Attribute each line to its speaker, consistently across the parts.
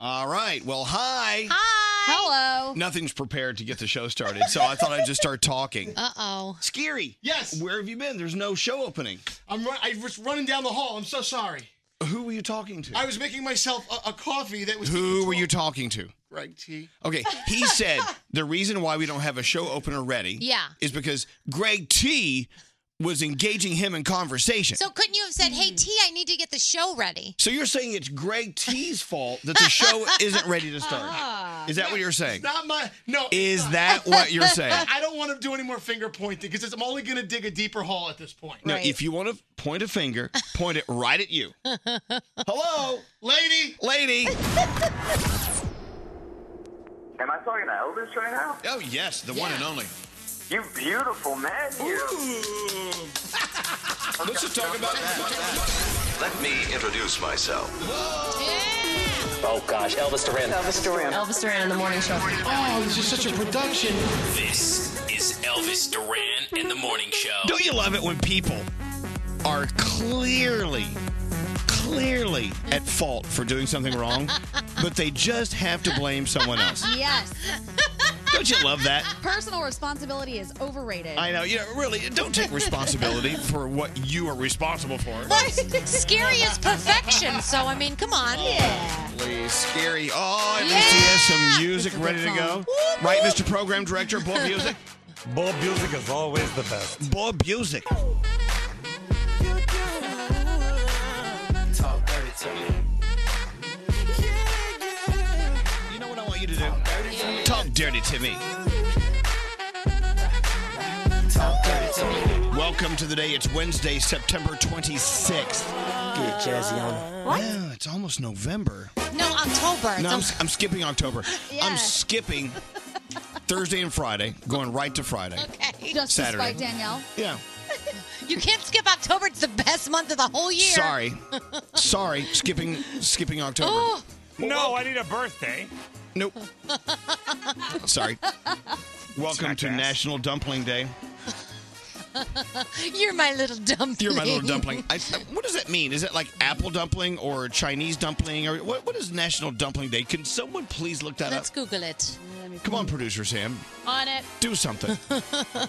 Speaker 1: All right. Well, hi.
Speaker 2: Hi.
Speaker 3: Hello.
Speaker 1: Nothing's prepared to get the show started, so I thought I'd just start talking.
Speaker 3: Uh oh.
Speaker 1: Scary.
Speaker 4: Yes.
Speaker 1: Where have you been? There's no show opening.
Speaker 4: I'm run- I was running down the hall. I'm so sorry.
Speaker 1: Who were you talking to?
Speaker 4: I was making myself a, a coffee that was.
Speaker 1: Who were you talking to?
Speaker 4: Greg T.
Speaker 1: Okay, he said the reason why we don't have a show opener ready
Speaker 3: Yeah.
Speaker 1: is because Greg T was engaging him in conversation.
Speaker 3: So couldn't you have said,
Speaker 5: Hmm.
Speaker 3: "Hey T, I need to get the show ready"?
Speaker 1: So you're saying it's Greg T's fault that the show isn't ready to
Speaker 5: Ah.
Speaker 3: Ah.
Speaker 1: start. Is that what you're saying?
Speaker 4: Not my. No.
Speaker 1: Is that what you're saying?
Speaker 4: I don't want to do any more finger pointing because I'm only going to dig a deeper hole at this point.
Speaker 1: No,
Speaker 3: Right.
Speaker 1: if you want to point a finger, point it right at you. Hello,
Speaker 4: Lady.
Speaker 1: lady.
Speaker 6: Am I talking to Elvis right now?
Speaker 1: Oh, yes, the one and only.
Speaker 6: You beautiful man, you.
Speaker 1: Let's just talk about
Speaker 7: Let me introduce myself.
Speaker 8: Oh gosh, Elvis Duran. Elvis Duran.
Speaker 9: Elvis Duran in the morning show.
Speaker 4: Oh, this is such a production.
Speaker 8: This is Elvis Duran and the morning show.
Speaker 1: Don't you love it when people are clearly, clearly at fault for doing something wrong, but they just have to blame someone else?
Speaker 5: Yes.
Speaker 1: Don't you love that?
Speaker 5: Personal responsibility is overrated.
Speaker 1: I know. You know, really, don't take responsibility for what you are responsible for.
Speaker 3: But scary is perfection. So I mean, come on.
Speaker 1: Please, scary. Oh, I just see us some music ready to go. Right, Mr. Program Director, Bob Music?
Speaker 10: Bob Music is always the best.
Speaker 1: Bob Music.
Speaker 7: Talk dirty to me.
Speaker 1: You know what I want you to do? Talk dirty to me.
Speaker 7: Talk dirty to me.
Speaker 1: Welcome to the day. It's Wednesday, September 26th.
Speaker 8: Get jazzy on.
Speaker 1: Yeah, it's almost November.
Speaker 3: No, October.
Speaker 1: No,
Speaker 3: It's
Speaker 1: I'm,
Speaker 3: Oc-
Speaker 1: s- I'm skipping October.
Speaker 5: Yeah.
Speaker 1: I'm skipping Thursday and Friday, going right to Friday.
Speaker 3: okay.
Speaker 5: Just to
Speaker 1: Saturday.
Speaker 5: spite Danielle.
Speaker 1: Yeah.
Speaker 3: You can't skip October. It's the best month of the whole year.
Speaker 1: Sorry. Sorry. Skipping skipping October.
Speaker 3: Oh,
Speaker 10: No, I need a birthday.
Speaker 1: Nope. Sorry. Welcome to
Speaker 10: Jackass.
Speaker 1: National Dumpling Day.
Speaker 3: you're my little dumpling.
Speaker 1: You're my little dumpling. I, I- what does that mean? Is it like apple dumpling or Chinese dumpling or what? What is National Dumpling Day? Can someone please look that
Speaker 3: Let's
Speaker 1: up?
Speaker 3: Google it.
Speaker 1: Come on, producer Sam,
Speaker 5: On it.
Speaker 1: do something.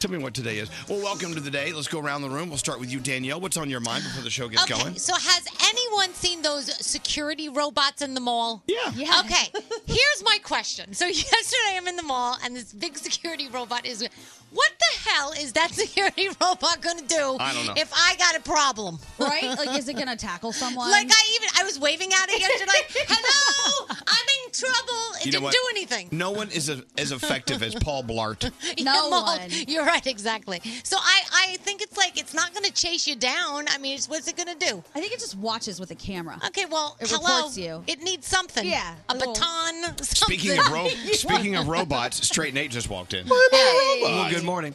Speaker 1: Tell me what today is. Well, welcome to the day. Let's go around the room. We'll start with you, Danielle. What's on your mind before the show gets
Speaker 3: okay.
Speaker 1: going?
Speaker 3: So has anyone seen those security robots in the mall?
Speaker 1: Yeah.
Speaker 5: Yeah.
Speaker 3: Okay, here's my question. So yesterday I'm in the mall and this big security robot is what the hell is that security robot going to do
Speaker 1: I don't know.
Speaker 3: if I got a problem?
Speaker 5: Right? Like, is it going to tackle someone?
Speaker 3: Like I even I was waving at it yesterday like, "Hello, I'm in trouble." It
Speaker 1: You know
Speaker 3: didn't
Speaker 1: what?
Speaker 3: do anything.
Speaker 1: No one is a, as effective as Paul Blart.
Speaker 5: No
Speaker 3: Mom,
Speaker 5: one.
Speaker 3: You're right exactly. So I I think it's like it's not going to chase you down. I mean, it's, what's it going to do?
Speaker 5: I think it just watches with a camera.
Speaker 3: Okay, well,
Speaker 5: It
Speaker 3: hello.
Speaker 5: reports you.
Speaker 3: It needs something.
Speaker 5: Yeah,
Speaker 3: a
Speaker 5: a little-
Speaker 3: baton. Something.
Speaker 1: Speaking of ro- speaking of robots, Straight Nate just walked in. Well, good morning.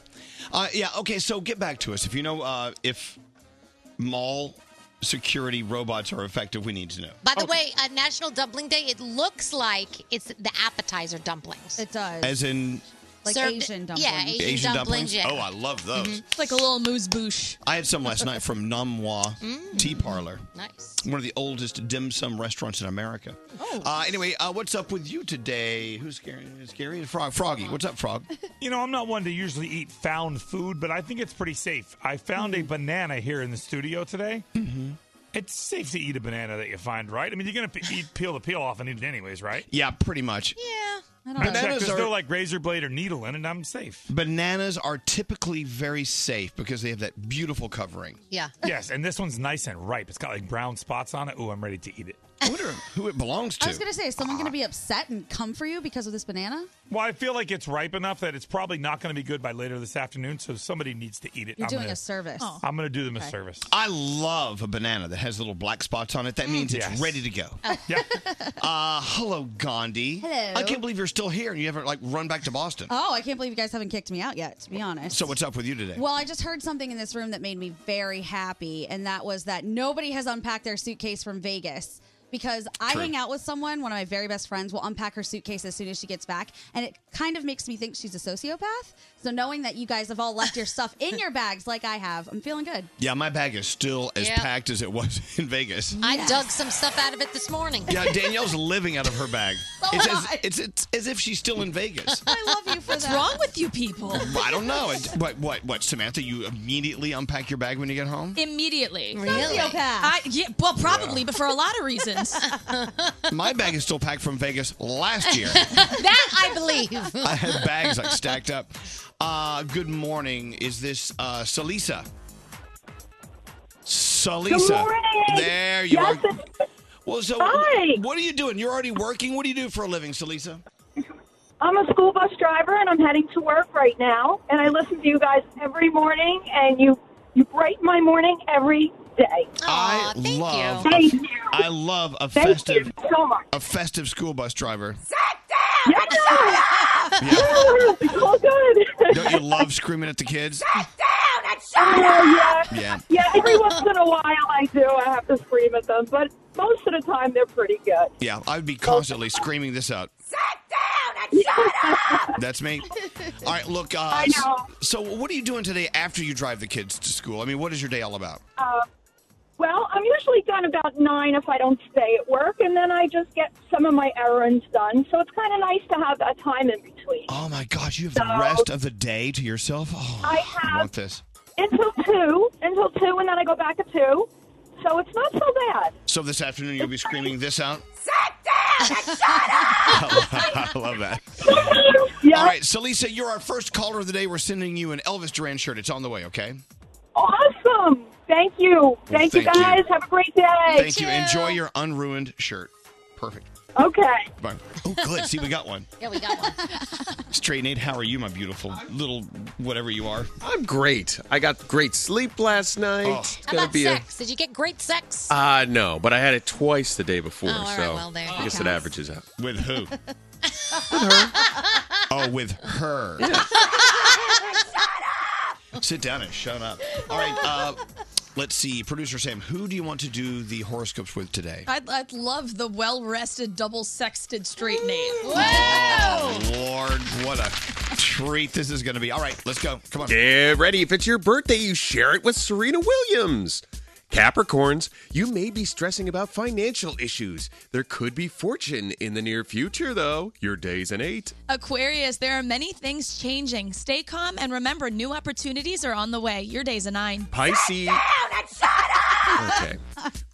Speaker 1: Uh, yeah, okay, so get back to us. If you know uh, if mall security robots are effective, we need to know. Oh,
Speaker 3: By the way, uh, National Dumpling Day. It looks like it's the appetizer dumplings.
Speaker 5: It does.
Speaker 1: As in
Speaker 5: like
Speaker 3: Served-
Speaker 5: Asian dumplings.
Speaker 3: Yeah, Asian,
Speaker 1: Asian
Speaker 3: dumplings.
Speaker 1: dumplings?
Speaker 3: Yeah.
Speaker 1: Oh, I love those.
Speaker 9: It's like a little moose boosh.
Speaker 1: I had some last night from Nam Hoa
Speaker 5: Mm.
Speaker 1: Tea Parlor,
Speaker 3: nice.
Speaker 1: one of the oldest dim sum restaurants in America.
Speaker 4: Oh.
Speaker 1: Uh, anyway, uh, what's up with you today? Who's scary? Who's scary? Frog. Froggy. What's up, Frog?
Speaker 10: You know, I'm not one to usually eat found food, but I think it's pretty safe. I found
Speaker 1: Mm-hmm.
Speaker 10: a banana here in the studio today. Mm-hmm. It's safe to eat a banana that you find, right? I mean, you're gonna pe- eat, peel the peel off and eat it anyways, right?
Speaker 1: Yeah, pretty much.
Speaker 3: Yeah.
Speaker 5: I
Speaker 10: I
Speaker 5: don't know.
Speaker 10: checked,
Speaker 1: Bananas
Speaker 10: there's
Speaker 1: are-
Speaker 10: no like razor blade or needle in it. I'm safe.
Speaker 1: Bananas are typically very safe because they have that beautiful covering.
Speaker 3: Yeah.
Speaker 10: Yes, and this one's nice and ripe. It's got like brown spots on it. Ooh, I'm ready to eat it.
Speaker 1: I wonder who it belongs to.
Speaker 5: I was going to say, is someone going to be upset and come for you because of this banana?
Speaker 10: Well, I feel like it's ripe enough that it's probably not going to be good by later this afternoon, so somebody needs to eat it.
Speaker 5: You're
Speaker 10: I'm
Speaker 5: doing
Speaker 10: gonna,
Speaker 5: a service.
Speaker 1: Oh.
Speaker 10: I'm going to do them a service.
Speaker 1: I love a banana that has little black spots on it.
Speaker 5: Mm.
Speaker 1: That means it's
Speaker 10: Yes.
Speaker 1: ready to go.
Speaker 10: Yeah.
Speaker 1: Uh, hello, Gandhi.
Speaker 5: Oh. Hello.
Speaker 1: I can't believe you're still here and you haven't like run back to Boston.
Speaker 5: Oh, I can't believe you guys haven't kicked me out yet, to be honest.
Speaker 1: So what's up with you today?
Speaker 5: Well, I just heard something in this room that made me very happy, and that was that nobody has unpacked their suitcase from Vegas. because I
Speaker 1: True.
Speaker 5: hang out with someone, one of my very best friends will unpack her suitcase as soon as she gets back, and it kind of makes me think she's a sociopath. So knowing that you guys have all left your stuff in your bags like I have, I'm feeling good.
Speaker 1: Yeah, my bag is still as
Speaker 3: Yeah.
Speaker 1: packed as it was in Vegas.
Speaker 3: I dug some stuff out of it this morning.
Speaker 1: yeah, Danielle's living out of her bag.
Speaker 3: So
Speaker 1: It's
Speaker 3: am
Speaker 1: as, it's, it's as if she's still in Vegas.
Speaker 5: I love you for
Speaker 9: What's wrong with you people?
Speaker 1: I don't know. It- What, what, what, Samantha, you immediately unpack your bag when you get home?
Speaker 9: Immediately.
Speaker 1: Really? Sociopath.
Speaker 9: I, yeah, well, probably, but for a lot of reasons.
Speaker 1: My bag is still packed from Vegas last year.
Speaker 3: that I believe.
Speaker 1: Oh, I had bags like stacked up. Uh, good morning. Is this uh, Salisa? Salisa.
Speaker 7: Good morning.
Speaker 1: There you
Speaker 7: Yes,
Speaker 1: are. Well, so
Speaker 7: Hi.
Speaker 1: what are you doing? You're already working. What do you do for a living, Salisa?
Speaker 7: I'm a school bus driver and I'm heading to work right now. And I listen to you guys every morning, and you you brighten my morning every day.
Speaker 1: I love. a-
Speaker 7: Thank you.
Speaker 1: I love a
Speaker 7: Thank
Speaker 1: festive,
Speaker 7: you so much.
Speaker 1: a festive school bus driver.
Speaker 7: Yes, sir. Yes, it's all good.
Speaker 1: Don't you love screaming at the kids?
Speaker 7: Oh, yeah.
Speaker 1: Yeah.
Speaker 7: Yeah, every once in a while I do. I have to scream at them, but most of the time they're pretty good.
Speaker 1: Yeah, I would be constantly screaming this out. That's me. All right, look. Uh,
Speaker 7: I know.
Speaker 1: So, what are you doing today after you drive the kids to school? I mean, what is your day all about?
Speaker 7: Uh, Well, I'm usually done about nine if I don't stay at work, and then I just get some of my errands done. So it's kind of nice to have that time in between.
Speaker 1: Oh my gosh, you have the
Speaker 7: So-
Speaker 1: rest of the day to yourself. Oh,
Speaker 7: I have-
Speaker 1: want this.
Speaker 7: Until two, until two, and then I go back at two. So it's not so bad.
Speaker 1: So this afternoon you'll be screaming this out. I love that.
Speaker 7: Yeah.
Speaker 1: All right, so Lisa, you're our first caller of the day. We're sending you an Elvis Duran shirt. It's on the way. Okay.
Speaker 7: Awesome. Thank you. Thank you
Speaker 1: thank you.
Speaker 7: guys. Have a great day.
Speaker 1: Thank you. Enjoy your unruined shirt. Perfect.
Speaker 7: Okay.
Speaker 1: Bye. Oh, good. See, we got one.
Speaker 3: Yeah, we got one.
Speaker 1: Straight Nate, how are you, my beautiful little whatever you are?
Speaker 6: I'm great. I got great sleep last night.
Speaker 1: Oh.
Speaker 6: It's
Speaker 3: How
Speaker 6: gonna
Speaker 3: about
Speaker 6: be
Speaker 3: sex? Did you get great sex?
Speaker 6: a uh no, but I had it twice the day before,
Speaker 3: Oh, all right,
Speaker 6: so
Speaker 3: well, there
Speaker 6: I
Speaker 3: you
Speaker 6: guess
Speaker 3: go.
Speaker 6: it averages out.
Speaker 1: With who? with her. Oh, with her. Sit down and shut up. All right. Uh, let's see. Producer Sam, who do you want to do the horoscopes with today?
Speaker 9: I'd, I'd love the well rested, double sexted straight name.
Speaker 1: Oh, Lord. What a treat this is going to be. All right. Let's go. Come on.
Speaker 6: Get ready. If it's your birthday, you share it with Serena Williams. Capricorns, you may be stressing about financial issues. There could be fortune in the near future, though. Your day's an eight.
Speaker 9: Aquarius, there are many things changing. Stay calm and remember new opportunities are on the way. Your day's a nine.
Speaker 6: Pisces. Okay.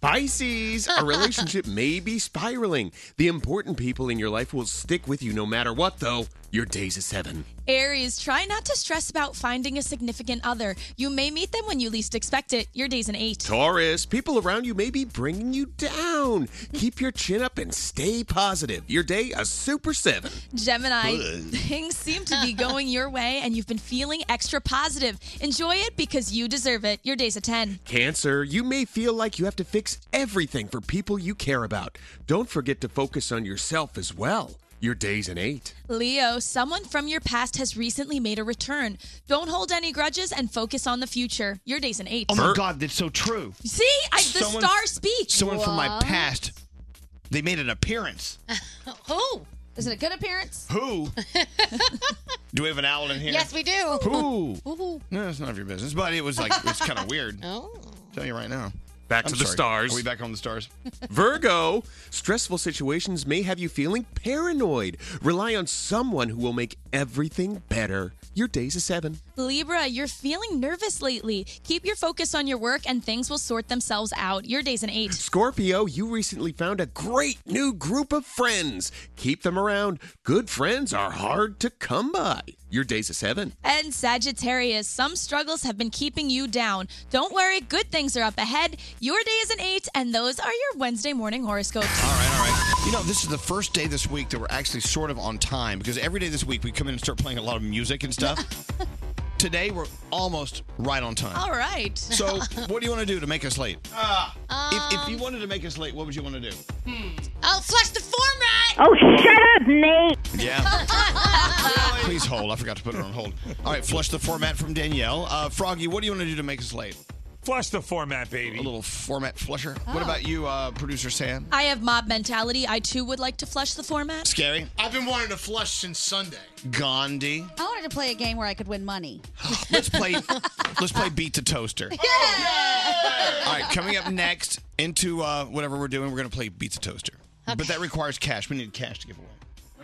Speaker 6: Pisces, a relationship may be spiraling. The important people in your life will stick with you no matter what, though. Your day's a seven.
Speaker 9: Aries, try not to stress about finding a significant other. You may meet them when you least expect it. Your day's an eight.
Speaker 6: Taurus, people around you may be bringing you down. Keep your chin up and stay positive. Your day, a super seven.
Speaker 9: Gemini,
Speaker 6: Good.
Speaker 9: things seem to be going your way and you've been feeling extra positive. Enjoy it because you deserve it. Your day's a 10.
Speaker 6: Cancer, you may feel like you have to fix everything for people you care about. Don't forget to focus on yourself as well. Your day's an eight.
Speaker 9: Leo, someone from your past has recently made a return. Don't hold any grudges and focus on the future. Your day's an eight.
Speaker 1: Oh, my God. That's so true.
Speaker 9: See, I, the
Speaker 1: Someone-
Speaker 9: star speaks.
Speaker 1: Someone from my past, they made an appearance.
Speaker 3: Who?
Speaker 5: Is it a good appearance?
Speaker 1: Who? do we have an owl in here?
Speaker 3: Yes, we do.
Speaker 1: Who?
Speaker 3: Ooh.
Speaker 1: No, it's none of your business, but it was like, it's kind of weird.
Speaker 3: Oh.
Speaker 1: tell you right now.
Speaker 6: Back to
Speaker 1: I'm
Speaker 6: the
Speaker 1: sorry.
Speaker 6: stars.
Speaker 1: Are we back on the stars?
Speaker 6: Virgo, stressful situations may have you feeling paranoid. Rely on someone who will make everything better. Your day's a seven.
Speaker 9: Libra, you're feeling nervous lately. Keep your focus on your work and things will sort themselves out. Your day's an eight.
Speaker 6: Scorpio, you recently found a great new group of friends. Keep them around. Good friends are hard to come by. Your day's a seven.
Speaker 9: And Sagittarius, some struggles have been keeping you down. Don't worry, good things are up ahead. Your day is an eight, and those are your Wednesday morning horoscopes.
Speaker 1: All right, all right. You know, this is the first day this week that we're actually sort of on time because every day this week we come in and start playing a lot of music and stuff. Today we're almost right on time.
Speaker 9: All right. Ah.
Speaker 1: So, what do you want to do to make us late? if,
Speaker 9: Um.
Speaker 1: if you wanted to make us late, what would you want to do?
Speaker 6: Hmm.
Speaker 3: I'll flush the format.
Speaker 7: Oh, shut up, Nate.
Speaker 1: Yeah. Please hold. I forgot to put it on hold. All right, flush the format from Danielle. Uh, Froggy, what do you want to do to make us late?
Speaker 10: Flush the format, baby. A
Speaker 1: little format flusher.
Speaker 9: Oh.
Speaker 1: What about you, uh, producer Sam?
Speaker 9: I have mob mentality. I too would like to flush the format.
Speaker 1: Scary.
Speaker 4: I've been wanting to flush since Sunday.
Speaker 1: Gandhi.
Speaker 5: I wanted to play a game where I could win money.
Speaker 1: Let's play. let's play beat the toaster. All right, coming up next into uh, whatever we're doing, we're gonna play beat the toaster. But that requires cash. We need cash to give away.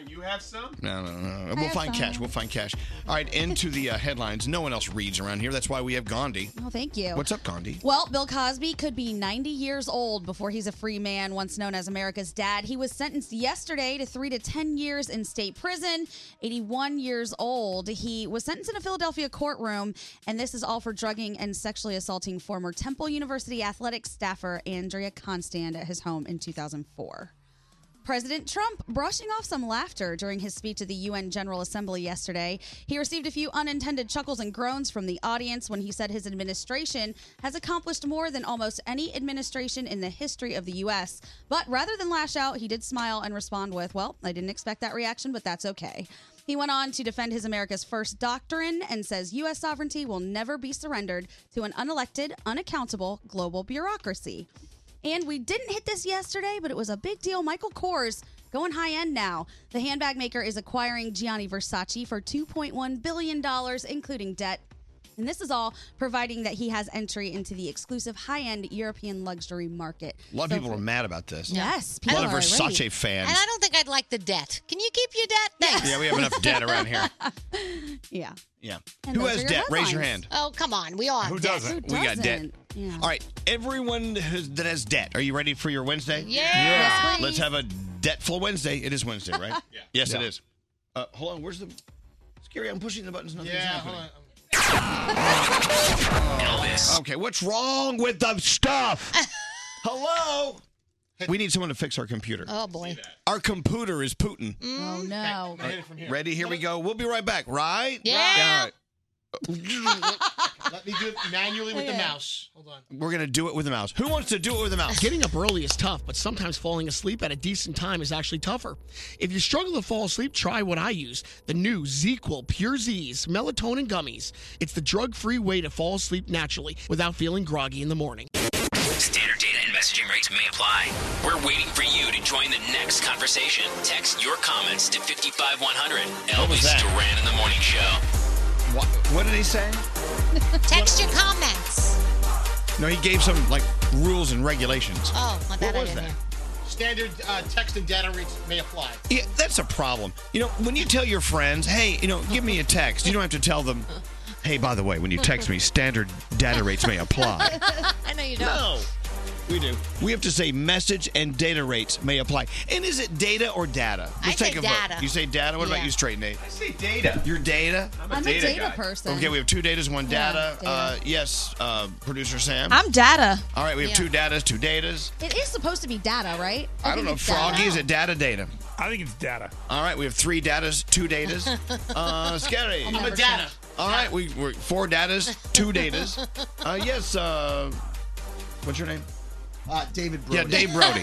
Speaker 11: You have some?
Speaker 1: No, no, no. no.
Speaker 11: I
Speaker 1: We'll
Speaker 11: have
Speaker 1: find
Speaker 11: some.
Speaker 1: cash. We'll find cash. All right, into the uh, headlines. No one else reads around here. That's why we have Gandhi.
Speaker 5: Oh, thank you.
Speaker 1: What's up, Gandhi?
Speaker 5: Well, Bill Cosby could be 90 years old before he's a free man, once known as America's dad. He was sentenced yesterday to three to 10 years in state prison, 81 years old. He was sentenced in a Philadelphia courtroom, and this is all for drugging and sexually assaulting former Temple University athletics staffer Andrea Constand at his home in 2004. President Trump brushing off some laughter during his speech at the UN General Assembly yesterday. He received a few unintended chuckles and groans from the audience when he said his administration has accomplished more than almost any administration in the history of the U.S. But rather than lash out, he did smile and respond with, Well, I didn't expect that reaction, but that's okay. He went on to defend his America's First doctrine and says U.S. sovereignty will never be surrendered to an unelected, unaccountable global bureaucracy. And we didn't hit this yesterday, but it was a big deal. Michael Kors going high end now. The handbag maker is acquiring Gianni Versace for $2.1 billion, including debt. And this is all providing that he has entry into the exclusive high end European luxury market.
Speaker 1: A lot of
Speaker 5: So
Speaker 1: people are mad about this.
Speaker 5: Yes,
Speaker 1: a lot of
Speaker 5: people are
Speaker 1: Versace
Speaker 5: ready.
Speaker 1: fans.
Speaker 3: And I don't think I'd like the debt. Can you keep your debt? Thanks.
Speaker 1: Yeah, we have enough debt around here.
Speaker 5: Yeah.
Speaker 1: Yeah.
Speaker 3: And
Speaker 1: Who
Speaker 3: those
Speaker 1: has
Speaker 3: are
Speaker 1: debt? Raise your hand.
Speaker 3: Oh, come on. We all have
Speaker 1: Who
Speaker 3: debt.
Speaker 1: doesn't? Who We got debt. doesn't? All right, everyone has, that has debt, are you ready for your Wednesday?
Speaker 3: Yeah. Yes, please.
Speaker 1: Let's have a debtful Wednesday. It is Wednesday, right?
Speaker 4: Yeah.
Speaker 1: Yes, it
Speaker 4: Yeah.
Speaker 1: is. Uh, hold on, where's the. Scary, I'm pushing the buttons. Nothing's
Speaker 4: Yeah,
Speaker 1: happening.
Speaker 4: hold
Speaker 1: Elvis. Okay, what's wrong with the stuff? Hello? We need someone to fix our computer.
Speaker 3: Oh, boy. Mm.
Speaker 1: Our computer is Putin.
Speaker 5: Oh, no.
Speaker 1: All right, Ready? Here we go. We'll be right back, right?
Speaker 4: Yeah.
Speaker 1: All right.
Speaker 4: Let me do it manually with the mouse. Hold on.
Speaker 1: We're going to do it with a mouse. Who wants to do it with a mouse?
Speaker 12: Getting up early is tough, but sometimes falling asleep at a decent time is actually tougher. If you struggle to fall asleep, try what I use the new ZQL Pure Z's melatonin gummies. It's the drug free way to fall asleep naturally without feeling groggy in the morning.
Speaker 8: Standard data and messaging rates may apply. We're waiting for you to join the next conversation. Text your comments to 55100.
Speaker 1: What was
Speaker 8: Elvis
Speaker 1: that?
Speaker 8: Duran in the Morning Show.
Speaker 1: What, what did he say?
Speaker 3: Text your comments.
Speaker 1: No, he gave some like rules and regulations.
Speaker 3: Oh, well, that
Speaker 1: what
Speaker 3: I
Speaker 1: was
Speaker 3: didn't
Speaker 1: that?
Speaker 4: Standard uh, text and data rates may apply.
Speaker 1: Yeah, that's a problem. You know, when you tell your friends, "Hey, you know, give me a text," you don't have to tell them, "Hey, by the way, when you text me, standard data rates may apply."
Speaker 3: I know you don't.
Speaker 1: No. We do. We have to say message and data rates may apply. And is it data or data?
Speaker 3: I
Speaker 1: Let's
Speaker 3: say
Speaker 1: take a
Speaker 3: data.
Speaker 1: vote. You say data. What
Speaker 3: Yeah.
Speaker 1: about you, straight Nate? I say data. Your data.
Speaker 5: I'm a I'm a data data guy. person.
Speaker 1: Okay, we have two datas, one
Speaker 5: Yeah,
Speaker 1: data.
Speaker 5: data.
Speaker 1: Uh, yes, uh, producer Sam.
Speaker 9: I'm data.
Speaker 1: All right, we have
Speaker 5: Yeah.
Speaker 1: two datas, two datas.
Speaker 5: It is supposed to be data, right?
Speaker 1: I don't know, Froggy, is it data data?
Speaker 10: I think it's data.
Speaker 1: All right, we have three datas, two datas. Uh, scary.
Speaker 4: I'm a data.
Speaker 1: All right, we, we're four datas, two datas. Uh, yes, uh, what's your name?
Speaker 13: Uh, David Brody.
Speaker 1: Yeah, Dave Brody.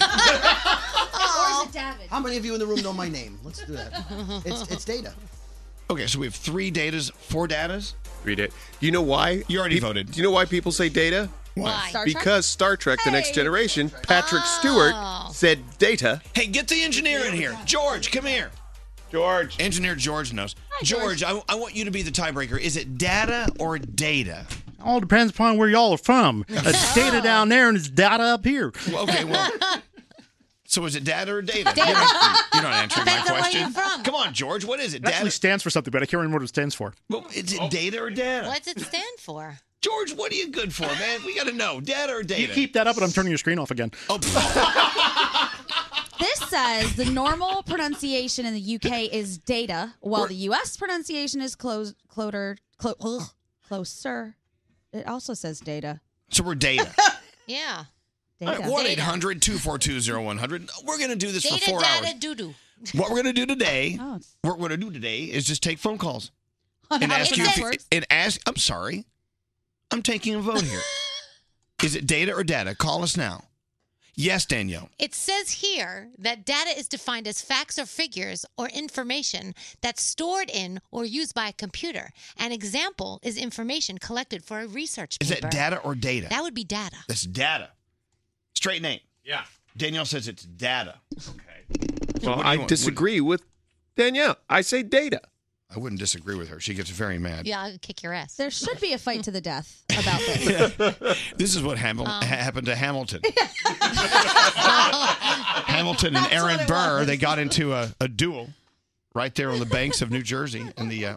Speaker 5: or is it David?
Speaker 13: How many of you in the room know my name? Let's do that. It's, it's data.
Speaker 1: Okay, so we have three datas, four datas.
Speaker 11: Read it. You know why? You already voted. Do you know why people say data?
Speaker 1: Why? Star Trek?
Speaker 11: because Star Trek: The Next Generation, Patrick Stewart said data.
Speaker 1: Hey, get the engineer in here. George, come here.
Speaker 11: George.
Speaker 1: Engineer George knows. George, I, I want you to be the tiebreaker. Is it data or data?
Speaker 14: All depends upon where y'all are from. Uh, It's data down there and it's data up here.
Speaker 1: Well, okay, well. So is it data or data?
Speaker 14: Data.
Speaker 1: You're, not, you're not answering
Speaker 14: Depends
Speaker 1: my
Speaker 14: on where
Speaker 1: question.
Speaker 14: you're
Speaker 3: from.
Speaker 1: Come on, George. What is it?
Speaker 14: It actually
Speaker 1: Data.
Speaker 14: stands for something, but I can't remember what it stands for.
Speaker 1: Well, is it data or data?
Speaker 3: What's it stand for?
Speaker 1: George, what are you good for, man? We got to know. Data or data?
Speaker 14: You keep that up, and I'm turning your screen off again.
Speaker 5: This says the normal pronunciation in the UK is data, while the US pronunciation is close, cloter, clo, ugh, closer. It also says data.
Speaker 1: So we're data.
Speaker 3: Yeah.
Speaker 1: All right, 1 800 242 0100. We're going to do this
Speaker 3: Data,
Speaker 1: for four
Speaker 3: data,
Speaker 1: hours.
Speaker 3: doo-doo.
Speaker 1: What we're going to do today,
Speaker 3: Oh,
Speaker 1: what we're going to do today is just take phone calls.
Speaker 3: Oh,
Speaker 1: And
Speaker 3: no,
Speaker 1: ask
Speaker 3: it
Speaker 1: you, if you-
Speaker 3: works.
Speaker 1: and ask, I'm sorry, I'm taking a vote here. is it data or data? Call us now. Yes, Danielle.
Speaker 3: It says here that data is defined as facts or figures or information that's stored in or used by a computer. An example is information collected for a research
Speaker 1: Is
Speaker 3: paper.
Speaker 1: that data or data?
Speaker 3: That would be data.
Speaker 1: That's data. Straight name.
Speaker 4: Yeah.
Speaker 1: Danielle says it's data.
Speaker 11: Well,
Speaker 1: What do you
Speaker 11: I
Speaker 1: want?
Speaker 11: disagree with Danielle. I say data.
Speaker 1: I wouldn't disagree with her. She gets very mad.
Speaker 3: Yeah, I'll kick your ass.
Speaker 5: There should be a fight to the death about this.
Speaker 1: This is what Hamil-
Speaker 5: Um.
Speaker 1: ha- happened to Hamilton. Hamilton and Aaron Burr, they got into a, a duel right there on the banks of New Jersey. In the uh,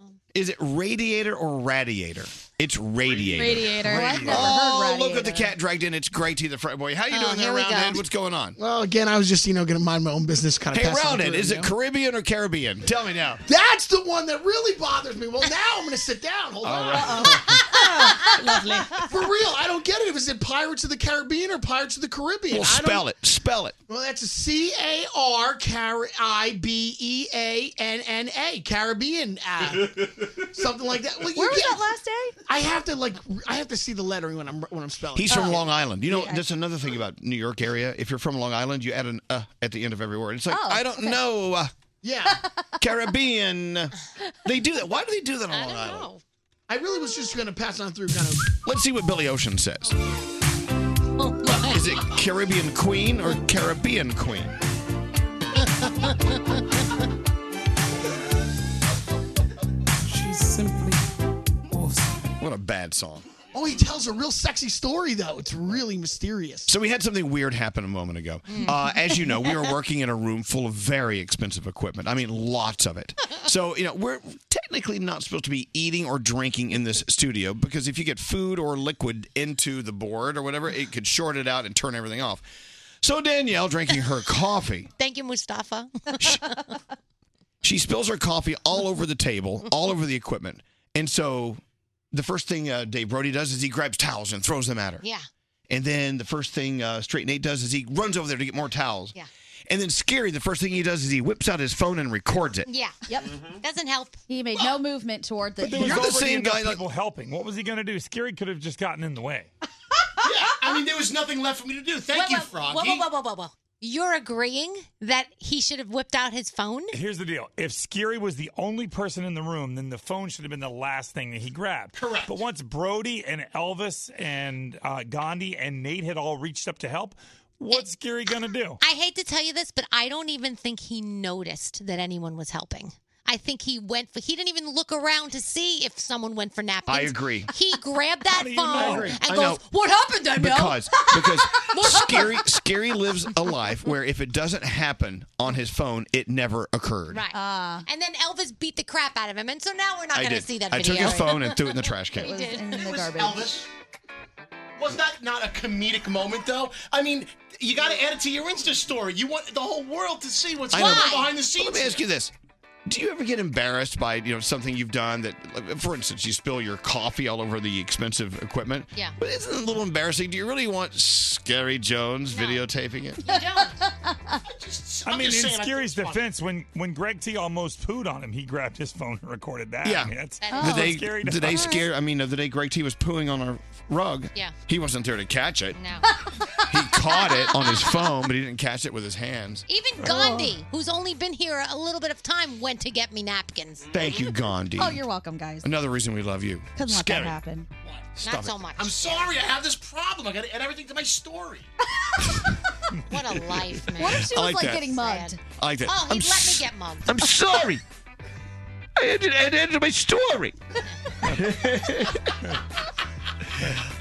Speaker 5: Um.
Speaker 1: is it radiator or radiator? It's radiator.
Speaker 7: Radiator.
Speaker 5: Well, I've never
Speaker 1: oh,
Speaker 5: heard
Speaker 1: look at the cat dragged in. It's great to the front boy. How you
Speaker 5: Oh,
Speaker 1: doing there,
Speaker 5: here we go.
Speaker 1: Roundhead? What's going on?
Speaker 12: Well, again, I was just, you know, going to mind my own business kind of
Speaker 1: Hey, Roundhead, is it Caribbean or Caribbean? Tell me now.
Speaker 12: That's the one that really bothers me. Well, now I'm going to sit down. Hold
Speaker 1: All
Speaker 12: on.
Speaker 1: right.
Speaker 12: Lovely. For real, I don't get it. If it's in Pirates of the Caribbean or Pirates of the Caribbean.
Speaker 1: Well,
Speaker 12: I don't-
Speaker 1: spell it. Spell it.
Speaker 12: Well, that's a C A R Car I B E A N N A Caribbean, uh, something like that. Well, you
Speaker 5: Where was
Speaker 12: get-
Speaker 5: that last day?
Speaker 12: I have to like I have to see the lettering when I'm when I'm spelling.
Speaker 1: He's from
Speaker 12: Oh.
Speaker 1: Long Island. You know,
Speaker 12: Yeah, I-
Speaker 1: that's another thing about New York area. If you're from Long Island, you add an uh at the end of every word. It's like,
Speaker 12: Oh,
Speaker 1: I don't
Speaker 12: okay.
Speaker 1: know. Uh,
Speaker 12: Yeah,
Speaker 1: Caribbean. They do that. Why do they do that on Long Island?
Speaker 12: I really was just going to pass on through kind of.
Speaker 1: Let's see what Billy Ocean says.
Speaker 12: Oh,
Speaker 1: Is it Caribbean Queen or Caribbean Queen?
Speaker 12: She's simply
Speaker 1: What a bad song.
Speaker 12: Oh, he tells a real sexy story though. It's really mysterious.
Speaker 1: So we had something weird happen a moment ago.
Speaker 12: Mm.
Speaker 1: Uh, as you know, we were working in a room full of very expensive equipment. I mean, lots of it. So you know, we're technically not supposed to be eating or drinking in this studio because if you get food or liquid into the board or whatever, it could short it out and turn everything off. So Danielle, drinking her coffee,
Speaker 3: Thank you, Mustafa.
Speaker 1: she spills her coffee all over the table, all over the equipment, and so the first thing uh, Dave Brody does is he grabs towels and throws them at her.
Speaker 3: yeah.
Speaker 1: And then the first thing uh, Straight Nate does is he runs over there to get more towels.
Speaker 3: Yeah.
Speaker 1: And then Scary, the first thing he does is he whips out his phone and records it.
Speaker 3: Yeah. Yep. Doesn't help.
Speaker 5: He made no movement toward the.
Speaker 10: But there was
Speaker 1: You're the
Speaker 10: already
Speaker 1: same
Speaker 10: enough
Speaker 1: guy that-
Speaker 10: People helping. What was he going to do? Scary could have just gotten in the way.
Speaker 4: I mean, there was nothing left for me to do. Thank you, Froggy.
Speaker 3: Whoa, whoa, whoa, whoa, whoa, whoa. You're agreeing that he should have whipped out his phone?
Speaker 10: Here's the deal: if Scary was the only person in the room, then the phone should have been the last thing that he grabbed. Correct. But once Brody and Elvis and uh, Gandhi and Nate had all reached up to help, what's Scary going to do?
Speaker 3: I hate to tell you this, but I don't even think he noticed that anyone was helping. I think he went for, he didn't even look around to see if someone went for napkins.
Speaker 1: I agree.
Speaker 3: He grabbed that
Speaker 1: do you know? I
Speaker 3: phone
Speaker 1: agree.
Speaker 3: and
Speaker 1: I know.
Speaker 3: goes, What happened, Danielle?
Speaker 1: Because because Scary Scary lives a life where if it doesn't happen on his phone, it never occurred.
Speaker 3: Right.
Speaker 5: Uh.
Speaker 3: and then Elvis beat the crap out of him. And so now we're not
Speaker 1: I
Speaker 3: going to
Speaker 1: did.
Speaker 3: see that
Speaker 1: I
Speaker 3: video.
Speaker 1: took his phone and threw it in the trash
Speaker 3: He
Speaker 1: can.
Speaker 3: did.
Speaker 4: It was Elvis. Was that not a comedic moment, though? I mean, you got to add it to your Insta story. You want the whole world to see what's
Speaker 1: I
Speaker 4: going
Speaker 1: know.
Speaker 4: on behind the
Speaker 1: But
Speaker 4: scenes.
Speaker 1: Let me ask you this. Do you ever get embarrassed by you know something you've done that, like, for instance, you spill your coffee all over the expensive equipment?
Speaker 3: Yeah.
Speaker 1: But isn't it a little embarrassing? Do you really want Scary Jones videotaping it?
Speaker 10: I
Speaker 1: I'm
Speaker 10: mean, in
Speaker 1: just saying, I
Speaker 10: Scary's
Speaker 1: think it's
Speaker 10: defense, when when Greg T almost pooed on him, he grabbed his phone and recorded that.
Speaker 1: Yeah.
Speaker 10: I mean, that's,
Speaker 1: The
Speaker 10: that's
Speaker 1: day,
Speaker 10: Scary
Speaker 1: the
Speaker 10: does.
Speaker 1: day Scary, I mean, the day Greg T was pooing on our rug,
Speaker 10: Yeah.
Speaker 1: he wasn't there to catch it.
Speaker 3: No.
Speaker 1: He caught it on his phone, but he didn't catch it with his hands.
Speaker 3: Even Gandhi, who's only been here a little bit of time, went to get me napkins.
Speaker 1: Thank you, Gandhi.
Speaker 5: Oh, you're welcome, guys.
Speaker 1: Another reason we love you.
Speaker 5: Couldn't let
Speaker 1: Scary.
Speaker 5: that happen.
Speaker 1: Stop it.
Speaker 3: much.
Speaker 4: I'm sorry, I have this problem. I got to add everything to my story.
Speaker 3: what a life, man.
Speaker 5: What if
Speaker 1: I
Speaker 5: she was
Speaker 1: like
Speaker 5: like,
Speaker 1: that.
Speaker 5: getting mugged?
Speaker 1: I like that.
Speaker 3: Oh, he
Speaker 1: I'm
Speaker 3: let
Speaker 1: s-
Speaker 3: me get mugged.
Speaker 1: I'm sorry. I ended, I ended my story.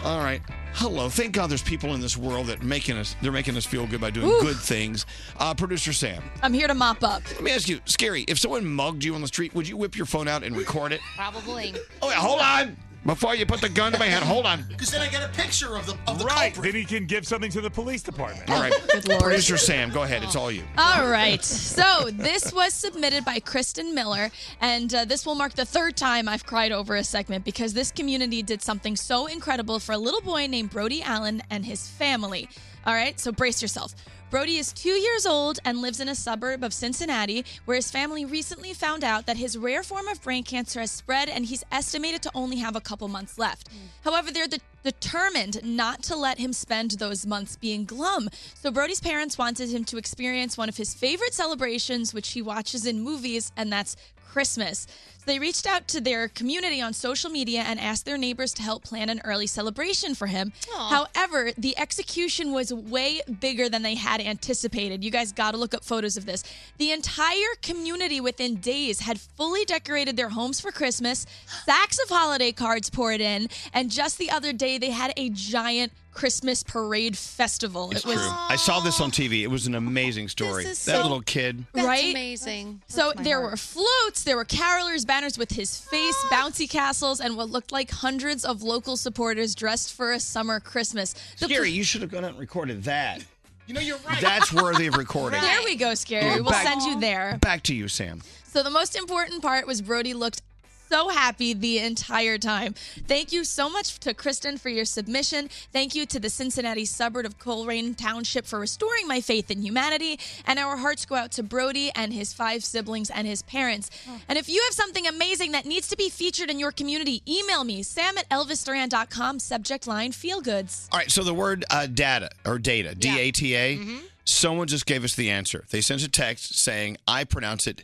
Speaker 1: All right. Hello. Thank God there's people in this world that making us they're making us feel good by doing
Speaker 9: Oof.
Speaker 1: good things. Uh, Producer Sam,
Speaker 9: I'm here to mop up.
Speaker 1: let me ask you, Scary, if someone mugged you on the street, would you whip your phone out and record it?
Speaker 3: Probably.
Speaker 1: Oh, yeah, hold on. Before you put the gun to my head, hold on.
Speaker 4: Because then I get a picture of the of the
Speaker 10: right. Then he can give something to the police department.
Speaker 1: All right.
Speaker 10: Good lord.
Speaker 1: Producer Sam, go ahead. It's all you.
Speaker 9: All right. So this was submitted by Kristen Miller, and uh, this will mark the third time I've cried over a segment because this community did something so incredible for a little boy named Brody Allen and his family. All right, so brace yourself. Brody is two years old and lives in a suburb of Cincinnati, where his family recently found out that his rare form of brain cancer has spread and he's estimated to only have a couple months left. However, they're de- determined not to let him spend those months being glum. So Brody's parents wanted him to experience one of his favorite celebrations, which he watches in movies, and that's Christmas. So they reached out to their community on social media and asked their neighbors to help plan an early celebration for him.
Speaker 3: Aw.
Speaker 9: However, the execution was way bigger than they had anticipated. You guys got to look up photos of this. The entire community within days had fully decorated their homes for Christmas, stacks of holiday cards poured in, and just the other day they had a giant Christmas parade festival.
Speaker 1: It's true. I saw this on TV. It was an amazing story.
Speaker 9: This is
Speaker 1: that
Speaker 9: so-
Speaker 1: little kid.
Speaker 9: right? amazing. So
Speaker 3: my
Speaker 9: there
Speaker 3: heart.
Speaker 9: were floats, there were carolers, banners with his face, bouncy castles, and what looked like hundreds of local supporters dressed for a summer Christmas. The
Speaker 1: Scary, you should have gone out and recorded that.
Speaker 9: you know, you're right.
Speaker 1: That's worthy of recording.
Speaker 9: There we go, Scary.
Speaker 1: Yeah,
Speaker 9: We'll
Speaker 1: back-
Speaker 9: send you there.
Speaker 1: Back to you, Sam.
Speaker 9: So the most important part was Brody looked so happy the entire time. Thank you so much to Kristen for your submission. Thank you to the Cincinnati suburb of Coleraine Township for restoring my faith in humanity. And our hearts go out to Brody and his five siblings and his parents. And if you have something amazing that needs to be featured in your community, email me, sam at elvisduran.com, subject line feel goods.
Speaker 1: All right, so the word uh, data or data, D A T A,
Speaker 9: Mm-hmm.
Speaker 1: someone just gave us the answer. They sent a text saying, I pronounce it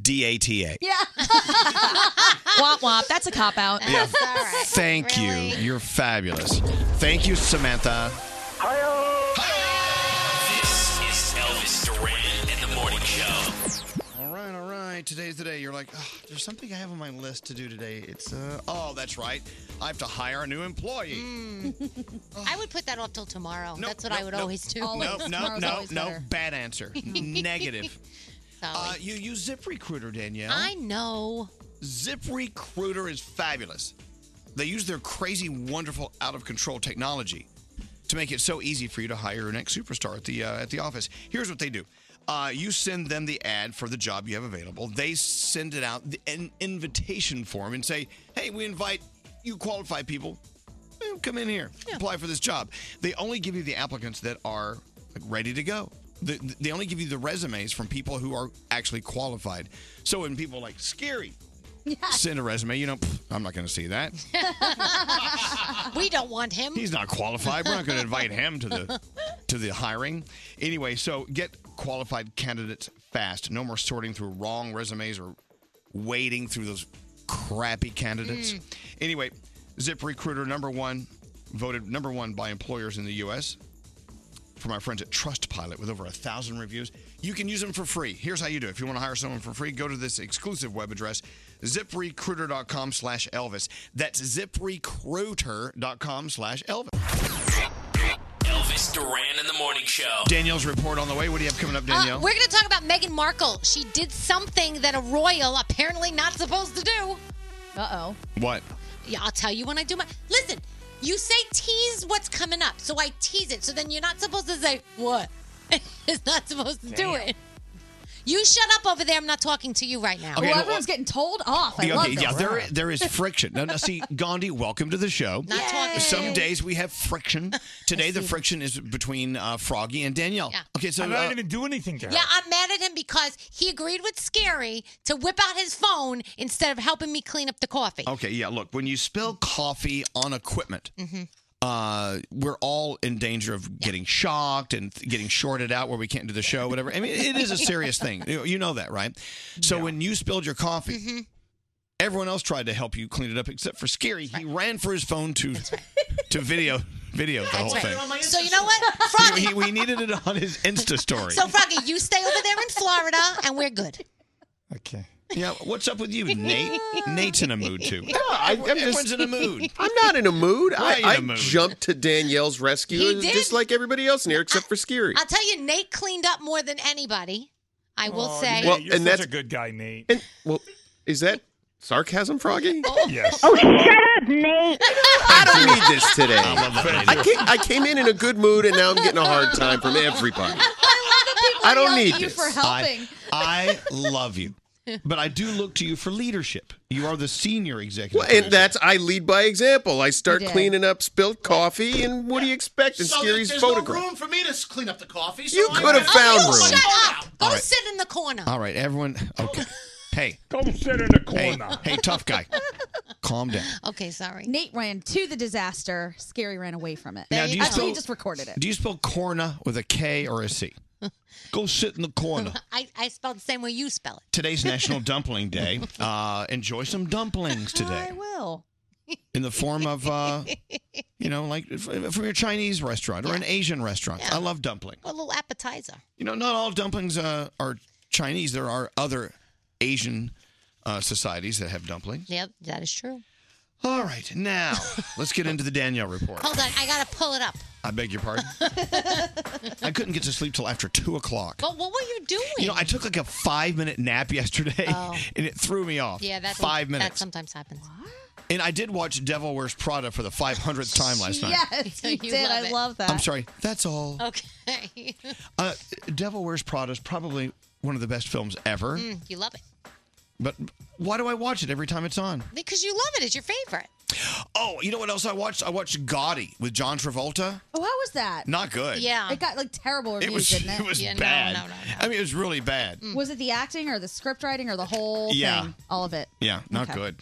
Speaker 1: D A T A.
Speaker 9: Yeah. womp womp. That's a cop out.
Speaker 1: Yeah. Thank you. You're fabulous. Thank you, Samantha.
Speaker 8: This is Elvis Duran in the morning show.
Speaker 1: All right, all right. Today's the day. You're like, oh, there's something I have on my list to do today. It's, uh, oh, that's right. I have to hire a new employee.
Speaker 3: I would put that off till tomorrow.
Speaker 1: Nope,
Speaker 3: That's what I
Speaker 1: nope,
Speaker 3: would
Speaker 1: nope.
Speaker 3: always do.
Speaker 1: Nope, nope, nope, nope. Bad answer. Negative. Uh,
Speaker 3: Sorry.
Speaker 1: you use ZipRecruiter, Danielle.
Speaker 3: I know.
Speaker 1: ZipRecruiter is fabulous. They use their crazy, wonderful, out of control technology to make it so easy for you to hire your next superstar at the uh, at the office. Here's what they do: uh, you send them the ad for the job you have available. They send it out an invitation form and say, "Hey, we invite you qualified people. eh, Come in here, apply for this job." They only give you the applicants that are like ready to go. The- They only give you the resumes from people who are actually qualified. So when people like scary send a resume, you know, "Pff, I'm not going to see that.
Speaker 3: we don't want him. Uh,
Speaker 1: He's not qualified. We're not going to invite him to the to the hiring. Anyway, so get qualified candidates fast. No more sorting through wrong resumes or wading through those crappy candidates.
Speaker 15: Mm.
Speaker 1: Anyway, ZipRecruiter number 1 voted number 1 by employers in the US for my friends at Trustpilot with over a thousand reviews. You can use them for free. Here's how you do it. If you want to hire someone for free, go to this exclusive web address, ziprecruiter.com slash Elvis. That's ziprecruiter.com slash Elvis.
Speaker 8: Elvis Duran in the morning show.
Speaker 1: Danielle's report on the way. What do you have coming up,
Speaker 3: Uh,
Speaker 1: Danielle?
Speaker 3: we're going to talk about Meghan Markle. She did something that a royal apparently not supposed to do. Uh oh.
Speaker 1: what?
Speaker 3: Yeah, I'll tell you when I do my. Listen, you say tease what's coming up, so I tease it. So then you're not supposed to say what. it's not supposed to do
Speaker 5: Damn.
Speaker 3: it. You shut up over there. I'm not talking to you right now.
Speaker 1: Okay, Well, no,
Speaker 5: everyone's
Speaker 3: getting told off.
Speaker 1: Yeah, okay, yeah, there there is friction. Now, now, see, Gandhi, welcome to the show.
Speaker 3: Not talking to
Speaker 1: Some
Speaker 3: you.
Speaker 1: days we have friction. Today, the
Speaker 3: see.
Speaker 1: friction is between uh, Froggy and Danielle.
Speaker 3: Yeah.
Speaker 1: Okay, so
Speaker 10: I mean, I
Speaker 1: uh,
Speaker 10: didn't even do anything to her.
Speaker 3: Yeah, I'm mad at him because he agreed with Scary to whip out his phone instead of helping me clean up the coffee.
Speaker 1: Okay, yeah. Look, when you spill coffee on equipment,
Speaker 3: Mhm.
Speaker 1: uh, we're all in danger of getting shocked and th- getting shorted out where we can't do the show, whatever. I mean, it is a serious thing. You you know that, right? So when you spilled your coffee,
Speaker 3: Mm-hmm.
Speaker 1: everyone else tried to help you clean it up except for Scary. He ran for his phone to to video video the whole
Speaker 3: That's
Speaker 1: thing.
Speaker 3: right. So you know what, Froggy?
Speaker 1: He, he- we needed it on his Insta story.
Speaker 3: So Froggy, you stay over there in Florida, and we're good.
Speaker 1: okay. Yeah, what's up with you, Nate? Nate's in a mood too.
Speaker 11: I, I'm
Speaker 1: Everyone's
Speaker 11: just,
Speaker 1: in a mood.
Speaker 11: I'm not in a mood. I,
Speaker 1: Why you in a
Speaker 11: I
Speaker 1: mood?
Speaker 11: jumped to Danielle's rescue uh,
Speaker 3: You did?
Speaker 11: just like everybody else in here, except for Scary.
Speaker 3: I'll tell you, Nate cleaned up more than anybody. I will say.
Speaker 11: well,
Speaker 10: You're
Speaker 11: and
Speaker 10: such
Speaker 11: that's
Speaker 10: a good guy, Nate.
Speaker 11: And, well, is that sarcasm, Froggy?
Speaker 10: Yes.
Speaker 11: Oh,
Speaker 2: shut up, Nate.
Speaker 11: I don't need this today.
Speaker 10: that
Speaker 11: I came, I came in in a good mood, and now I'm getting a hard time from everybody. I don't need this.
Speaker 1: I, I love you. but I do look to you for leadership. You are the senior executive.
Speaker 11: Well, and that's I lead by example. I start
Speaker 1: You did.
Speaker 11: cleaning up spilled coffee, and what do you expect? And
Speaker 4: So
Speaker 11: Scary's
Speaker 4: there's
Speaker 11: photograph.
Speaker 4: no room for me to s- clean up the coffee. So
Speaker 11: You
Speaker 4: I
Speaker 11: could have
Speaker 4: went-
Speaker 11: found room.
Speaker 3: Shut up. Go
Speaker 1: All right.
Speaker 3: sit in the corner.
Speaker 1: All right, everyone. Okay. Hey.
Speaker 10: Go sit in the
Speaker 1: corner. Hey, tough guy. Calm down.
Speaker 3: Okay, sorry.
Speaker 5: Nate ran to the disaster. Scary ran away from it.
Speaker 1: Now, do you
Speaker 5: Actually,
Speaker 1: still-
Speaker 5: he just recorded it.
Speaker 1: Do you spell corna with a K or a C? Go sit in the corner.
Speaker 3: I, I spelled the same way you spell it.
Speaker 1: Today's National Dumpling Day. Uh, enjoy some dumplings today
Speaker 5: will.
Speaker 1: in the form of, uh, you know, like f- from your Chinese restaurant or an Asian restaurant. I love dumpling.
Speaker 3: A little appetizer.
Speaker 1: You know, not all dumplings uh, are Chinese. There are other Asian uh, societies that have dumplings.
Speaker 3: Yep, that is true.
Speaker 1: All right, now let's get into the Danielle report.
Speaker 3: Hold on, I gotta pull it up.
Speaker 1: I beg your pardon. I couldn't get to sleep till after two o'clock.
Speaker 3: But what were you doing?
Speaker 1: You know, I took like a five minute nap yesterday,
Speaker 3: Oh.
Speaker 1: and it threw me off.
Speaker 3: yeah, that's
Speaker 1: five
Speaker 3: That
Speaker 1: minutes.
Speaker 3: sometimes happens.
Speaker 1: and I did watch Devil Wears Prada for the five hundredth time last night.
Speaker 5: Yes, you, did. I love that.
Speaker 1: I'm sorry. That's all.
Speaker 3: Oh. Okay.
Speaker 1: Uh, Devil Wears Prada is probably one of the best films ever.
Speaker 3: Mm, you love it
Speaker 1: But why do I watch it every time it's on?
Speaker 3: because you love it. It's your favorite.
Speaker 1: Oh, you know what else I watched? I watched Gotti with John Travolta.
Speaker 5: Oh, how was that?
Speaker 1: Not good.
Speaker 5: It got like terrible reviews,
Speaker 1: It was
Speaker 5: didn't it?
Speaker 1: it was bad. I mean, it was really bad.
Speaker 3: Mm.
Speaker 5: Was it the acting or the script writing or the whole
Speaker 1: Yeah.
Speaker 5: thing? All of it.
Speaker 1: Yeah, not
Speaker 5: Okay.
Speaker 1: good.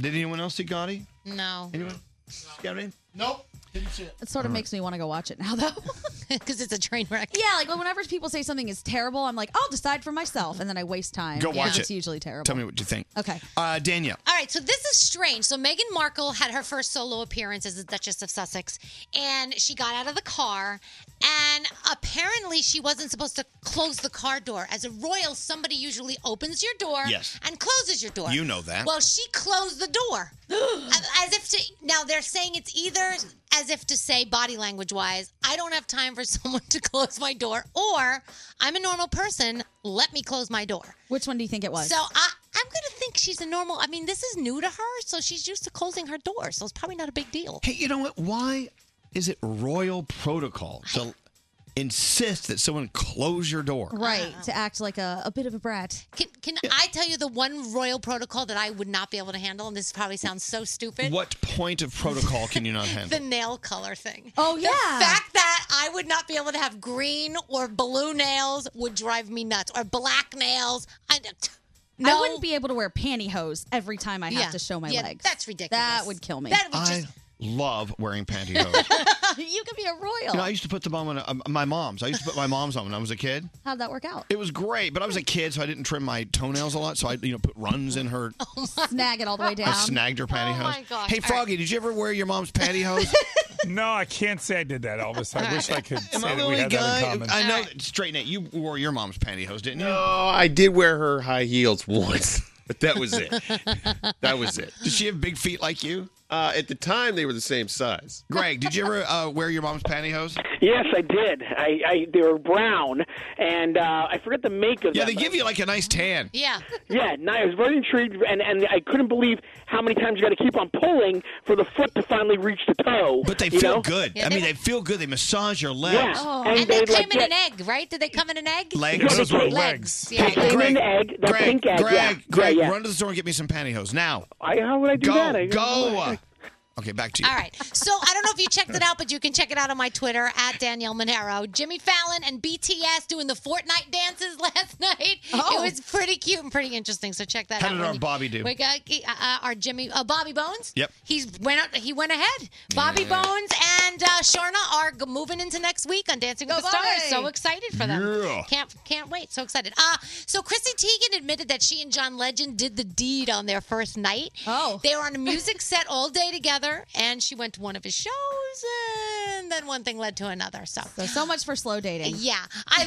Speaker 1: Did anyone else see Gotti?
Speaker 3: No.
Speaker 1: Anyone? Scary?
Speaker 4: Nope. Didn't see it.
Speaker 5: It sort of makes me want to go watch it now, though.
Speaker 3: Because it's a train wreck.
Speaker 5: Yeah, like whenever people say something is terrible, I'm like, I'll decide for myself. And then I waste time.
Speaker 1: Go watch
Speaker 5: because
Speaker 1: it.
Speaker 5: It's usually terrible.
Speaker 1: Tell me what you think.
Speaker 5: Okay.
Speaker 1: Uh, Danielle.
Speaker 3: All right, so this is strange. So Meghan Markle had her first solo appearance as the Duchess of Sussex, and she got out of the car, and apparently she wasn't supposed to close the car door. As a royal, somebody usually opens your door
Speaker 1: Yes.
Speaker 3: and closes your door.
Speaker 1: You know that.
Speaker 3: Well, she closed the door as if to. Now they're saying it's either as if to say body language wise, I don't have time for someone to close my door, or I'm a normal person. Let me close my door.
Speaker 5: Which one do you think it was?
Speaker 3: So I, I'm going to think she's a normal. I mean, this is new to her, so she's used to closing her door, so it's probably not a big deal.
Speaker 1: Hey, you know what? Why is it royal protocol to insist that someone close your door?
Speaker 5: right. To act like a, a bit of a brat.
Speaker 3: Uh-huh. Can, can I tell you the one royal protocol that I would not be able to handle? And this probably sounds so stupid.
Speaker 1: What point of protocol can you not handle?
Speaker 3: The nail color thing.
Speaker 5: Oh,
Speaker 3: yeah. The fact that I would not be able to have green or blue nails would drive me nuts, or black nails. I,
Speaker 5: I wouldn't be able to wear pantyhose every time I have
Speaker 3: Yeah.
Speaker 5: to show my
Speaker 3: Yeah,
Speaker 5: legs.
Speaker 3: That's ridiculous.
Speaker 5: That would kill me.
Speaker 3: That would
Speaker 1: I love wearing pantyhose.
Speaker 5: you could be a royal.
Speaker 1: you know, I used to put them on when I, um, my mom's. I used to put my mom's on when I was a kid.
Speaker 5: How'd that work out?
Speaker 1: It was great, but I was a kid, so I didn't trim my toenails a lot. So I, you know, put runs in her.
Speaker 5: Snag it all the way down.
Speaker 1: I snagged her pantyhose.
Speaker 5: Oh, my gosh.
Speaker 1: Hey,
Speaker 5: All right.
Speaker 1: Froggy, did you ever wear your mom's pantyhose?
Speaker 10: No, I can't say I did that, Elvis. I wish I could
Speaker 1: Am
Speaker 10: say
Speaker 1: I
Speaker 10: that
Speaker 1: the
Speaker 10: we
Speaker 1: only
Speaker 10: had that in
Speaker 1: guy?
Speaker 10: common.
Speaker 1: I know. Straight Nate, you wore your mom's pantyhose, didn't you?
Speaker 11: Oh, I did wear her high heels once, but that was it. that was it.
Speaker 1: Did she have big feet like you?
Speaker 11: Uh, at the time, they were the same size.
Speaker 1: Greg, did you ever uh, wear your mom's pantyhose?
Speaker 15: Yes, I did. I, I they were brown, and uh, I forget the make of
Speaker 1: Yeah,
Speaker 15: them,
Speaker 1: they
Speaker 15: but-
Speaker 1: give you like a nice tan.
Speaker 3: Yeah.
Speaker 15: Yeah, and I was very intrigued, and, and I couldn't believe how many times you got to keep on pulling for the foot to finally reach the toe.
Speaker 1: But they
Speaker 15: you
Speaker 1: feel
Speaker 15: know?
Speaker 1: good. I mean, they feel good. They massage your legs.
Speaker 15: Yeah. Oh. And
Speaker 3: And they
Speaker 15: they'd,
Speaker 3: came
Speaker 15: like,
Speaker 3: in an egg, right? Did they come in an egg?
Speaker 1: Legs.
Speaker 3: Legs. Yeah.
Speaker 1: Hey, Greg,
Speaker 15: the
Speaker 1: Greg,
Speaker 15: pink egg,
Speaker 1: Greg,
Speaker 15: yeah.
Speaker 1: Greg,
Speaker 15: Yeah, yeah.
Speaker 1: run to the store and get me some pantyhose now.
Speaker 15: I, how would I do
Speaker 1: go,
Speaker 15: that? I-
Speaker 1: go. Okay, back to you.
Speaker 3: All right. So I don't know if you checked it out, but you can check it out on my Twitter at Danielle Monero. Jimmy Fallon and BTS doing the Fortnite dances last night.
Speaker 5: Oh.
Speaker 3: It was pretty cute and pretty interesting. So check that
Speaker 1: How
Speaker 3: out.
Speaker 1: did
Speaker 3: when
Speaker 1: our
Speaker 3: you-
Speaker 1: Bobby do?
Speaker 3: We got uh, uh, our Jimmy uh, Bobby Bones.
Speaker 1: Yep.
Speaker 3: He's went out. He went ahead. Bobby
Speaker 1: Yeah.
Speaker 3: Bones and uh, Sharna are g- moving into next week on Dancing with
Speaker 5: Go
Speaker 3: the Stars.
Speaker 5: Bobby!
Speaker 3: So excited for them.
Speaker 5: Yeah.
Speaker 3: Can't can't wait. So excited. Uh, so Chrissy Teigen admitted that she and John Legend did the deed on their first night. Oh. They were on a music set all day together, and she went to one of his shows, and then one thing led to another. So.
Speaker 5: So, so much for slow dating.
Speaker 3: Yeah. I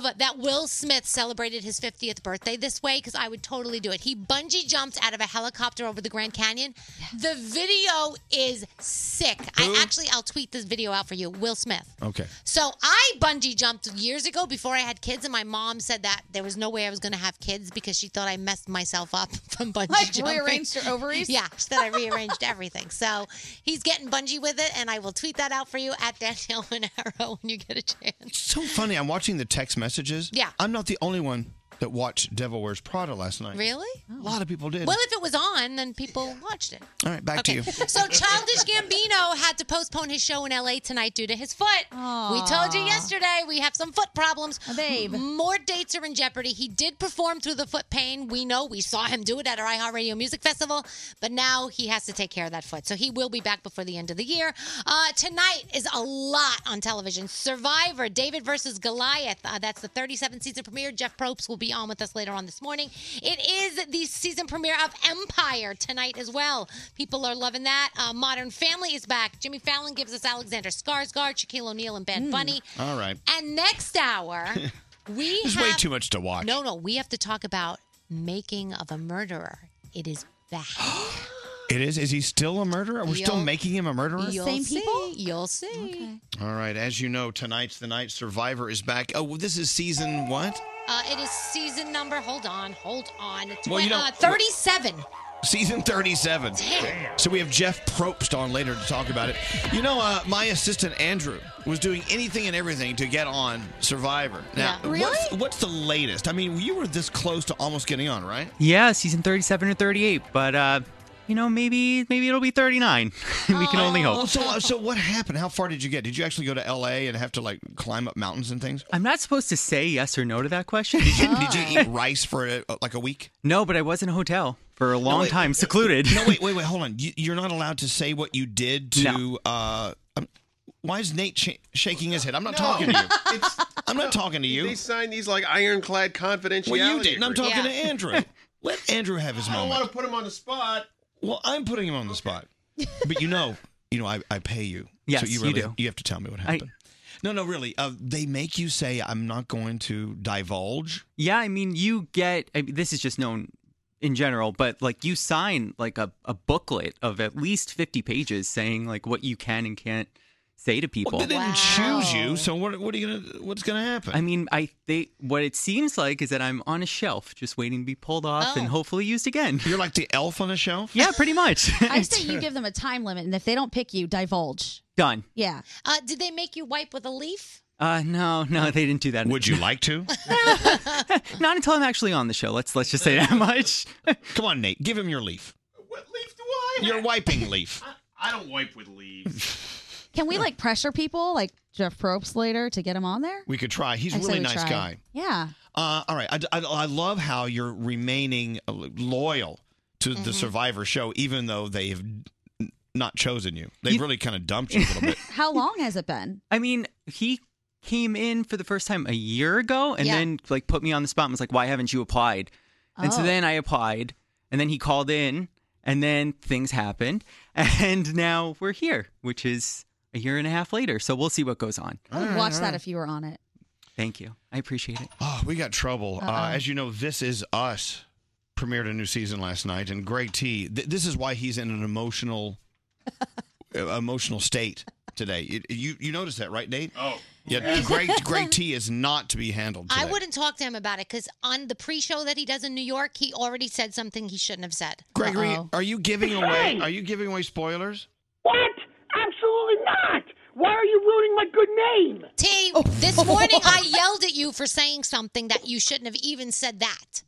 Speaker 3: love that Will Smith celebrated his 50th birthday this way because I would totally do it. He bungee jumps out of a helicopter over the Grand Canyon. The video is sick. I actually, I'll tweet this video out for you. Will Smith.
Speaker 1: Okay.
Speaker 3: So I bungee jumped years ago before I had kids, and my mom said that there was no way I was going to have kids because she thought I messed myself up from bungee
Speaker 5: Like,
Speaker 3: jumping.
Speaker 5: rearranged your ovaries?
Speaker 3: Yeah, she said I rearranged everything. So he's getting bungee with it, and I will tweet that out for you at Danielle Monero when you get a chance.
Speaker 1: So funny. I'm watching the text messages.
Speaker 3: Yeah.
Speaker 1: I'm not the only one that watched Devil Wears Prada last night.
Speaker 3: Really?
Speaker 1: A lot of people did.
Speaker 3: Well, if it was on, then people watched it.
Speaker 1: All right, back
Speaker 3: okay.
Speaker 1: to you.
Speaker 3: so Childish Gambino had to postpone his show in LA tonight due to his foot. We told you yesterday we have some foot problems. Babe. More dates are in jeopardy. He did perform through the foot pain. We know we saw him do it at our iHeartRadio Music Festival, but now he has to take care of that foot. So he will be back before the end of the year. Uh, tonight is a lot on television. Survivor, David versus Goliath. Uh, that's the 37th season premiere. Jeff Probst will be on with us later on this morning. It is the season premiere of Empire tonight as well. People are loving that. Uh, Modern Family is back. Jimmy Fallon gives us Alexander Skarsgård, Shaquille O'Neal, and Ben Bunny.
Speaker 1: All right.
Speaker 3: And next hour, we
Speaker 1: There's
Speaker 3: have
Speaker 1: way too much to watch.
Speaker 3: no, no, we have to talk about making of a murderer. It is back.
Speaker 1: It is. Is he still a murderer? Are we still
Speaker 3: You'll-
Speaker 1: making him a murderer?
Speaker 3: You'll see. people. You'll see.
Speaker 1: All right. As you know, tonight's the night Survivor is back. Oh, well, this is season what?
Speaker 3: Uh, it is season number. Hold on, hold on. Tw-
Speaker 1: Well, you don't-
Speaker 3: uh, Thirty-seven.
Speaker 1: Season 37.
Speaker 3: Damn.
Speaker 1: So we have Jeff Probst on later to talk about it. You know, uh, my assistant Andrew was doing anything and everything to get on Survivor. Now,
Speaker 16: Yeah. Really?
Speaker 1: what's, what's the latest? I mean, you were this close to almost getting on, right?
Speaker 16: Yeah, season 37 or 38, but uh, you know, maybe maybe it'll be 39. we can only
Speaker 1: Oh,
Speaker 16: hope.
Speaker 1: So, uh, so what happened? How far did you get? Did you actually go to L.A. and have to like climb up mountains and things?
Speaker 16: I'm not supposed to say yes or no to that question.
Speaker 1: Did you, did you eat rice for a, like a week?
Speaker 16: No, but I was in a hotel for a long
Speaker 1: wait.
Speaker 16: time, secluded.
Speaker 1: No, wait, wait, wait. Hold on. You, you're not allowed to say what you did to. Uh, um, why is Nate sh- shaking his head? I'm not talking to you. I'm not talking to you.
Speaker 11: They signed these like ironclad confidentiality.
Speaker 1: Well, you didn't. I'm talking to
Speaker 11: agreements.
Speaker 1: Andrew. Let Andrew have his
Speaker 11: I don't
Speaker 6: Oh,
Speaker 1: moment.
Speaker 11: want to put him on the spot.
Speaker 1: Well, I'm putting him on the spot. But you know, you know, I, I pay you.
Speaker 16: Yes,
Speaker 1: so you,
Speaker 16: you
Speaker 1: really,
Speaker 16: do.
Speaker 1: You have to tell me what happened. no, no, really. Uh, they make you say I'm not going to divulge.
Speaker 16: Yeah, I mean, you get I mean, this is just known in general, but like you sign like a, a booklet of at least 50 pages saying like what you can and can't say to people.
Speaker 1: Well, they didn't choose you, so what? What are you gonna? What's gonna happen?
Speaker 16: I mean, I they what it seems like is that I'm on a shelf just waiting to be pulled off and
Speaker 5: Oh.
Speaker 16: hopefully used again.
Speaker 1: You're like the elf on a shelf?
Speaker 16: Yeah, pretty much.
Speaker 5: I say you give them a time limit, and if they don't pick you, divulge.
Speaker 16: Done.
Speaker 5: Yeah.
Speaker 3: Uh, did they make you wipe with a leaf?
Speaker 16: Uh no, no, they didn't do that.
Speaker 1: Would you like to?
Speaker 16: Not until I'm actually on the show. Let's let's just say that much.
Speaker 1: Come on, Nate, give him your leaf. Your wiping leaf.
Speaker 11: I don't wipe with leaves.
Speaker 5: Can we like pressure people like Jeff Probst later to get him on there?
Speaker 1: We could try. He's a
Speaker 5: I say
Speaker 1: really
Speaker 5: we
Speaker 1: nice
Speaker 5: try.
Speaker 1: guy.
Speaker 5: Yeah.
Speaker 1: Uh, all right. I, I, I love how you're remaining uh, loyal to
Speaker 5: Mm-hmm.
Speaker 1: the Survivor show, even though they have n- not chosen you. They've really kind of dumped you a little bit.
Speaker 5: How long has it been?
Speaker 16: I mean, he came in for the first time a year ago and
Speaker 5: Yeah.
Speaker 16: then like put me on the spot and was like, "Why haven't you applied?" And so
Speaker 5: Oh.
Speaker 16: then I applied, and then he called in, and then things happened, and now we're here, which is a year and a half later. So we'll see what goes on.
Speaker 5: I would watch that if you were on it.
Speaker 16: Thank you. I appreciate it.
Speaker 1: Oh, we got trouble. Uh,
Speaker 5: Uh-oh.
Speaker 1: as you know, This Is Us premiered a new season last night, and Greg T. Th- this is why he's in an emotional, uh, emotional state today. It- you you notice that, right, Nate? Oh, yeah.
Speaker 3: Yeah.
Speaker 1: Greg Greg T. is not to be handled. Today.
Speaker 3: I wouldn't talk to him about it because on the pre-show that he does in New York, he already said something he shouldn't have said.
Speaker 1: Gregory, are you giving away?
Speaker 3: Hey!
Speaker 1: Are you giving away spoilers?
Speaker 3: What? Absolutely not. Why are you ruining my good name? T, this morning I yelled at you for saying something that you shouldn't have even said that.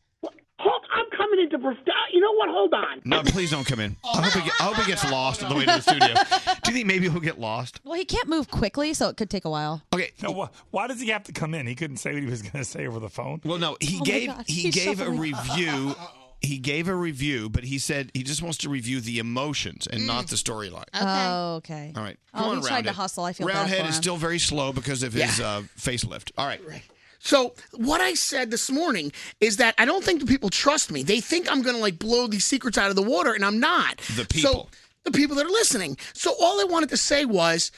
Speaker 15: I'm coming into. prof- You know what? Hold on.
Speaker 1: No, please don't come in. I hope it, get- I hope it gets lost on the way to the studio. Do you think maybe he'll get lost?
Speaker 5: Well, he can't move quickly, so it could take a while.
Speaker 1: Okay.
Speaker 10: No, wh- why does he have to come in? He couldn't say what he was going to say over the phone.
Speaker 1: Well, no, he
Speaker 10: Oh my
Speaker 1: gave
Speaker 10: gosh,
Speaker 1: he
Speaker 10: he's
Speaker 1: gave a
Speaker 10: shuffling.
Speaker 1: review. He gave a review, but he said he just wants to review the emotions and
Speaker 12: Mm.
Speaker 1: not the storyline.
Speaker 5: Oh, okay.
Speaker 1: All right.
Speaker 5: Oh,
Speaker 1: Come on,
Speaker 5: he tried
Speaker 1: Roundhead.
Speaker 5: to hustle. I feel bad
Speaker 1: Roundhead
Speaker 5: for
Speaker 1: is
Speaker 5: him.
Speaker 1: still very slow because of his uh, facelift. All right.
Speaker 12: So what I said this morning is that I don't think the people trust me. They think I'm going to like blow these secrets out of the water, and I'm not.
Speaker 1: The
Speaker 12: So,
Speaker 1: people.
Speaker 12: the people that are listening. So all I wanted to say was,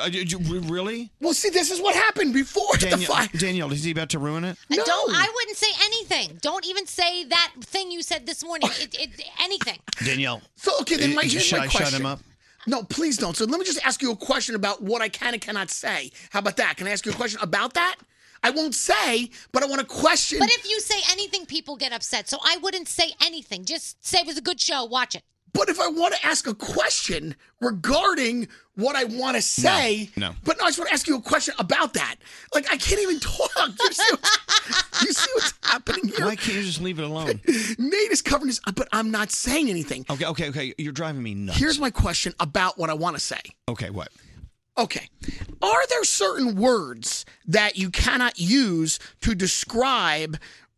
Speaker 1: Uh, did you- really?
Speaker 12: well, see, this is what happened before the
Speaker 1: Danielle,
Speaker 12: fire.
Speaker 1: Danielle, is he about to ruin it?
Speaker 3: I Don't, I wouldn't say anything. Don't even say that thing you said this morning. It, it, anything.
Speaker 1: Danielle.
Speaker 12: So okay, then
Speaker 1: i-
Speaker 12: my,
Speaker 1: i-
Speaker 12: here's
Speaker 1: should
Speaker 12: my
Speaker 1: I
Speaker 12: question.
Speaker 1: shut him up?
Speaker 12: No, please don't. So let me just ask you a question about what I can and cannot say. How about that? Can I ask you a question about that? I won't say, but I want to question.
Speaker 3: But if you say anything, people get upset. So I wouldn't say anything. Just say it was a good show. Watch it.
Speaker 12: But if I want to ask a question regarding what I want to say,
Speaker 1: no.
Speaker 12: But no, I just want to ask you a question about that. Like I can't even talk. You see, what's, you see what's happening?
Speaker 1: Why can't you just leave it alone?
Speaker 12: Nate is covering his, but I'm not saying anything.
Speaker 1: Okay, okay, okay. You're driving me nuts.
Speaker 12: Here's my question about what I want to say.
Speaker 1: Okay, what?
Speaker 12: Okay. Are there certain words that you cannot use to describe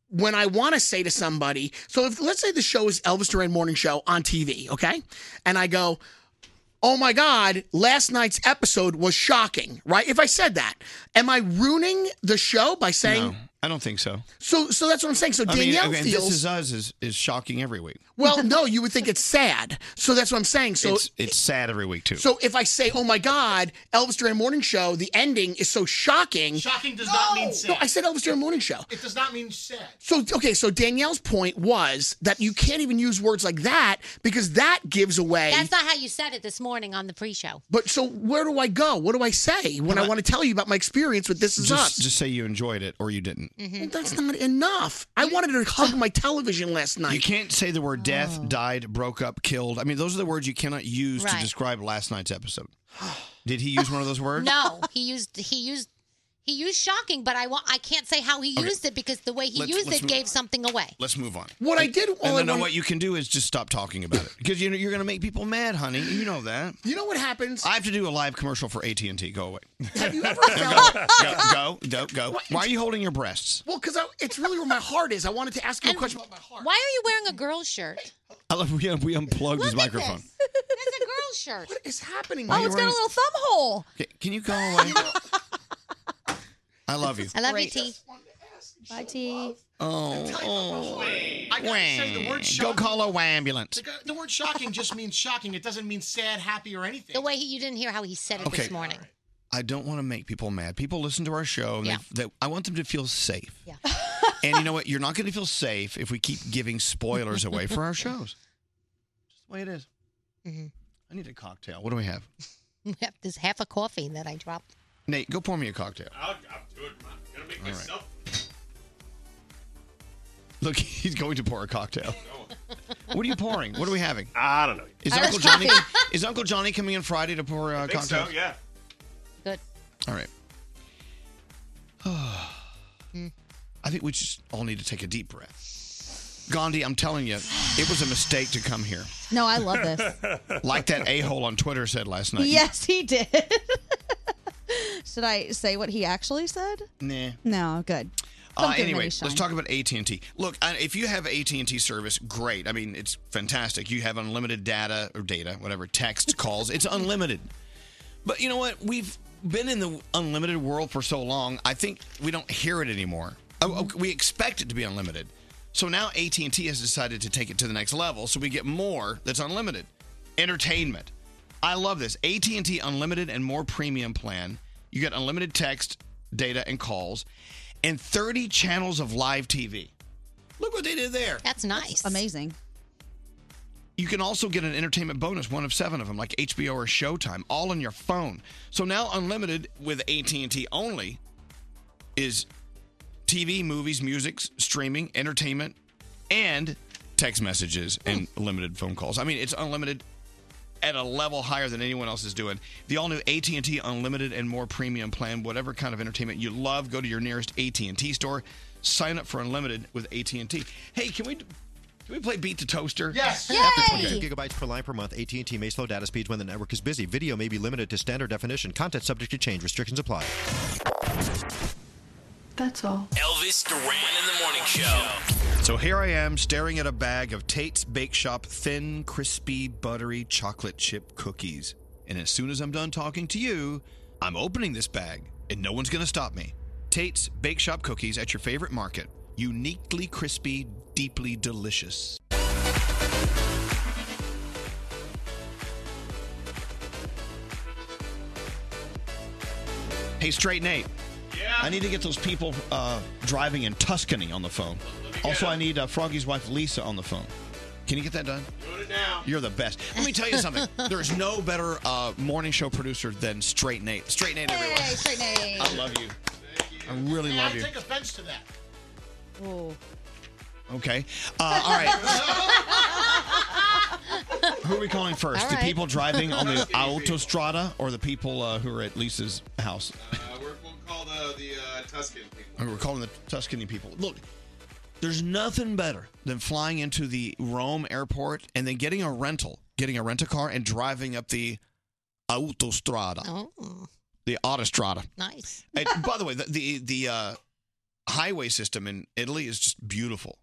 Speaker 12: when I want to say to somebody? So if let's say the show is Elvis Duran Morning Show on TV, okay? And I go, "Oh my god, last night's episode was shocking." Right? If I said that, am I ruining the show by saying
Speaker 1: No, I don't think so.
Speaker 12: So so that's what I'm saying. So
Speaker 1: I mean,
Speaker 12: Danielle
Speaker 1: okay, and
Speaker 12: feels
Speaker 1: This Is uh, Us is, is shocking every week.
Speaker 12: Well, no, you would think it's sad. So that's what I'm saying. So
Speaker 1: it's, it's sad every week, too.
Speaker 12: So if I say, "Oh my God, Elvis Duran Morning Show," the ending is so shocking.
Speaker 4: Shocking does not mean sad.
Speaker 12: No, I said Elvis Duran Morning Show.
Speaker 4: It does not mean sad.
Speaker 12: So okay, so Danielle's point was that you can't even use words like that because that gives away.
Speaker 3: That's not how you said it this morning on the pre-show.
Speaker 12: but so where do I go? What do I say when I want to tell you about my experience with This Is Us?
Speaker 1: just, just say you enjoyed it or you didn't.
Speaker 3: Mm-hmm.
Speaker 12: That's not enough. I wanted to hug my television last night.
Speaker 1: You can't say the word death, died, broke up, killed. I mean, those are the words you cannot use to
Speaker 3: Oh. Right.
Speaker 1: describe last night's episode. Did he use one of those words?
Speaker 3: No, he used he used he used shocking, but I want I can't say how he
Speaker 1: Okay.
Speaker 3: used it because the way he
Speaker 1: Let's-
Speaker 3: used
Speaker 1: let's
Speaker 3: it
Speaker 1: move
Speaker 3: gave something away.
Speaker 1: Let's move on.
Speaker 12: What I did, all
Speaker 1: and
Speaker 12: I
Speaker 1: then
Speaker 12: wanted-
Speaker 1: what you can do is just stop talking about it because you know, you're going to make people mad, honey. You know that.
Speaker 12: You know what happens?
Speaker 1: I have to do a live commercial for AT and T. Go away.
Speaker 12: Have you ever
Speaker 1: felt? go, go, go, go. Why are you holding your breasts?
Speaker 12: Well, because it's really where my heart is. I wanted to ask you a question about my heart.
Speaker 3: Why are you wearing a girl's shirt?
Speaker 1: I love we, we unplugged his microphone.
Speaker 3: That's a girl's shirt. What
Speaker 12: is happening?
Speaker 1: Why are you wearing-
Speaker 5: thumb hole.
Speaker 1: Okay, Can you go away? I love you.
Speaker 3: I love you, T.
Speaker 5: Bye, T.
Speaker 1: Oh, oh.
Speaker 4: I gotta say the word
Speaker 1: Go
Speaker 4: shocking-
Speaker 1: call a ambulance.
Speaker 4: uh, The, the word shocking just means shocking. It doesn't mean sad, happy, or anything.
Speaker 3: The way he, you didn't hear how he said it
Speaker 1: Okay.
Speaker 3: this morning.
Speaker 1: I don't want to make people mad. People listen to our show. And
Speaker 3: Yeah.
Speaker 1: they, they, I want them to feel safe. Yeah. and you know what? You're not going to feel safe if we keep giving spoilers away for our shows. Just the way it is. Mm-hmm. I need a cocktail. What do we have?
Speaker 3: Yep, There's half a coffee that I dropped.
Speaker 1: Nate, go pour me a cocktail.
Speaker 17: I'll, I'll do it. I'm gonna make
Speaker 1: All right.
Speaker 17: myself.
Speaker 1: Look, he's going to pour a cocktail. What are you pouring? What are we having?
Speaker 17: I don't know.
Speaker 1: Is
Speaker 17: Irish
Speaker 1: Uncle Johnny
Speaker 17: coffee.
Speaker 1: is Uncle Johnny coming in Friday to pour uh,
Speaker 17: I think
Speaker 1: cocktails?
Speaker 17: so. Yeah.
Speaker 1: All right. Hmm. I think we just all need to take a deep breath. Gandhi, I'm telling you, it was a mistake to come here.
Speaker 5: No, I love this.
Speaker 1: Like that a hole on Twitter said last night.
Speaker 5: yes, he did. Should I say what he actually said?
Speaker 1: Nah.
Speaker 5: No, good.
Speaker 1: Uh,
Speaker 5: Don't give him
Speaker 1: anyway,
Speaker 5: any
Speaker 1: let's
Speaker 5: shine.
Speaker 1: talk about AT and T. Look, I- if you have AT and T service, great. I mean, it's fantastic. You have unlimited data or data, whatever, text, calls. It's unlimited. But you know what? We've been in the unlimited world for so long. I think we don't hear it anymore. Oh, oh, We expect it to be unlimited. So now AT and T has decided to take it to the next level. So we get more that's unlimited. Entertainment. I love this AT and T unlimited and more premium plan. You get unlimited text, data, and calls, and 30 channels of live TV. Look what they did there.
Speaker 3: That's nice.
Speaker 5: amazing.
Speaker 1: You can also get an entertainment bonus, one of seven of them, like HBO or Showtime, all on your phone. So now unlimited with AT&T only is TV, movies, music, s- streaming, entertainment, and text messages and limited phone calls. I mean, it's unlimited at a level higher than anyone else is doing. The all-new AT&T Unlimited and More Premium plan, whatever kind of entertainment you love, go to your nearest AT&T store, sign up for unlimited with AT&T. Hey, can we can we play Beat the Toaster? Yes.
Speaker 18: After 22 gigabytes per line per month, AT&T may slow data speeds when the network is busy. Video may be limited to standard definition. Content subject to change. Restrictions apply.
Speaker 19: That's all.
Speaker 8: Elvis Duran in the morning show.
Speaker 1: So here I am staring at a bag of Tate's Bake Shop thin, crispy, buttery chocolate chip cookies. And as soon as I'm done talking to you, I'm opening this bag and no one's going to stop me. Tate's Bake Shop cookies at your favorite market. Uniquely crispy, deeply delicious. Hey, Straight Nate. Yeah. I need to get those people uh, driving in Tuscany on the phone. Also, I need uh, Froggy's wife Lisa on the phone. Can you get that done?
Speaker 4: Doing it now.
Speaker 1: You're the best. Let me tell you something. There's no better uh, morning show producer than Straight Nate. Straight Nate, everyone.
Speaker 5: Hey, straight Nate.
Speaker 1: I love you. I really
Speaker 4: And
Speaker 1: love
Speaker 4: I
Speaker 1: you.
Speaker 4: take offense to that.
Speaker 1: Okay. Uh, all right. Who are we calling first?
Speaker 4: All
Speaker 1: The
Speaker 4: right.
Speaker 1: people driving on the autostrada or the people uh, who are at Lisa's house?
Speaker 17: Uh, we're, we'll call the the uh, Tuscan people.
Speaker 1: We're calling the Tuscany people. Look, There's nothing better than flying into the Rome airport and then getting a rental, getting a rent a car and driving up the autostrada.
Speaker 3: Oh,
Speaker 1: The autostrada.
Speaker 3: nice.
Speaker 1: And by the way, the the, the uh, highway system in Italy is just beautiful,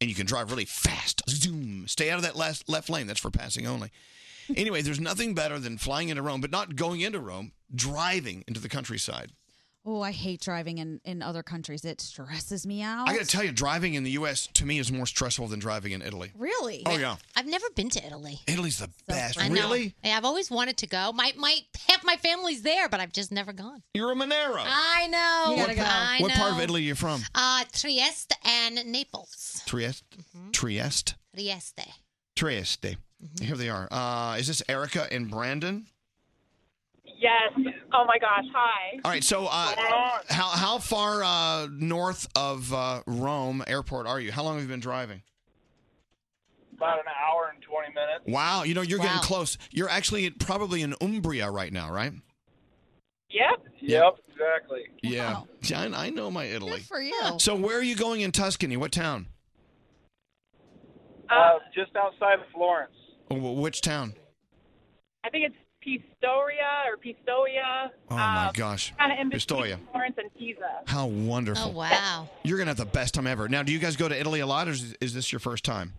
Speaker 1: and you can drive really fast. Zoom. Stay out of that last left lane. That's for passing only. Anyway, there's nothing better than flying into Rome, but not going into Rome, driving into the countryside.
Speaker 5: Oh, I hate driving in, in other countries. It stresses me out.
Speaker 1: I got to tell you, driving in the U.S. to me is more stressful than driving in Italy.
Speaker 5: Really?
Speaker 1: Oh yeah,
Speaker 3: I've never been to Italy.
Speaker 1: Italy's the best.
Speaker 3: I know.
Speaker 1: Really?
Speaker 3: Yeah, I've always wanted to go. My my half my family's there, but I've just never gone.
Speaker 1: You're a Monero.
Speaker 3: I know.
Speaker 1: What, pa-
Speaker 3: I
Speaker 1: what part of
Speaker 3: know.
Speaker 1: Italy are you from?
Speaker 3: Uh, Trieste and Naples.
Speaker 1: Trieste. Trieste.
Speaker 3: Trieste.
Speaker 1: Trieste. Here they are. Uh, is this Erica and Brandon?
Speaker 17: Yes. Oh my gosh. Hi.
Speaker 1: All right. So, uh, how how far uh, north of uh, Rome airport are you? How long have you been driving?
Speaker 19: About an hour and 20 minutes.
Speaker 1: Wow. You know, you're getting
Speaker 19: Wow.
Speaker 1: close. You're actually in- probably in Umbria right now, right?
Speaker 19: Yep.
Speaker 1: Yep.
Speaker 19: Exactly.
Speaker 1: Yeah. See, I, I know my Italy.
Speaker 5: for you.
Speaker 1: So, where are you going in Tuscany? What town?
Speaker 19: Uh, just outside of Florence.
Speaker 1: Or Oh, wh- Which town?
Speaker 17: I think it's Pistoria or Pistoia.
Speaker 1: Oh my gosh.
Speaker 17: Kind of Uh, in between
Speaker 1: Pistoia.
Speaker 17: Florence and Pisa.
Speaker 1: How wonderful.
Speaker 3: Oh, wow.
Speaker 1: You're going to have the best time ever. Now, do you guys go to Italy a lot, or is, is this your first time?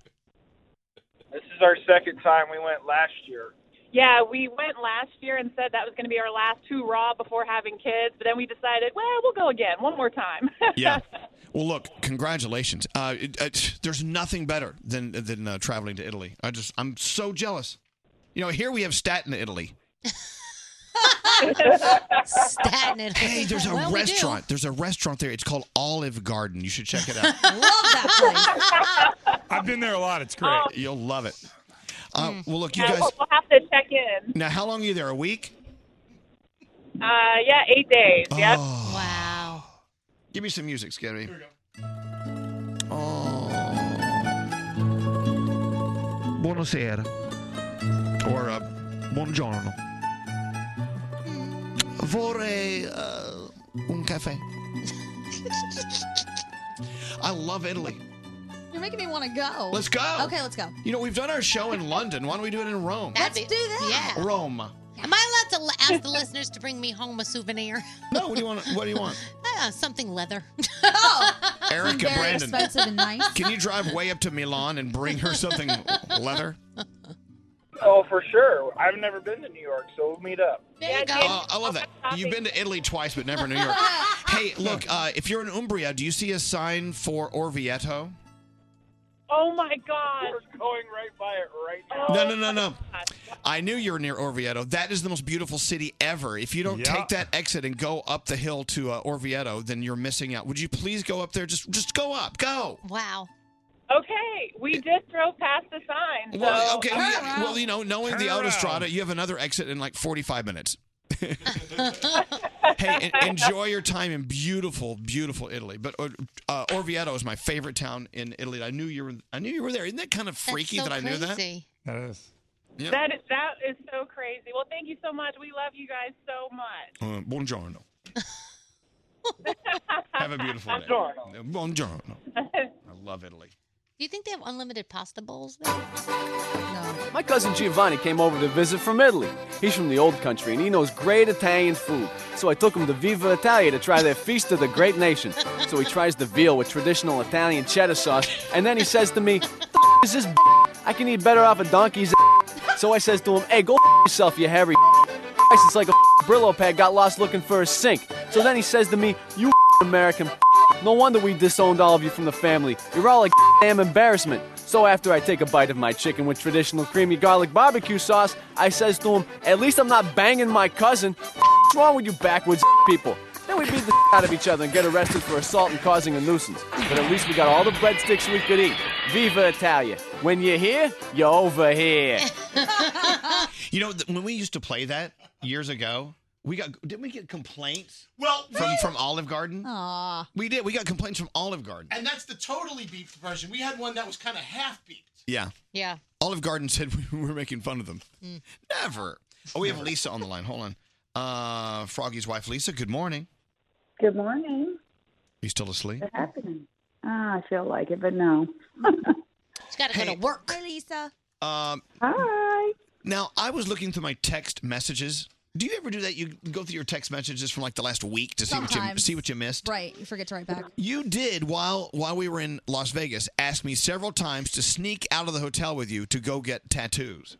Speaker 19: This is our second time we went last year.
Speaker 17: Yeah, we went last year and said that was going to be our last hoorah before having kids, but then we decided, well, we'll go again one more time.
Speaker 1: Yeah. Well, look, congratulations. Uh, it, it, there's nothing better than than uh, traveling to Italy. I just, I'm so jealous. You know, here we have Staten Italy.
Speaker 3: Staten Italy.
Speaker 1: Hey, there's a
Speaker 3: Well, we do.
Speaker 1: restaurant. There's a restaurant there. It's called Olive Garden. You should check it out.
Speaker 3: Love that
Speaker 17: place.
Speaker 1: I've been there a lot. It's great. You'll love it. Uh, well, look, you
Speaker 17: Yeah,
Speaker 1: guys.
Speaker 17: we'll, we'll have to check in.
Speaker 1: Now, how long are you there? A week?
Speaker 17: Uh, yeah, eight days. Yep.
Speaker 1: Oh.
Speaker 3: Wow.
Speaker 1: Give me some music, Scary. Here Buonasera. Or uh, buongiorno. Vorrei uh, un caffè. I love Italy.
Speaker 5: You're making me want to go.
Speaker 1: Let's go.
Speaker 5: Okay, let's go.
Speaker 1: You know, we've done our show in London. Why don't we do it in Rome?
Speaker 3: Let's do that.
Speaker 1: Rome.
Speaker 3: Yeah. Am I allowed to l- ask the listeners to bring me home a souvenir?
Speaker 1: No, what do you want? What do you want?
Speaker 3: Uh, something leather.
Speaker 1: Erica
Speaker 3: Very
Speaker 1: Brandon.
Speaker 3: expensive and nice.
Speaker 1: Can you drive way up to Milan and bring her something leather?
Speaker 19: Oh, for sure. I've never been to New York, so we'll meet up.
Speaker 3: There you go.
Speaker 1: Oh, I love that. You've been to Italy twice, but never New York. hey, look, uh, if you're in Umbria, do you see a sign for Orvieto?
Speaker 17: Oh my God.
Speaker 19: We're going right by it right now.
Speaker 1: No, no, no, no. I knew you were near Orvieto. That is the most beautiful city ever. If you don't
Speaker 19: Yeah.
Speaker 1: take that exit and go up the hill to uh, Orvieto, then you're missing out. Would you please go up there? Just, just go up. Go.
Speaker 3: Wow.
Speaker 17: Okay, we just drove past the sign. So.
Speaker 1: Well, okay. well, yeah, Well, you know, knowing the Autostrada, you have another exit in like 45 minutes. hey, en- enjoy your time in beautiful, beautiful Italy. But uh, uh, Orvieto is my favorite town in Italy. I knew you were. I knew you were there. Isn't that kind of freaky
Speaker 17: so
Speaker 1: that I knew
Speaker 17: crazy.
Speaker 1: that? That is. Yeah.
Speaker 17: That is, that is so crazy. Well, thank you so much. We love you guys so much.
Speaker 1: Uh, buongiorno. Have a beautiful day.
Speaker 17: Buongiorno.
Speaker 1: Buongiorno. I love Italy.
Speaker 3: Do you think they have unlimited pasta bowls there?
Speaker 20: My cousin Giovanni came over to visit from Italy. He's from the old country and he knows great Italian food. So I took him to Viva Italia to try their Feast of the Great Nation. So he tries the veal with traditional Italian cheddar sauce, and then he says to me, "The f- is this? b-? I can eat better off a donkey's." a-" So I says to him, "Hey, go f- yourself, you hairy." b-." It's like a f- Brillo pad got lost looking for a sink. So then he says to me, "You f- American." f- No wonder we disowned all of you from the family. You're all a damn embarrassment. So after I take a bite of my chicken with traditional creamy garlic barbecue sauce, I says to him, at least I'm not banging my cousin. What's wrong with you backwoods people? Then we beat the out of each other and get arrested for assault and causing a nuisance. But at least we got all the breadsticks we could eat. Viva Italia. When you're here, you're over here.
Speaker 1: You know, th- when we used to play that years ago, we got didn't we get complaints?
Speaker 4: Well,
Speaker 1: from from Olive
Speaker 17: Uh.
Speaker 1: Garden.
Speaker 5: Aw.
Speaker 1: We did. We got complaints from Olive Garden.
Speaker 4: And that's the totally beefed version. We had one that was kind of half beefed.
Speaker 1: Yeah.
Speaker 3: Yeah.
Speaker 1: Olive Garden said we were making fun of them.
Speaker 3: Mm.
Speaker 1: Never. Oh, we have Lisa on the line. Hold on. Uh, Froggy's wife, Lisa. Good morning.
Speaker 21: Good morning.
Speaker 1: You still asleep?
Speaker 21: What's happening? Ah, I feel like it, but no.
Speaker 3: She's got to go to work. Hi,
Speaker 5: Lisa.
Speaker 1: Um,
Speaker 21: Hi.
Speaker 1: Now, I was looking through my text messages. Do you ever do that? You go through your text messages from like the last week to see what you
Speaker 5: Sometimes.
Speaker 1: see what you missed.
Speaker 5: Right. You forget to write back.
Speaker 1: You did while while we were in Las Vegas. Asked me several times to sneak out of the hotel with you to go get tattoos.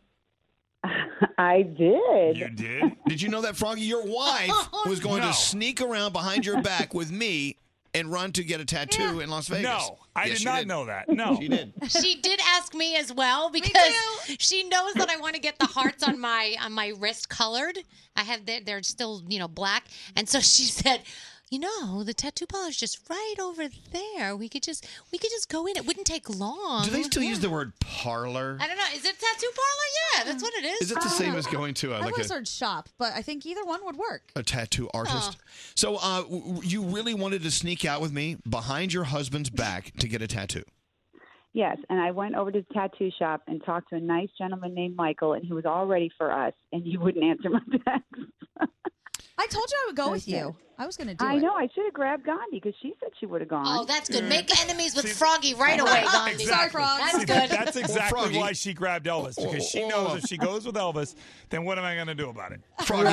Speaker 21: I did.
Speaker 1: You did? Did you know that Froggy, your wife was going
Speaker 10: No.
Speaker 1: to sneak around behind your back with me and run to get a tattoo in Las Vegas?
Speaker 10: No, I
Speaker 1: Yes,
Speaker 10: did
Speaker 1: you
Speaker 10: not know that. No.
Speaker 1: she did.
Speaker 3: she did ask me as well because she knows that I want to get the hearts on my on my wrist colored. I have they're, they're still you know black, and so she said. You know, the tattoo parlor's just right over there. We could just we could just go in. It wouldn't take long.
Speaker 1: Do they still use the word parlor?
Speaker 3: I don't know. Is it tattoo parlor? Yeah, that's what it is.
Speaker 1: Is it
Speaker 5: Uh,
Speaker 1: the same as going to a,
Speaker 5: I
Speaker 1: like
Speaker 5: always
Speaker 1: a,
Speaker 5: heard shop, but I think either one would work.
Speaker 1: a tattoo artist? So uh, w- w- you really wanted to sneak out with me behind your husband's back to get a tattoo?
Speaker 21: Yes, and I went over to the tattoo shop and talked to a nice gentleman named Michael, and he was all ready for us, and you wouldn't answer my text.
Speaker 5: I told you I would go with
Speaker 21: Okay.
Speaker 5: you. I was going to do
Speaker 21: I
Speaker 5: it.
Speaker 21: know I should have grabbed Gandhi because she said she would have gone.
Speaker 3: Oh, that's good. Make enemies with Froggy right away, Gandhi.
Speaker 10: Exactly.
Speaker 3: That's
Speaker 10: See,
Speaker 3: good.
Speaker 10: That's exactly
Speaker 1: Froggy. Oh,
Speaker 10: why she grabbed Elvis because she knows if she goes with Elvis, then what am I going to do about it?
Speaker 1: Froggy,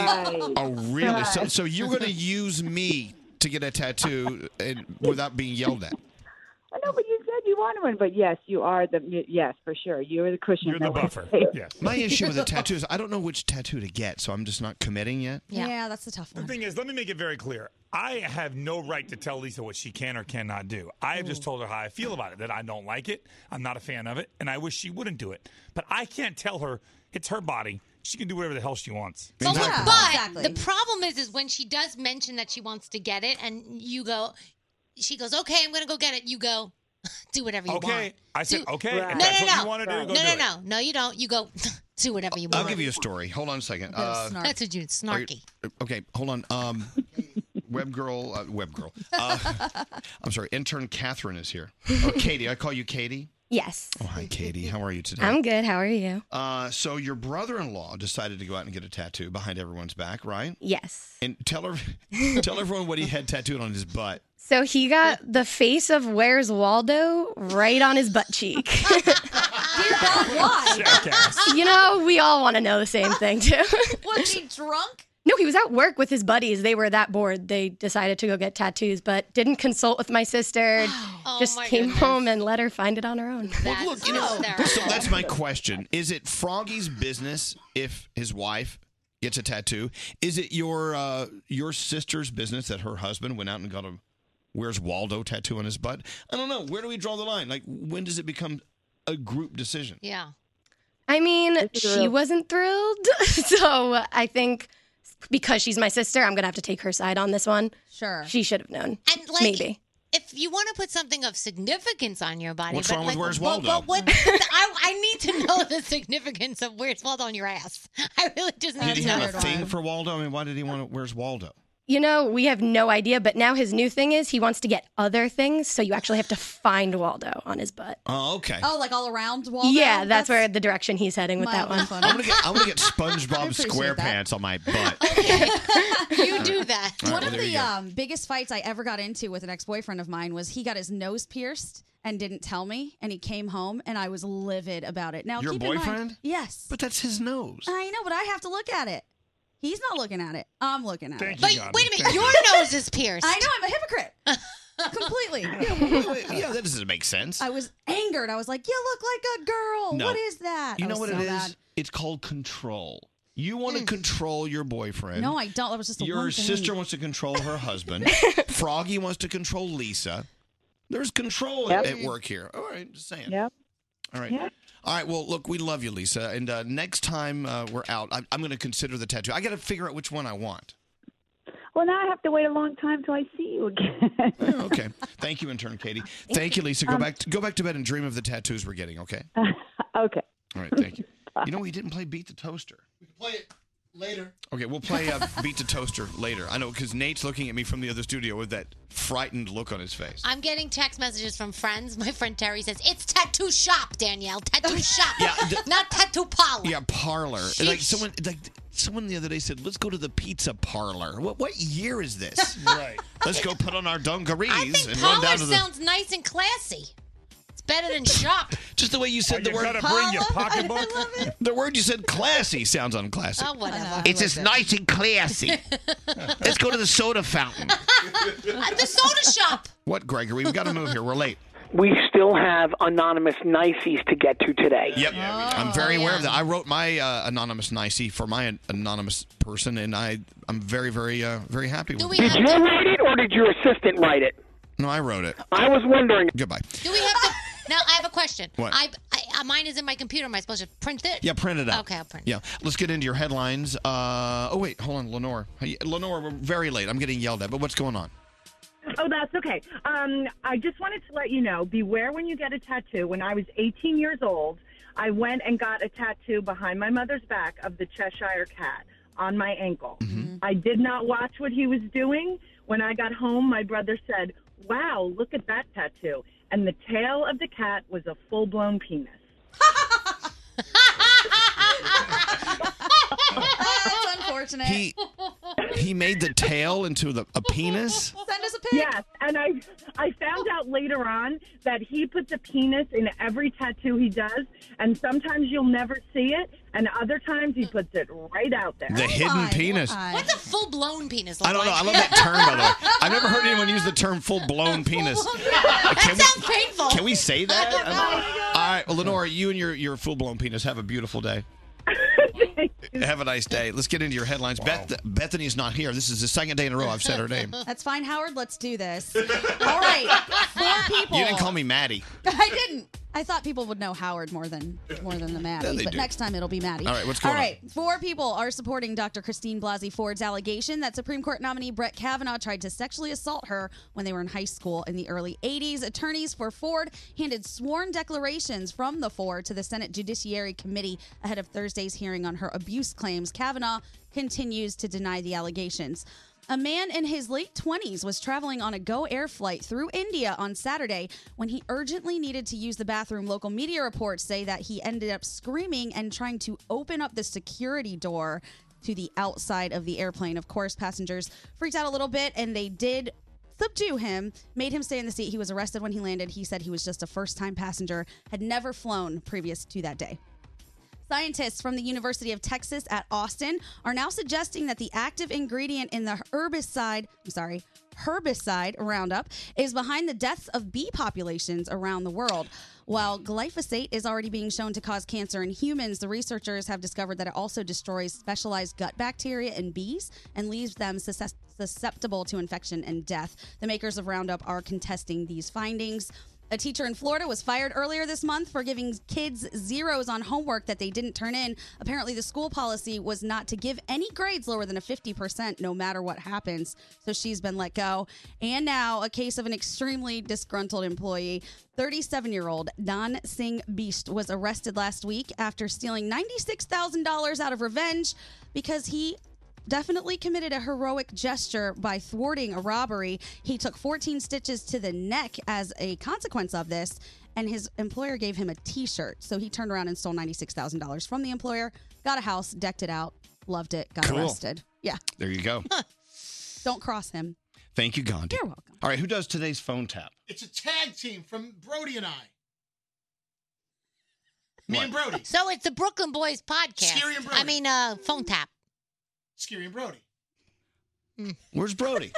Speaker 1: oh really? So, so you're going to use me to get a tattoo and, without being yelled at?
Speaker 21: I know, but you said you wanted one. But yes, you are the yes for sure. You're the cushion. You're
Speaker 1: My issue with a tattoo is I don't know which tattoo to get, so I'm just not committing yet.
Speaker 5: Yeah. that's the tough
Speaker 10: The
Speaker 5: one.
Speaker 10: thing is, let me make it very clear. I have no right to tell Lisa what she can or cannot do. I have
Speaker 3: Mm.
Speaker 10: just told her how I feel about it, that I don't like it, I'm not a fan of it, and I wish she wouldn't do it. But I can't tell her it's her body. She can do whatever the hell she wants.
Speaker 3: But, what- but the problem is, is when she does mention that she wants to get it, and you go, she goes, "Okay, I'm gonna go get it." You go, "Do whatever you want."
Speaker 10: Okay. I said, okay, if
Speaker 3: No,
Speaker 10: that's
Speaker 3: no,
Speaker 10: what
Speaker 3: no.
Speaker 10: you want to do, go
Speaker 3: no,
Speaker 10: do
Speaker 3: no,
Speaker 10: it.
Speaker 3: no, no. You don't. You go, "Do whatever you want."
Speaker 1: I'll give you a story. Hold on a second. Uh,
Speaker 3: bit of snark. That's what you-
Speaker 1: are okay, hold on. Um, web girl, uh, web girl. Uh, I'm sorry. Intern Catherine is here. Oh, Katie, I call you Katie.
Speaker 22: Yes.
Speaker 1: Oh, hi, Katie. How are you today?
Speaker 22: I'm good. How are you?
Speaker 1: Uh, so your brother-in-law decided to go out and get a tattoo behind everyone's back, right?
Speaker 22: Yes.
Speaker 1: And tell her, tell everyone what he had tattooed on his butt.
Speaker 22: So he got the face of Where's Waldo right on his butt cheek. you know, we all want to know the same thing, too.
Speaker 5: Was he drunk?
Speaker 22: no, he was at work with his buddies. They were that bored. They decided to go get tattoos, but didn't consult with my sister. Just
Speaker 1: Oh my
Speaker 22: came
Speaker 1: goodness.
Speaker 22: home and let her find it on her own.
Speaker 1: Well, look, you know, so that's my question. Is it Froggy's business if his wife gets a tattoo? Is it your uh, your sister's business that her husband went out and got a Where's Waldo tattoo on his butt? I don't know. Where do we draw the line? Like, when does it become a group decision?
Speaker 3: Yeah.
Speaker 22: I mean,
Speaker 1: is
Speaker 22: she
Speaker 1: real.
Speaker 22: wasn't thrilled. so I think because she's my sister, I'm going to have to take her side on this one.
Speaker 5: Sure.
Speaker 22: She should have known.
Speaker 3: And like,
Speaker 22: Maybe.
Speaker 3: If you want to put something of significance on your body,
Speaker 22: What's
Speaker 3: but
Speaker 22: wrong
Speaker 3: like,
Speaker 22: with Where's
Speaker 3: but-
Speaker 22: Waldo?
Speaker 3: But, what, I, I need to know the significance of Where's Waldo on your ass. I really just need
Speaker 1: Did
Speaker 3: to
Speaker 1: he
Speaker 3: know.
Speaker 1: have a thing for Waldo? I mean, why did he want to? Where's Waldo?
Speaker 22: You know, we have no idea, but now his new thing is he wants to get other things, so you actually have to find Waldo on his butt.
Speaker 1: Oh, okay.
Speaker 5: Oh, like all around Waldo?
Speaker 22: yeah, that's, where the direction he's heading with that one.
Speaker 1: I'm gonna get I'm gonna get SpongeBob
Speaker 5: appreciate that.
Speaker 1: SquarePants on my butt.
Speaker 3: you do that.
Speaker 1: All right,
Speaker 5: One
Speaker 1: well,
Speaker 5: of
Speaker 1: there you
Speaker 5: the
Speaker 1: go.
Speaker 5: um, biggest fights I ever got into with an ex boyfriend of mine was he got his nose pierced and didn't tell me, and he came home and I was livid about it. Now,
Speaker 1: Your
Speaker 5: keep In
Speaker 1: boyfriend?
Speaker 5: mind, yes,
Speaker 1: but that's his nose.
Speaker 5: I know, but I have to look at it. He's not looking at it. I'm looking at it.
Speaker 3: But wait a minute, your nose is pierced.
Speaker 5: I know. I'm a hypocrite. Completely.
Speaker 1: yeah, that doesn't make sense.
Speaker 5: I was angered. I was like, "You look like a girl.
Speaker 1: No.
Speaker 5: What is that?"
Speaker 1: You
Speaker 5: I
Speaker 1: know
Speaker 5: was
Speaker 1: what it
Speaker 5: so
Speaker 1: is?
Speaker 5: mad.
Speaker 1: It's called control. You want to control your boyfriend.
Speaker 5: No, I don't. That was just the
Speaker 1: Your
Speaker 5: one thing.
Speaker 1: sister wants to control her husband. Froggy wants to control Lisa. There's control at-
Speaker 5: Yep.
Speaker 1: at work here. All right, just saying.
Speaker 5: Yep.
Speaker 1: All right.
Speaker 5: Yeah.
Speaker 1: All right. Well, look, we love you, Lisa. And uh, next time uh, we're out, I'm, I'm going to consider the tattoo. I got to figure out which one I want.
Speaker 21: Well, now I have to wait a long time till I see you again.
Speaker 1: Yeah, okay. Thank you, intern Katie. Thank you, Lisa. Go back. To, go back to bed and dream of the tattoos we're getting. Okay.
Speaker 21: okay.
Speaker 1: All right. Thank you. You know we didn't play beat the toaster.
Speaker 4: Play it later.
Speaker 1: Okay, we'll play uh, Beat the Toaster later. I know because Nate's looking at me from the other studio with that frightened look on his face.
Speaker 3: I'm getting text messages from friends. My friend Terry says, It's tattoo shop, Danielle. Tattoo shop. Not tattoo parlor.
Speaker 1: Yeah, parlor. Like someone, like someone the other day said, "Let's go to the pizza parlor." What what year is this?
Speaker 10: right.
Speaker 1: Let's go put on our dungarees and run
Speaker 3: Parlor
Speaker 1: down to the.
Speaker 3: sounds nice and classy. It's better than shop.
Speaker 1: Just the way you said the word. The word you said, "classy," sounds unclassy.
Speaker 3: Oh, whatever.
Speaker 1: It's just nice and classy. Let's go to the soda fountain.
Speaker 3: At the soda shop.
Speaker 1: What, Gregory? We've got to move here. We're late.
Speaker 15: We still have anonymous niceys to get to today.
Speaker 1: Yep. I'm very
Speaker 3: Oh,
Speaker 1: aware of that. I wrote my uh, anonymous nicey for my an- anonymous person, and I I'm very very uh, very happy with.
Speaker 15: Did you write it or did your assistant write it?
Speaker 1: No, I wrote it.
Speaker 15: I was wondering.
Speaker 1: Goodbye.
Speaker 3: Do we have to? Now I have a question.
Speaker 1: What?
Speaker 3: I, I uh, mine is in my computer. Am I supposed to print it?
Speaker 1: Yeah, print it out.
Speaker 3: Okay, I'll print.
Speaker 1: Yeah, let's get into your headlines. Uh, oh wait, hold on, Lenore. Hey, Lenore, we're very late. I'm getting yelled at, but what's going on?
Speaker 6: Oh, that's okay. Um, I just wanted to let you know beware when you get a tattoo. When I was 18 years old, I went and got a tattoo behind my mother's back of the Cheshire Cat on my ankle.
Speaker 1: Mm-hmm.
Speaker 6: I did not watch what he was doing. When I got home, my brother said, Wow, look at that tattoo. And the tail of the cat was a full blown penis.
Speaker 5: That's unfortunate.
Speaker 1: He- He made the tail into the a penis.
Speaker 6: Send us a pic. Yes, and I I found out later on that he puts a penis in every tattoo he does, and sometimes you'll never see it, and other times he puts it right out there.
Speaker 1: The hidden Why? penis. Why?
Speaker 3: What's a full blown penis?
Speaker 1: I don't know. I love that term by the way. I've never heard anyone use the term full blown penis.
Speaker 3: that sounds painful.
Speaker 1: Can we say that? All right, well, Lenore, you and your your full blown penis have a beautiful day. Have a nice day. Let's get into your headlines. Beth, Bethany's not here. This is the second day in a row I've said her name.
Speaker 5: That's fine, Howard. Let's do this. All right, four people.
Speaker 1: You didn't call me Maddie.
Speaker 5: I didn't. I thought people would know Howard more than more than the Maddie,
Speaker 1: Yeah, they
Speaker 5: but
Speaker 1: do.
Speaker 5: next time it'll be Maddie.
Speaker 1: All right, what's going
Speaker 5: All
Speaker 1: on?
Speaker 5: right, four people are supporting Dr. Christine Blasey Ford's allegation that Supreme Court nominee Brett Kavanaugh tried to sexually assault her when they were in high school in the early '80s. Attorneys for Ford handed sworn declarations from the four to the Senate Judiciary Committee ahead of Thursday's hearing on her abuse claims. Kavanaugh continues to deny the allegations. A man in his late 20s was traveling on a Go Air flight through India on Saturday when he urgently needed to use the bathroom. Local media reports say that he ended up screaming and trying to open up the security door to the outside of the airplane. Of course, passengers freaked out a little bit and they did subdue him, made him stay in the seat. He was arrested when he landed. He said he was just a first time passenger, had never flown previous to that day. Scientists from the University of Texas at Austin are now suggesting that the active ingredient in the herbicide, I'm sorry, herbicide Roundup is behind the deaths of bee populations around the world. While glyphosate is already being shown to cause cancer in humans, the researchers have discovered that it also destroys specialized gut bacteria in bees and leaves them susces- susceptible to infection and death. The makers of Roundup are contesting these findings. A teacher in Florida was fired earlier this month for giving kids zeros on homework that they didn't turn in. Apparently, the school policy was not to give any grades lower than a 50%, no matter what happens. So she's been let go. And now, a case of an extremely disgruntled employee. 37 year old Don Singh Beast was arrested last week after stealing $96,000 out of revenge because he definitely committed a heroic gesture by thwarting a robbery. He took 14 stitches to the neck as a consequence of this, and his employer gave him a t shirt. So he turned around and stole $96,000 from the employer, got a house, decked it out, loved it, got
Speaker 1: Cool.
Speaker 5: arrested. Yeah.
Speaker 1: There you go.
Speaker 5: Don't cross him.
Speaker 1: Thank you, Gandhi.
Speaker 5: You're welcome.
Speaker 1: All right, who does today's phone tap?
Speaker 4: It's a tag team from Brody and I. Me and Brody.
Speaker 3: So it's the Brooklyn Boys podcast.
Speaker 4: Scary and Brody.
Speaker 3: I mean, uh, phone tap.
Speaker 4: Scary and Brody.
Speaker 1: Where's Brody?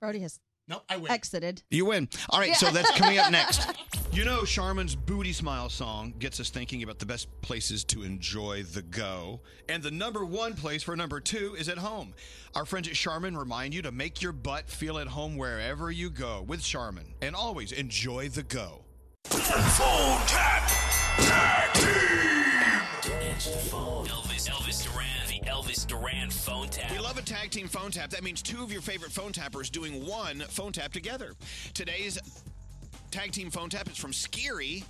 Speaker 5: Brody has
Speaker 4: no, I win.
Speaker 5: exited.
Speaker 1: You win. All right, so that's coming up next. You know, Charmin's Booty Smile song gets us thinking about the best places to enjoy the go. And the number one place for number two is at home. Our friends at Charmin remind you to make your butt feel at home wherever you go with Charmin. And always enjoy the go.
Speaker 7: Phone tap. Tag team.
Speaker 8: Don't answer the phone. Elvis, Elvis Duran, the Elvis Duran phone tap.
Speaker 1: We love a tag team phone tap. That means two of your favorite phone tappers doing one phone tap together. Today's tag team phone tap is from Skiri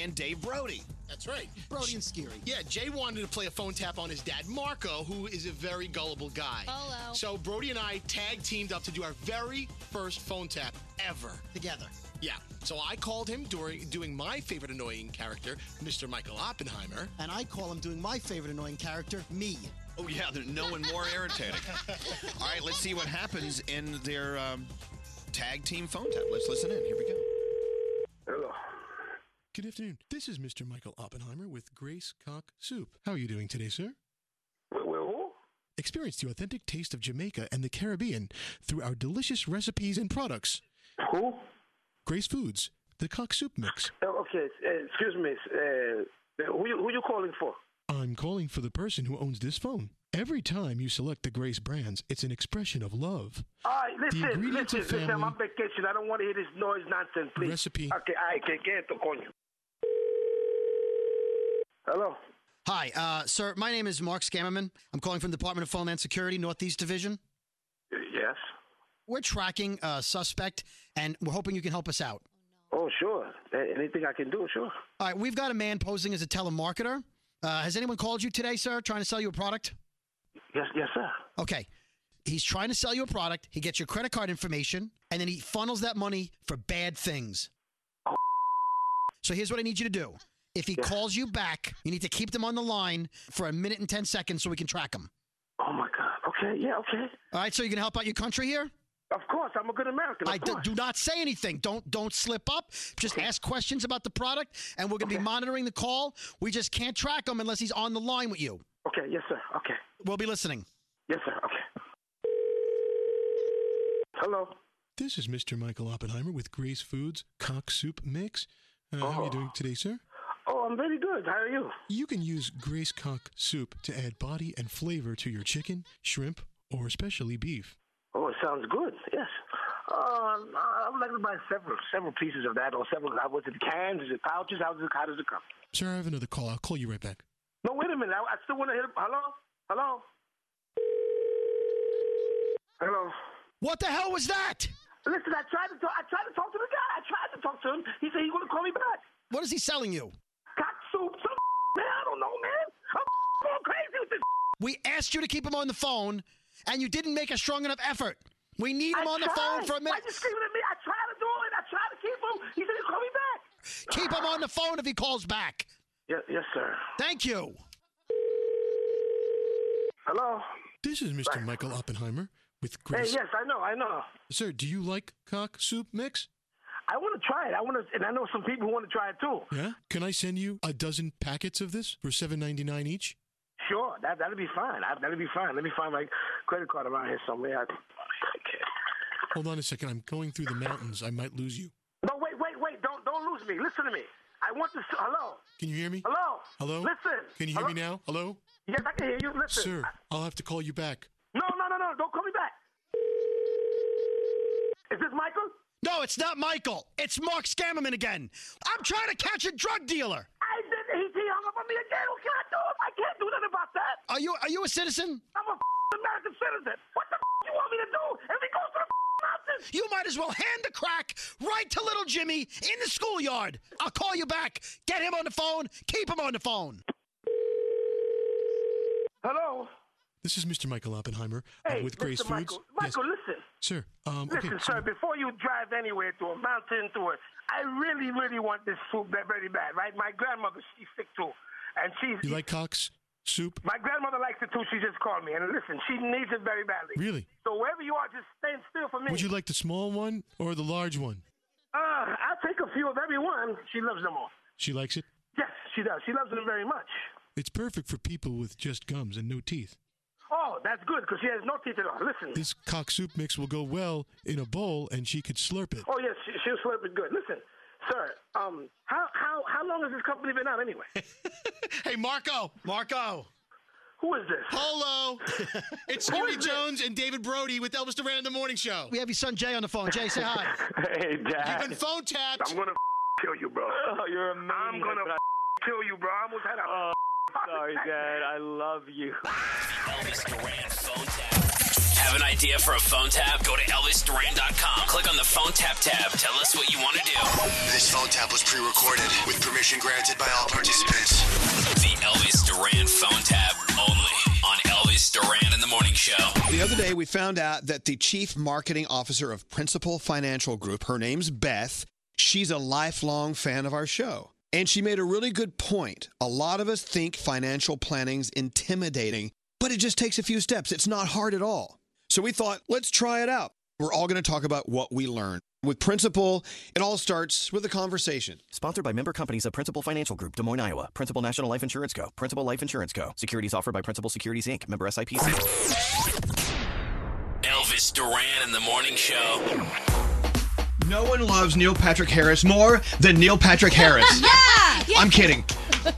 Speaker 1: and Dave Brody.
Speaker 4: That's right. Brody and Scary. Yeah, Jay wanted to play a phone tap on his dad, Marco, who is a very gullible guy. Hello. So Brody and I tag teamed up to do our very first phone tap ever together. Yeah. So I called him during doing my favorite annoying character, Mr. Michael Oppenheimer.
Speaker 13: And I call him doing my favorite annoying character, me.
Speaker 1: Oh yeah, there's no one more irritating. All right, let's see what happens in their um, tag team phone tap. Let's listen in. Here we go.
Speaker 13: Good afternoon. This is Mr. Michael Oppenheimer with Grace Cock Soup. How are you doing today, sir? Well, experience the authentic taste of Jamaica and the Caribbean through our delicious recipes and products. Who? Grace Foods, the Cock Soup Mix.
Speaker 14: Oh, okay, uh, excuse me. Uh, who you, who you calling for?
Speaker 13: I'm calling for the person who owns this phone. Every time you select the Grace brands, it's an expression of love.
Speaker 14: All right,
Speaker 13: The
Speaker 14: listen,
Speaker 13: ingredients
Speaker 14: listen,
Speaker 13: of
Speaker 14: listen. I'm
Speaker 13: family-
Speaker 14: on vacation. I don't want to hear this noise nonsense, please.
Speaker 13: Recipe.
Speaker 14: Okay, I can get to call you. Hello.
Speaker 23: Hi, uh, sir. My name is Mark Scammerman. I'm calling from the Department of Homeland Security, Northeast Division.
Speaker 14: Yes.
Speaker 23: We're tracking a suspect, and we're hoping you can help us out.
Speaker 14: Oh, sure. A- Anything I can do, sure.
Speaker 23: All right, we've got a man posing as a telemarketer. Uh, has anyone called you today, sir, trying to sell you a product?
Speaker 14: Yes, yes, sir.
Speaker 23: Okay. He's trying to sell you a product. He gets your credit card information, and then he funnels that money for bad things. So here's what I need you to do. If he calls you back, you need to keep them on the line for a minute and 10 seconds so we can track him.
Speaker 14: Oh, my God. Okay, yeah, okay.
Speaker 23: All right, so you can help out your country here?
Speaker 14: Of course, I'm a good American.
Speaker 23: I do, do not say anything. Don't don't slip up. Just ask questions about the product, and we're going to be monitoring the call. We just can't track him unless he's on the line with you.
Speaker 14: Okay, yes, sir. Okay.
Speaker 23: We'll be listening.
Speaker 14: Yes, sir. Okay. Hello.
Speaker 13: This is Mr. Michael Oppenheimer with Grace Foods Cock Soup Mix. Uh, How are you doing today, sir?
Speaker 14: Oh, I'm very good. How are you?
Speaker 13: You can use Grace Cock Soup to add body and flavor to your chicken, shrimp, or especially beef.
Speaker 14: Oh, it sounds good. Yes. Uh, I would like to buy several several pieces of that, or several. uh, Was it cans? Is it pouches? How does it, how does it come?
Speaker 13: Sir, I have another call. I'll call you right back.
Speaker 14: No, wait a minute. I, I still want to hear. Hello, hello, hello.
Speaker 23: What the hell was that?
Speaker 14: Listen, I tried to talk. I tried to talk to the guy. I tried to talk to him. He said he's going to call me back.
Speaker 23: What is he selling you?
Speaker 14: Cock soup. Some man. I don't know, man. I'm going crazy with this.
Speaker 23: We asked you to keep him on the phone, and you didn't make a strong enough effort. We need him
Speaker 14: I
Speaker 23: on the phone
Speaker 14: tried.
Speaker 23: for a
Speaker 14: Why
Speaker 23: minute.
Speaker 14: you screaming at me? I tried to do it. I tried to keep him. He said he'd call me back.
Speaker 23: Keep him on the phone if he calls back.
Speaker 14: Yes, yes, sir.
Speaker 23: Thank you.
Speaker 14: Hello.
Speaker 13: This is Mr. Michael Oppenheimer with
Speaker 14: Hey,
Speaker 13: Grace.
Speaker 14: yes, I know. I know.
Speaker 13: Sir, do you like cock soup mix?
Speaker 14: I want to try it. I want to, and I know some people who want to try it too.
Speaker 13: Yeah? Can I send you a dozen packets of this for seven ninety nine each?
Speaker 14: Sure, that that'll be fine. I, that'll be fine. Let me find my credit card around here somewhere. I,
Speaker 13: Hold on a second. I'm going through the mountains. I might lose you.
Speaker 14: no, wait, wait, wait! Don't don't lose me. Listen to me. I want this. Hello,
Speaker 13: Can you hear me?
Speaker 14: hello,
Speaker 13: Hello?
Speaker 14: Listen.
Speaker 13: Can you hear
Speaker 14: Hello?
Speaker 13: me now? Hello?
Speaker 14: Yes, I can hear you. Listen.
Speaker 13: Sir, I'll have to call you back.
Speaker 14: No, no, no, no! Don't call me back. Is this Michael?
Speaker 23: No, it's not Michael. It's Mark Scammerman again. I'm trying to catch a drug dealer.
Speaker 14: I did. He, he hung up on me again. What can I do? I can't do nothing about that.
Speaker 23: Are you are you a citizen?
Speaker 14: I'm a American citizen. What the you want me to do? If he goes to the mountains,
Speaker 23: You might as well hand the crack right to little Jimmy in the schoolyard. I'll call you back. Get him on the phone. Keep him on the phone.
Speaker 14: Hello.
Speaker 13: This is Mr. Michael Oppenheimer uh,
Speaker 14: Hey,
Speaker 13: with Grace
Speaker 14: Mr.
Speaker 13: Foods.
Speaker 14: Michael. Michael, listen.
Speaker 13: Sir, um, okay.
Speaker 14: Listen,
Speaker 13: so-
Speaker 14: sir, before you drive anywhere to a mountain, to a, I really, really want this soup that very bad, right? My grandmother, she's sick too. And she's.
Speaker 13: You like cocks soup?
Speaker 14: My grandmother likes it too. She just called me. And listen, she needs it very badly.
Speaker 13: Really?
Speaker 14: So wherever you are, just stand still for me.
Speaker 13: Would you like the small one or the large one?
Speaker 14: Uh, I'll take a few of every one. She loves them all.
Speaker 13: She likes it.
Speaker 14: Yes, she does. She loves them very much.
Speaker 13: It's perfect for people with just gums and no teeth.
Speaker 14: Oh, that's good, because she has no teeth at all. Listen.
Speaker 13: This cock soup mix will go well in a bowl, and she could slurp it.
Speaker 14: Oh, yes, she, she'll slurp it good. Listen, sir, um, how, how, how long has this company been out anyway?
Speaker 4: Hey, Marco. Marco.
Speaker 14: Who is this?
Speaker 4: Polo. it's
Speaker 14: Who
Speaker 4: Scary
Speaker 14: is this?
Speaker 4: Jones and David Brody with Elvis Duran in the Morning Show.
Speaker 23: We have your son Jay on the phone. Jay, say hi.
Speaker 14: hey, Dad.
Speaker 4: You've been phone tapped.
Speaker 14: I'm gonna kill you, bro. Oh, you're amazing. I'm gonna kill you, bro. I almost had a. sorry, Dad. I love you.
Speaker 8: Have an idea for a phone tap? Go to ElvisDuran.com. Click on the phone tap tab. Tell us what you want to do.
Speaker 24: This phone tap was pre-recorded with permission granted by all participants.
Speaker 8: The Elvis Duran phone tap only on Elvis Duran in the Morning Show.
Speaker 1: The other day, we found out that the chief marketing officer of Principal Financial Group, her name's Beth, she's a lifelong fan of our show. And she made a really good point. A lot of us think financial planning's intimidating,
Speaker 2: But it just takes a few steps. It's not hard at all.
Speaker 1: So we thought, let's try it out. We're all going to talk about what we learned. With Principal, it all starts with a conversation.
Speaker 9: Sponsored by member companies of Principal Financial Group, Des Moines, Iowa. Principal National Life Insurance Co. Principal Life Insurance Co. Securities offered by Principal Securities Inc. Member SIPC.
Speaker 8: Elvis Duran in the morning show.
Speaker 1: No one loves Neil Patrick Harris more than Neil Patrick Harris. I'm kidding.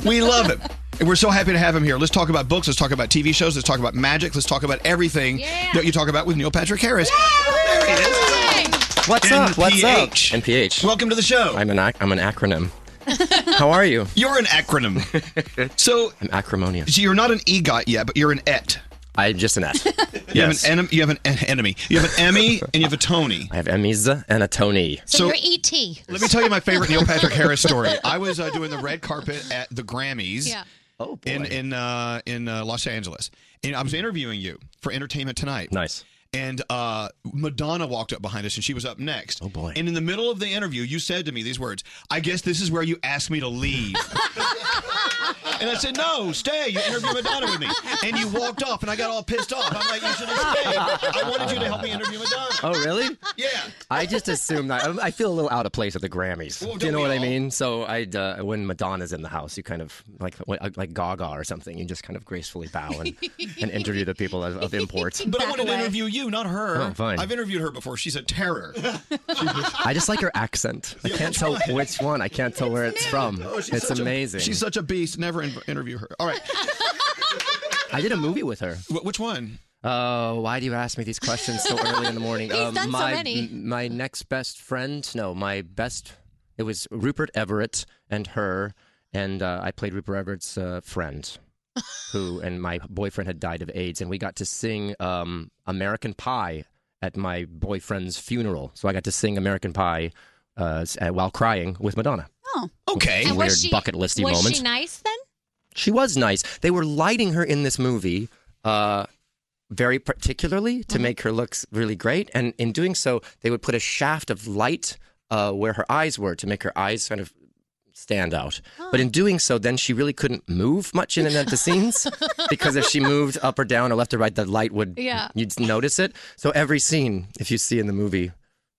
Speaker 1: We love him. And we're so happy to have him here. Let's talk about books. Let's talk about TV shows. Let's talk about magic. Let's talk about everything that you talk about with Neil Patrick Harris.
Speaker 11: What's up? What's up? NPH.
Speaker 1: Welcome to the show.
Speaker 11: I'm an ac- I'm an acronym. How are you?
Speaker 1: You're an acronym. so
Speaker 11: I'm acrimonious.
Speaker 1: So you're not an EGOT yet, but you're an ET.
Speaker 11: I'm just an et.
Speaker 1: You have an enem- you have an en- enemy. You have an Emmy and you have a Tony.
Speaker 11: I have Emmys and a Tony.
Speaker 3: So, you're E ET.
Speaker 1: Let me tell you my favorite Neil Patrick Harris story. I was uh, doing the red carpet at the Grammys.
Speaker 3: Yeah.
Speaker 1: Oh, In in uh, in uh, Los Angeles, and I was interviewing you for Entertainment Tonight.
Speaker 11: Nice.
Speaker 1: And uh, Madonna walked up behind us, and she was up next. Oh boy! And in the middle of the interview, you said to me these words: "I guess this is where you asked me to leave." and I said, "No, stay. You interview Madonna with me." And you walked off, and I got all pissed off. I'm like, "You should have stayed. I wanted you to help me interview Madonna."
Speaker 11: Oh, really?
Speaker 1: Yeah.
Speaker 11: I just assume that. um, I- I feel a little out of place at the Grammys.
Speaker 1: Well,
Speaker 11: Do you
Speaker 1: don't
Speaker 11: know
Speaker 1: we
Speaker 11: what I
Speaker 1: all?
Speaker 11: mean? So I, uh, when Madonna's in the house, you kind of like uh, like- like Gaga or something. You just kind of gracefully bow and, and interview the people of, of import.
Speaker 1: But I wanted to interview you, not her.
Speaker 11: Oh, fine.
Speaker 1: I've interviewed her before. She's a terror.
Speaker 11: I just like her accent. I can't tell which one. I can't tell where it's from.
Speaker 1: Oh, she's
Speaker 11: it's
Speaker 1: such a-
Speaker 11: amazing.
Speaker 1: she's such a beast. Never in- interview her. All right.
Speaker 11: I did a movie with her.
Speaker 1: which one?
Speaker 11: Oh, why do you ask me these questions so early in the morning? Um,
Speaker 16: He's done so
Speaker 11: my
Speaker 16: many.
Speaker 11: m- my next best friend. No, my best. It was Rupert Everett and her, and uh, I played Rupert Everett's uh, friend, who and my boyfriend had died of AIDS, and we got to sing um, American Pie at my boyfriend's funeral. So I got to sing American Pie uh, s- uh, while crying with Madonna.
Speaker 5: Oh.
Speaker 11: Okay.
Speaker 3: And
Speaker 11: Weird
Speaker 3: was she,
Speaker 11: bucket listy
Speaker 3: was
Speaker 11: moments.
Speaker 3: she nice then?
Speaker 11: She was nice. They were lighting her in this movie uh, very particularly to make her look s- really great. And in doing so, they would put a shaft of light uh, where her eyes were to make her eyes kind of stand out. But in doing so, then she really couldn't move much in and out the scenes because if she moved up or down or left or right, the light would,
Speaker 16: Yeah.
Speaker 11: you'd notice it. So every scene, if you see in the movie,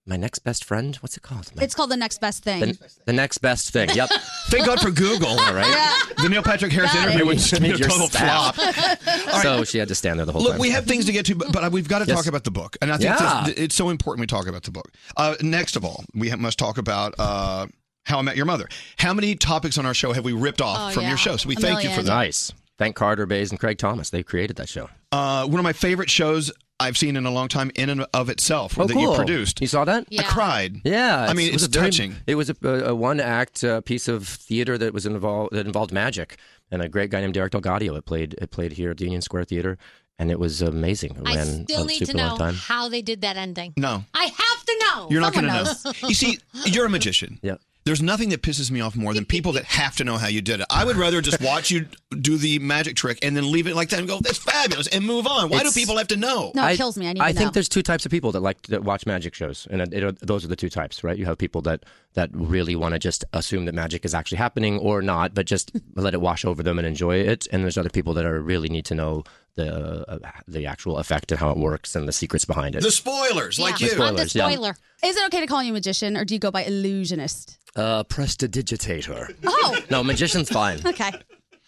Speaker 11: my next best friend, what's it called?
Speaker 5: It's called the next best thing.
Speaker 11: The, the next best thing. Yep.
Speaker 1: Thank God for Google.
Speaker 11: All right.
Speaker 1: The Neil Patrick Harris
Speaker 11: Got
Speaker 1: interview
Speaker 11: it.
Speaker 1: was a
Speaker 11: Your
Speaker 1: total
Speaker 11: staff.
Speaker 1: flop.
Speaker 11: So she had to stand there the whole
Speaker 1: Look,
Speaker 11: time.
Speaker 1: we have things to get to, but, but we've got to
Speaker 11: Yes.
Speaker 1: talk about the book, and I think
Speaker 11: Yeah.
Speaker 1: this- it's so important we talk about the book. Uh, next of all, we ha- must talk about uh, how I met your mother. How many topics on our show have we ripped off
Speaker 11: Oh,
Speaker 1: from
Speaker 11: yeah.
Speaker 1: your show? So we
Speaker 11: A
Speaker 1: thank you for
Speaker 11: million.
Speaker 1: that.
Speaker 11: Nice. Thank Carter Bays and Craig Thomas. They created that show.
Speaker 1: Uh, one of my favorite shows I've seen in a long time, in and of itself,
Speaker 11: Oh,
Speaker 1: that you
Speaker 11: cool.
Speaker 1: produced.
Speaker 11: You saw that?
Speaker 1: I cried.
Speaker 11: Yeah,
Speaker 1: I
Speaker 11: it's-
Speaker 1: mean,
Speaker 11: it was
Speaker 1: it's
Speaker 11: a very-
Speaker 1: touching.
Speaker 11: it was a, a one act uh, piece of theater that was involved that involved magic and a great guy named Derek Delgadio. It played it played here at the Union Square Theater, and it was amazing. It
Speaker 3: I
Speaker 11: ran
Speaker 3: still
Speaker 1: Oh,
Speaker 11: a
Speaker 3: need
Speaker 11: super
Speaker 3: to know
Speaker 11: long time.
Speaker 3: how they did that ending.
Speaker 1: No.
Speaker 3: I have to know.
Speaker 1: You're not going to know. You see, you're a magician. Yeah. There's nothing that pisses me off more than people that have to know how you did it. I would rather just watch you do the magic trick and then leave it like that and go, "That's fabulous," and move on. Why
Speaker 11: It's-
Speaker 1: do people have to know?
Speaker 11: I- I think there's two types of people that like that watch magic shows, and it, it- those are the two types, right? You have people that that really want to just assume that magic is actually happening or not, but just let it wash over them and enjoy it. And there's other people that are really need to know the uh, the actual effect and how it works and the secrets behind it.
Speaker 1: the spoilers, like
Speaker 11: The
Speaker 1: you.
Speaker 11: spoilers, yeah.
Speaker 5: Is it okay to call you magician or do you go by illusionist?
Speaker 11: Uh, prestidigitator.
Speaker 5: Oh,
Speaker 11: No, magician's fine.
Speaker 5: okay.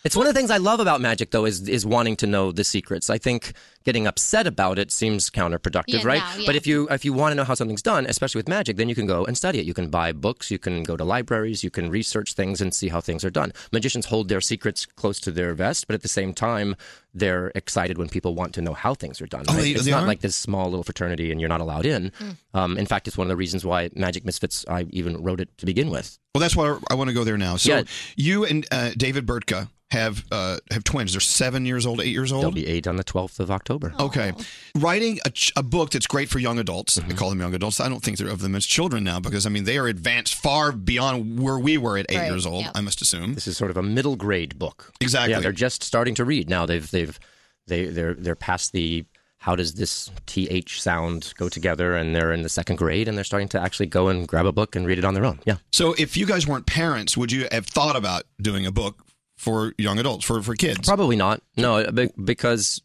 Speaker 11: It's one of the things I love about magic, though, is is wanting to know the secrets. I think getting upset about it seems counterproductive,
Speaker 16: Yeah,
Speaker 11: right?
Speaker 16: no, yeah.
Speaker 11: But if you if you want to know how something's done, especially with magic, then you can go and study it. You can buy books, you can go to libraries, you can research things and see how things are done. Magicians hold their secrets close to their vest, but at the same time, they're excited when people want to know how things are done.
Speaker 1: Oh,
Speaker 11: right?
Speaker 1: they-
Speaker 11: it's
Speaker 1: they
Speaker 11: not
Speaker 1: are?
Speaker 11: like this small little fraternity and you're not allowed in.
Speaker 1: Mm.
Speaker 11: Um, in fact, it's one of the reasons why Magic Misfits I even wrote it to begin with.
Speaker 1: Well, that's why I want to go there now. So
Speaker 11: Yeah.
Speaker 1: you and uh, David Bertka have uh, have twins. They're seven years old, eight years old. They'll
Speaker 11: be eight on the twelfth of October.
Speaker 1: Okay, writing a, ch- a book that's great for young adults.
Speaker 11: Mm-hmm.
Speaker 1: I call them young adults. I don't think they're of them as children now because I mean they are advanced far beyond where we were at eight
Speaker 11: Right,
Speaker 1: years old.
Speaker 11: yeah.
Speaker 1: I must assume
Speaker 11: this is sort of a middle grade book.
Speaker 1: Exactly.
Speaker 11: Yeah, they're just starting to read now. They've they've they they're they're past the how does this th sound go together, and they're in the second grade, and they're starting to actually go and grab a book and read it on their own. Yeah.
Speaker 1: So if you guys weren't parents, would you have thought about doing a book for young adults, for for kids?
Speaker 11: Probably not. No, be- because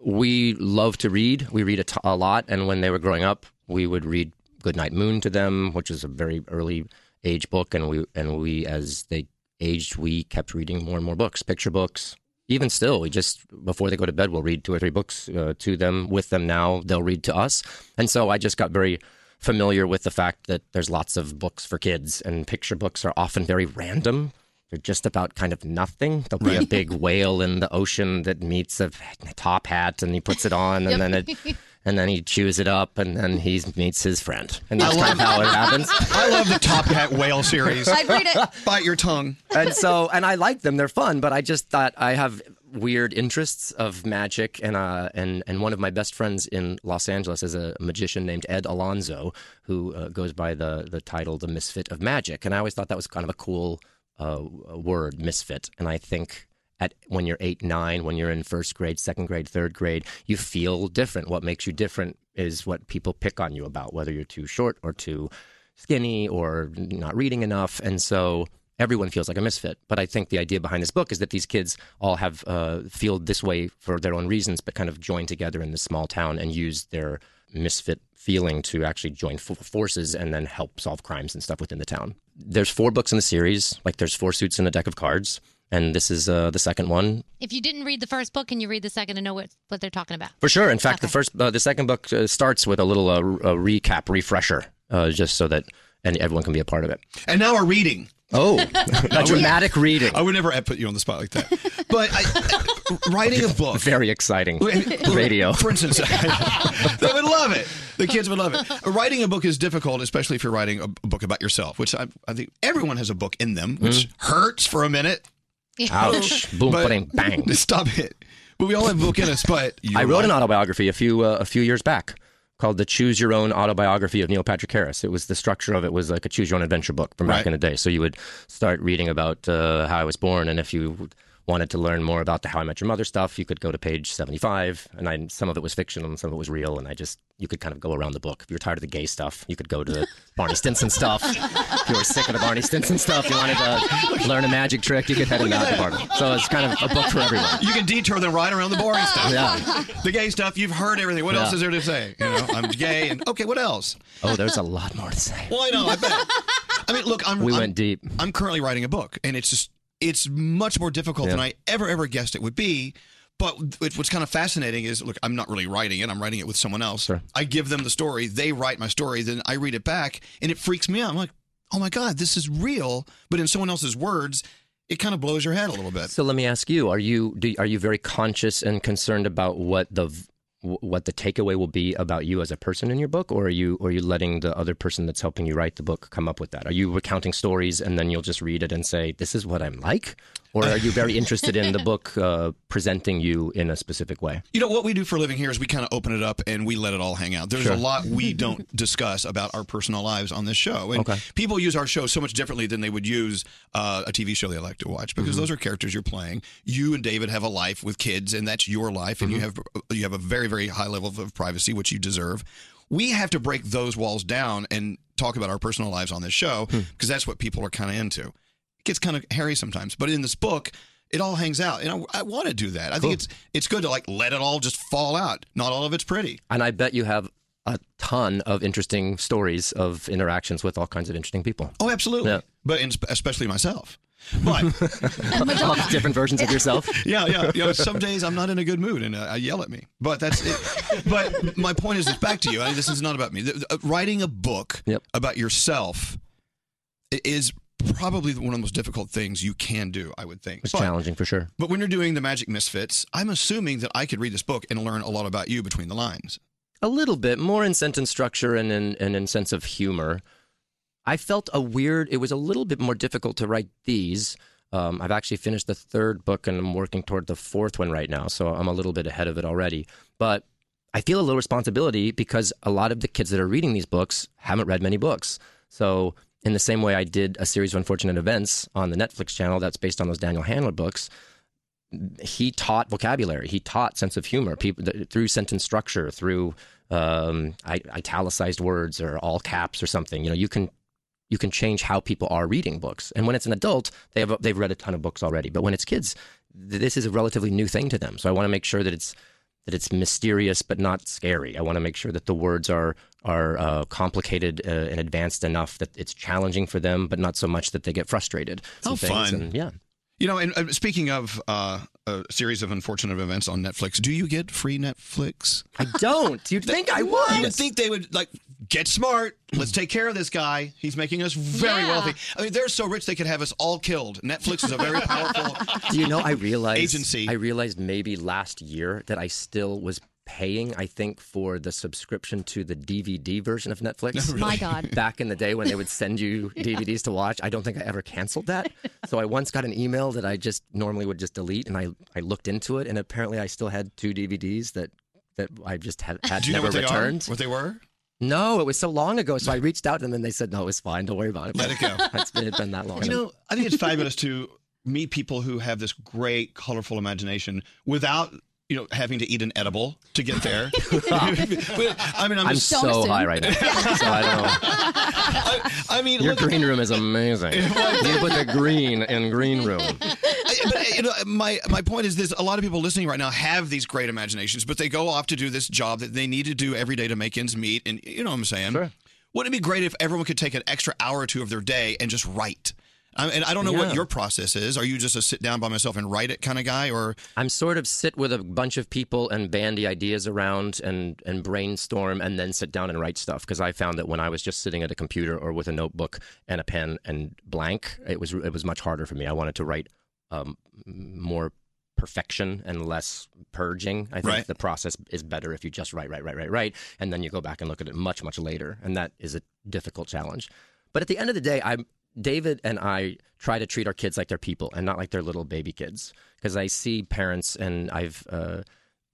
Speaker 11: we love to read. We read a, t- a lot. And when they were growing up, we would read Goodnight Moon to them, which is a very early age book. And we, and we, as they aged, we kept reading more and more books, picture books. Even still, we just before they go to bed, we'll read two or three books uh, to them with them now. They'll read to us. And so I just got very familiar with the fact that there's lots of books for kids, and picture books are often very random. They're just about kind of nothing. There'll be a
Speaker 12: Right.
Speaker 11: big whale in the ocean that meets a top hat, and he puts it on, and then it, and then he chews it up, and then he meets his friend, and that's kind of how it happens.
Speaker 1: I love the Top Hat Whale series.
Speaker 11: I'd read it.
Speaker 1: Bite your tongue.
Speaker 11: And so, and I like them; they're fun. But I just thought I have weird interests of magic, and uh, and and one of my best friends in Los Angeles is a magician named Ed Alonzo, who uh, goes by the the title "The Misfit of Magic," and I always thought that was kind of a cool uh, word, "misfit," and I think. At when you're eight, nine, when you're in first grade, second grade, third grade, you feel different. What makes you different is what people pick on you about, whether you're too short or too skinny or not reading enough. And so everyone feels like a misfit. But I think the idea behind this book is that these kids all have uh, feel this way for their own reasons, but kind of join together in this small town and use their misfit feeling to actually join fo- forces and then help solve crimes and stuff within the town. There's four books in the series, like there's four suits in a deck of cards. And this is uh, the second one.
Speaker 12: If you didn't read the first book, can you read the second and know what, what they're talking about?
Speaker 11: For sure. In fact, the first, uh, the second book uh, starts with a little uh, r- a recap, refresher, uh, just so that and everyone can be a part of it.
Speaker 1: And now we're reading.
Speaker 11: Oh,
Speaker 1: I
Speaker 11: a
Speaker 1: would-
Speaker 11: dramatic reading.
Speaker 1: I would never put you on the spot like that. But I, writing a book.
Speaker 11: Very exciting.
Speaker 1: Radio. For instance, they would love it. The kids would love it. Writing a book is difficult, especially if you're writing a b- book about yourself, which I, I think everyone has a book in them, which hurts for a minute.
Speaker 12: Yeah.
Speaker 11: Mm. Ouch. Boom, ba-ding, bang.
Speaker 1: Stop it. But we all have a book in us, but.
Speaker 11: I wrote an autobiography a few uh, a few years back called "The Choose Your Own Autobiography of Neil Patrick Harris." It was the structure of it was like a choose your own adventure book from back
Speaker 1: Right.
Speaker 11: in the day. So you would start reading about uh, how I was born, and if you wanted to learn more about the How I Met Your Mother stuff, you could go to page seventy-five, and I, some of it was fictional and some of it was real, and I just you could kind of go around the book. If you're tired of the gay stuff, you could go to the Barney Stinson stuff. If you were sick of the Barney Stinson stuff, you wanted to learn a magic trick, you could head in that department. So it's kind of a book for everyone.
Speaker 1: You can detour them right around the boring stuff.
Speaker 11: Yeah.
Speaker 1: The gay stuff, you've heard everything. What
Speaker 11: Yeah.
Speaker 1: else is there to say? You know, I'm gay and okay, what else?
Speaker 11: Oh, there's a lot more to say.
Speaker 1: Well, I know. I bet. I mean, look, I'm.
Speaker 11: We
Speaker 1: I'm-
Speaker 11: went deep.
Speaker 1: I'm currently writing a book, and it's just it's much more difficult than
Speaker 11: Yeah.
Speaker 1: I ever ever guessed it would be. But it- what's kind of fascinating is, look, I'm not really writing it. I'm writing it with someone else. I give them the story. They write my story. Then I read it back, and it freaks me out. I'm like, oh my god, this is real, but in someone else's words. It kind of blows your head a little bit.
Speaker 11: So let me ask you: Are you do, are you very conscious and concerned about what the v- what the takeaway will be about you as a person in your book, or are you or are you letting the other person that's helping you write the book come up with that? Are you recounting stories and then you'll just read it and say, "This is what I'm like," or are you very interested in the book uh, presenting you in a specific way?
Speaker 1: You know what we do for a living here is we kind of open it up and we let it all hang out. There's
Speaker 11: Sure.
Speaker 1: a lot we don't discuss about our personal lives on this show, and
Speaker 11: Okay.
Speaker 1: people use our show so much differently than they would use uh, a TV show they like to watch because
Speaker 11: Mhm.
Speaker 1: those are characters you're playing. You and David have a life with kids, and that's your life, and you have you have a very very high level of privacy which you deserve. We have to break those walls down and talk about our personal lives on this show because that's what people are kind of into. It gets kind of hairy sometimes, but in this book. It all hangs out, and I, I want to do that. I think it's it's good to like let it all just fall out. Not all of it's pretty.
Speaker 11: And I bet you have a ton of interesting stories of interactions with all kinds of interesting people.
Speaker 1: Oh, absolutely.
Speaker 11: Yeah.
Speaker 1: But in, especially myself.
Speaker 11: All different versions of yourself.
Speaker 1: Yeah, yeah. You know, some days I'm not in a good mood and uh, I yell at me. But that's it. but my point is, it's back to you. I, this is not about me. The- the- uh, writing a book about yourself i- is probably one of the most difficult things you can do. I would think.
Speaker 11: It's
Speaker 1: But-
Speaker 11: challenging for sure.
Speaker 1: But when you're doing the Magic Misfits, I'm assuming that I could read this book and learn a lot about you between the lines.
Speaker 11: A little bit more in sentence structure and in and in sense of humor. I felt a weird. It was a little bit more difficult to write these. Um, I've actually finished the third book and I'm working toward the fourth one right now, so I'm a little bit ahead of it already. But I feel a little responsibility because a lot of the kids that are reading these books haven't read many books. So in the same way I did a series of unfortunate events on the Netflix channel that's based on those Daniel Handler books, he taught vocabulary. He taught sense of humor people th- through sentence structure, through um, I, italicized words or all caps or something. You know, you can you can change how people are reading books. And when it's an adult, they have they've read a ton of books already. But when it's kids, th- this is a relatively new thing to them. So I want to make sure that it's that it's mysterious but not scary. I want to make sure that the words are are uh, complicated uh, and advanced enough that it's challenging for them, but not so much that they get frustrated.
Speaker 1: How
Speaker 11: and things.
Speaker 1: fun.
Speaker 11: And, yeah.
Speaker 1: You know, and uh, speaking of uh, a series of unfortunate events on Netflix, do you get free Netflix?
Speaker 11: I don't. You'd think I would.
Speaker 1: You would think they would like get smart. Let's take care of this guy. He's making us very
Speaker 11: Yeah.
Speaker 1: wealthy. I mean, they're so rich they could have us all killed. Netflix is a very powerful.
Speaker 11: Do you know I realized agency? I realized maybe last year that I still was paying I think for the subscription to the DVD version of Netflix.
Speaker 16: No, really? My God.
Speaker 11: Back in the day when they would send you
Speaker 16: Yeah.
Speaker 11: DVDs to watch, I don't think I ever canceled that. So I once got an email that I just normally would just delete and I I looked into it and apparently I still had two DVDs that that I just had, had
Speaker 1: do you know
Speaker 11: never
Speaker 1: what they
Speaker 11: returned.
Speaker 1: are? What they were?
Speaker 11: No, it was so long ago. So I reached out to them and they said, no, it's fine. Don't worry about it. Let it go. It's been, it's been that long.
Speaker 1: You know, I think it's fabulous to meet people who have this great, colorful imagination without. You know, having to eat an edible to get there. I mean, I'm,
Speaker 11: I'm
Speaker 1: just-
Speaker 11: so high right now. So I don't know.
Speaker 1: I mean,
Speaker 11: Your
Speaker 1: look-
Speaker 11: green room is amazing. you put the green in green room.
Speaker 1: I- but uh, you know, my my point is this: a lot of people listening right now have these great imaginations, but they go off to do this job that they need to do every day to make ends meet, and you know what I'm saying. Wouldn't it be great if everyone could take an extra hour or two of their day and just write? I, and I don't know
Speaker 11: Yeah.
Speaker 1: what your process is. Are you just a sit down by myself and write it kind of guy, or
Speaker 11: I'm sort of sit with a bunch of people and bandy ideas around and, and brainstorm and then sit down and write stuff because I found that when I was just sitting at a computer or with a notebook and a pen and blank, it was it was much harder for me. I wanted to write um, more perfection and less purging. I think
Speaker 1: Right.
Speaker 11: the process is better if you just write, write, write, write, write, and then you go back and look at it much, much later, and that is a difficult challenge. But at the end of the day, I'm David and I try to treat our kids like they're people and not like they're little baby kids because I see parents and I've uh,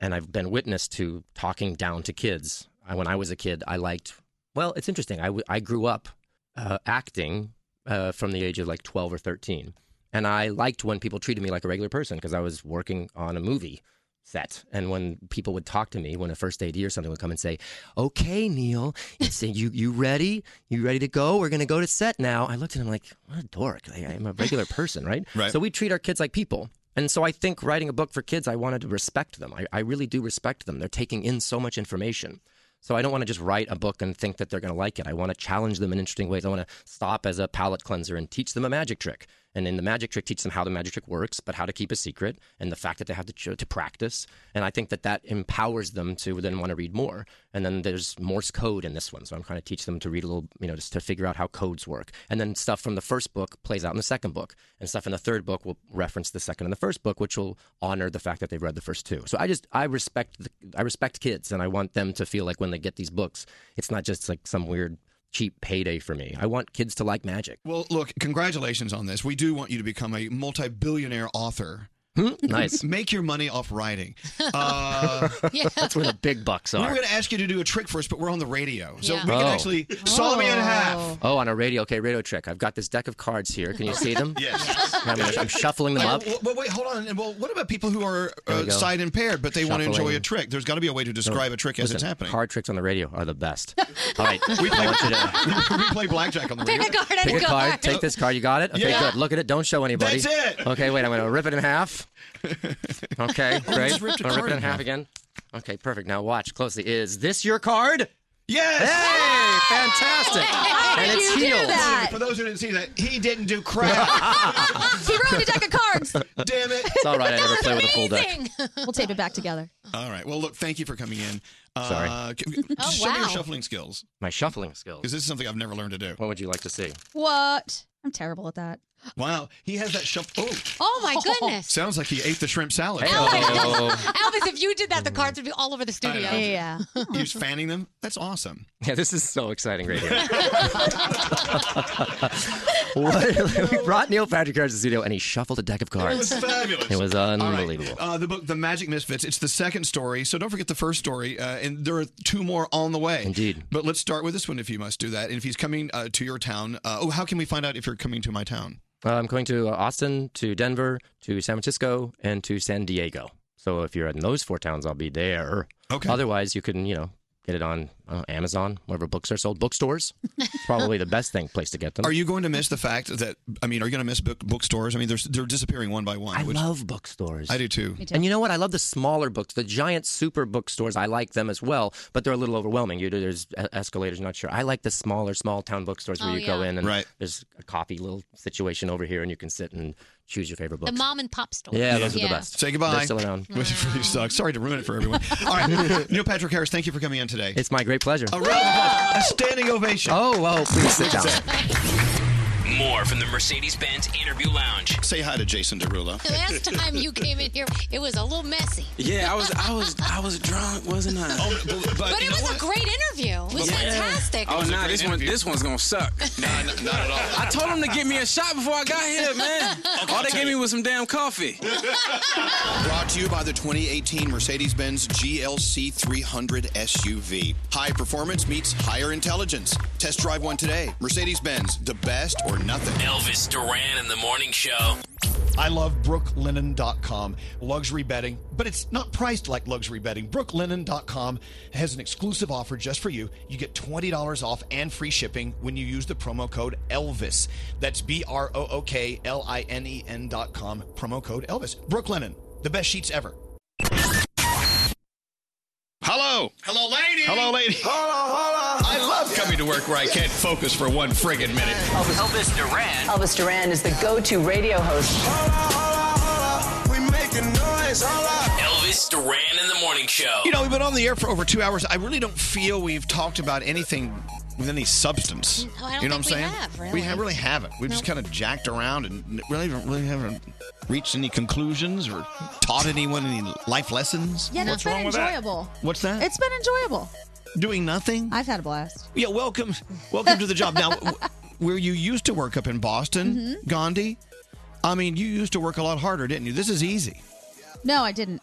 Speaker 11: and I've been witness to talking down to kids. I, when I was a kid, I liked. Well, it's interesting. I, w- I grew up uh, acting uh, from the age of like 12 or 13. And I liked when people treated me like a regular person because I was working on a movie set. And when people would talk to me, when a first AD or something would come and say, Okay, Neil, it's, you, you ready? You ready to go? We're going to go to set now. I looked at him like, What a dork. Like, I'm a regular person, right?
Speaker 1: Right.
Speaker 11: So we treat our kids like people. And so I think writing a book for kids, I wanted to respect them. I, I really do respect them. They're taking in so much information. So I don't want to just write a book and think that they're going to like it. I want to challenge them in interesting ways. I want to stop as a palate cleanser and teach them a magic trick. And in the magic trick, teach them how the magic trick works, but how to keep a secret and the fact that they have to, ch- to practice. And I think that that empowers them to then want to read more. And then there's Morse code in this one. So I'm trying to teach them to read a little, you know, just to figure out how codes work. And then stuff from the first book plays out in the second book. And stuff in the third book will reference the second and the first book, which will honor the fact that they've read the first two. So I just, I respect, the, I respect kids and I want them to feel like when they get these books, it's not just like some weird cheap payday for me. I want kids to like magic.
Speaker 1: Well, look, congratulations on this. We do want you to become a multi-billionaire author.
Speaker 11: Hmm, nice.
Speaker 1: Make your money off writing. Uh,
Speaker 11: That's where the big bucks
Speaker 1: we
Speaker 11: are.
Speaker 1: were going to ask you to do a trick for us, but we're on the radio, so
Speaker 11: Yeah.
Speaker 1: we can
Speaker 11: Oh.
Speaker 1: actually saw me in half.
Speaker 11: Oh, on a radio. Okay, radio trick. I've got this deck of cards here. Can you see them?
Speaker 1: yes.
Speaker 11: I'm, gonna- I'm shuffling them
Speaker 1: Wait,
Speaker 11: up.
Speaker 1: w- But wait, hold on. And Well, what about people who are
Speaker 11: There we
Speaker 1: uh,
Speaker 11: go.
Speaker 1: sight impaired, but they want to enjoy
Speaker 11: Shuffling.
Speaker 1: a trick? There's got to be a way to describe a trick as
Speaker 11: Listen,
Speaker 1: it's happening.
Speaker 11: Card tricks on the radio are the best. All right.
Speaker 1: We
Speaker 11: I
Speaker 1: play-
Speaker 11: want you to
Speaker 1: we play blackjack on the
Speaker 11: Pick
Speaker 1: radio.
Speaker 11: a Take a card. Take this card. You got it? Okay,
Speaker 1: Yeah.
Speaker 11: good. Look at it. Don't show anybody.
Speaker 1: That's it.
Speaker 11: Okay, wait. I'm going to rip it in half. Okay,
Speaker 1: Oh,
Speaker 11: great.
Speaker 1: just ripped a
Speaker 11: I'll
Speaker 1: card
Speaker 11: rip it
Speaker 1: in
Speaker 11: in half
Speaker 1: half.
Speaker 11: again. Okay, perfect. Now watch closely. Is this your card?
Speaker 1: Yes!
Speaker 11: Hey, fantastic.
Speaker 1: How
Speaker 11: and
Speaker 1: did
Speaker 11: it's
Speaker 1: you do
Speaker 11: healed.
Speaker 1: that? For those who didn't see that, he didn't do crap.
Speaker 5: he wrote a deck of cards.
Speaker 1: Damn it.
Speaker 11: It's all right. I never play with a full deck.
Speaker 5: we'll tape it back together.
Speaker 1: All right. Well, look, thank you for coming in.
Speaker 11: Sorry.
Speaker 1: Uh, c- c-
Speaker 5: Oh,
Speaker 1: show me your
Speaker 5: wow.
Speaker 1: shuffling skills.
Speaker 11: My shuffling skills.
Speaker 1: Because this is something I've never learned to do.
Speaker 11: What would you like to see?
Speaker 5: What? I'm terrible at that.
Speaker 1: Wow. He has that shuffle. Oh.
Speaker 3: Oh my goodness.
Speaker 1: Sounds like he ate the shrimp salad. Oh.
Speaker 3: Elvis, Elvis, if you did that, the cards would be all over the studio.
Speaker 1: know. Yeah. He was fanning them. That's awesome.
Speaker 11: Yeah, this is so exciting right here. What- we brought Neil Patrick Harris to the studio and he shuffled a deck of
Speaker 1: It
Speaker 11: cards.
Speaker 1: was fabulous.
Speaker 11: It was
Speaker 1: All right.
Speaker 11: unbelievable.
Speaker 1: Uh, the book, The Magic Misfits. It's the second story, so don't forget the first story, uh, and there are two more on the way.
Speaker 11: Indeed.
Speaker 1: But let's start with this one, if you must do that. And if he's coming uh, to your town, uh, oh, how can we find out if you're coming to my town?
Speaker 11: Uh, I'm going to uh, Austin, to Denver, to San Francisco, and to San Diego. So if you're in those four towns, I'll be there.
Speaker 1: Okay.
Speaker 11: Otherwise, you can, you know, Get it on uh, Amazon, wherever books are sold. Bookstores, probably the best thing place to get them.
Speaker 1: Are you going to miss the fact that I mean, are you going to miss book, bookstores? I mean, they're they're disappearing one by one.
Speaker 11: I
Speaker 1: which-
Speaker 11: love bookstores.
Speaker 1: I do too.
Speaker 11: And you know what? I love the smaller books, the giant super bookstores. I like them as well, but they're a little overwhelming. You, there's e- escalators, not sure. I like the smaller, small town bookstores where
Speaker 3: Oh,
Speaker 11: you go
Speaker 3: yeah.
Speaker 11: in and
Speaker 1: Right.
Speaker 11: there's a coffee little situation over here, and you can sit and choose your favorite book.
Speaker 3: The mom and pop store.
Speaker 11: Yeah, those are the best.
Speaker 1: Say goodbye.
Speaker 11: They're still around.
Speaker 1: Which really sucks. Sorry to ruin it for everyone. All right, Neil Patrick Harris, thank you for coming in today.
Speaker 11: It's my great pleasure.
Speaker 1: A round of applause. A standing ovation.
Speaker 11: Oh, well, please sit down.
Speaker 8: More from the Mercedes Benz Interview Lounge.
Speaker 1: Say hi to Jason Derulo.
Speaker 3: The last time you came in here, it was a little messy.
Speaker 15: Yeah, I was, I was, I was drunk, wasn't I?
Speaker 1: Oh, but,
Speaker 3: But, it was a great interview. It was
Speaker 15: Yeah.
Speaker 3: fantastic.
Speaker 15: Oh nah, this one, this one's gonna suck. nah, not,
Speaker 1: at all.
Speaker 15: I told him to get me a shot before I got here, man. all they gave me was some damn coffee.
Speaker 19: Brought to you by the 2018 Mercedes Benz GLC 300 SUV. High performance meets higher intelligence. Test drive one today. Mercedes Benz, the best or nothing.
Speaker 8: Elvis Duran in the Morning Show.
Speaker 1: I love brooklinen.com, luxury bedding, but it's not priced like luxury bedding. Brooklinen.com has an exclusive offer just for you. You get $20 off and free shipping when you use the promo code ELVIS. That's B R O O K L I N E N.com, promo code ELVIS. Brooklinen, the best sheets ever. Hello.
Speaker 25: Hello, lady.
Speaker 1: Hello, lady. I love coming to work where I can't focus for one friggin' minute.
Speaker 8: Elvis Duran.
Speaker 7: Elvis Duran is the go-to radio host.
Speaker 26: We making noise,
Speaker 8: Elvis Duran in the Morning Show.
Speaker 1: You know, we've been on the air for over two hours. I really don't feel we've talked about anything with any substance.
Speaker 3: I don't
Speaker 1: you know what
Speaker 3: think
Speaker 1: I'm
Speaker 3: we
Speaker 1: saying?
Speaker 3: have,
Speaker 1: We
Speaker 3: really.
Speaker 1: ha- really haven't. We've just kind of jacked around and n- really, haven't- really haven't reached any conclusions or taught anyone any life lessons.
Speaker 5: Yeah, and it's been enjoyable.
Speaker 1: What's that?
Speaker 5: It's been enjoyable.
Speaker 1: Doing nothing.
Speaker 5: I've had a blast.
Speaker 1: Yeah, welcome, welcome to the job. Now, w- where you used to work up in Boston, Gandhi. I mean, you used to work a lot harder, didn't you? This is easy.
Speaker 5: No, I didn't.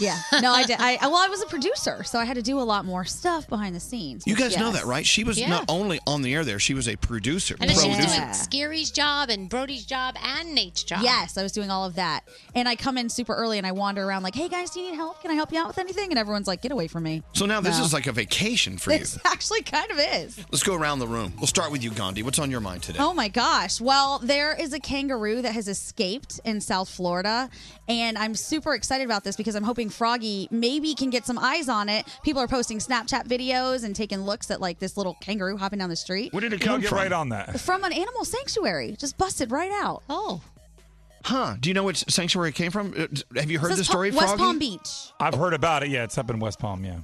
Speaker 5: Yeah, no, I did. I I- well, I was a producer, so I had to do a lot more stuff behind the scenes.
Speaker 1: You guys know
Speaker 5: Yes.
Speaker 1: that, right? She was
Speaker 5: Yeah.
Speaker 1: not only on the air there; she was a producer.
Speaker 5: And then she was
Speaker 1: producer.
Speaker 5: doing
Speaker 3: Scary's job and Brody's job and Nate's job.
Speaker 5: Yes, I was doing all of that, and I come in super early and I wander around like, "Hey guys, do you need help? Can I help you out with anything?" And everyone's like, "Get away from me!"
Speaker 1: So now this
Speaker 5: No.
Speaker 1: is like a vacation for
Speaker 5: This
Speaker 1: you.
Speaker 5: actually kind of is.
Speaker 1: Let's go around the room. We'll start with you, Gandhi. What's on your mind today?
Speaker 5: Oh my gosh. Well, there is a kangaroo that has escaped in South Florida. And I'm super excited about this because I'm hoping Froggy maybe can get some eyes on it. People are posting Snapchat videos and taking looks at like this little kangaroo hopping down the street.
Speaker 10: Where did it come Get right on that.
Speaker 5: From an animal sanctuary. Just busted right out.
Speaker 3: Oh.
Speaker 1: Huh? Do you know which sanctuary it came from? Uh, d- Have you heard
Speaker 5: Says
Speaker 1: the story,
Speaker 5: Pa- West
Speaker 1: Froggy?
Speaker 5: Palm Beach.
Speaker 10: I've heard about it. Yeah, it's up in West Palm. Yeah,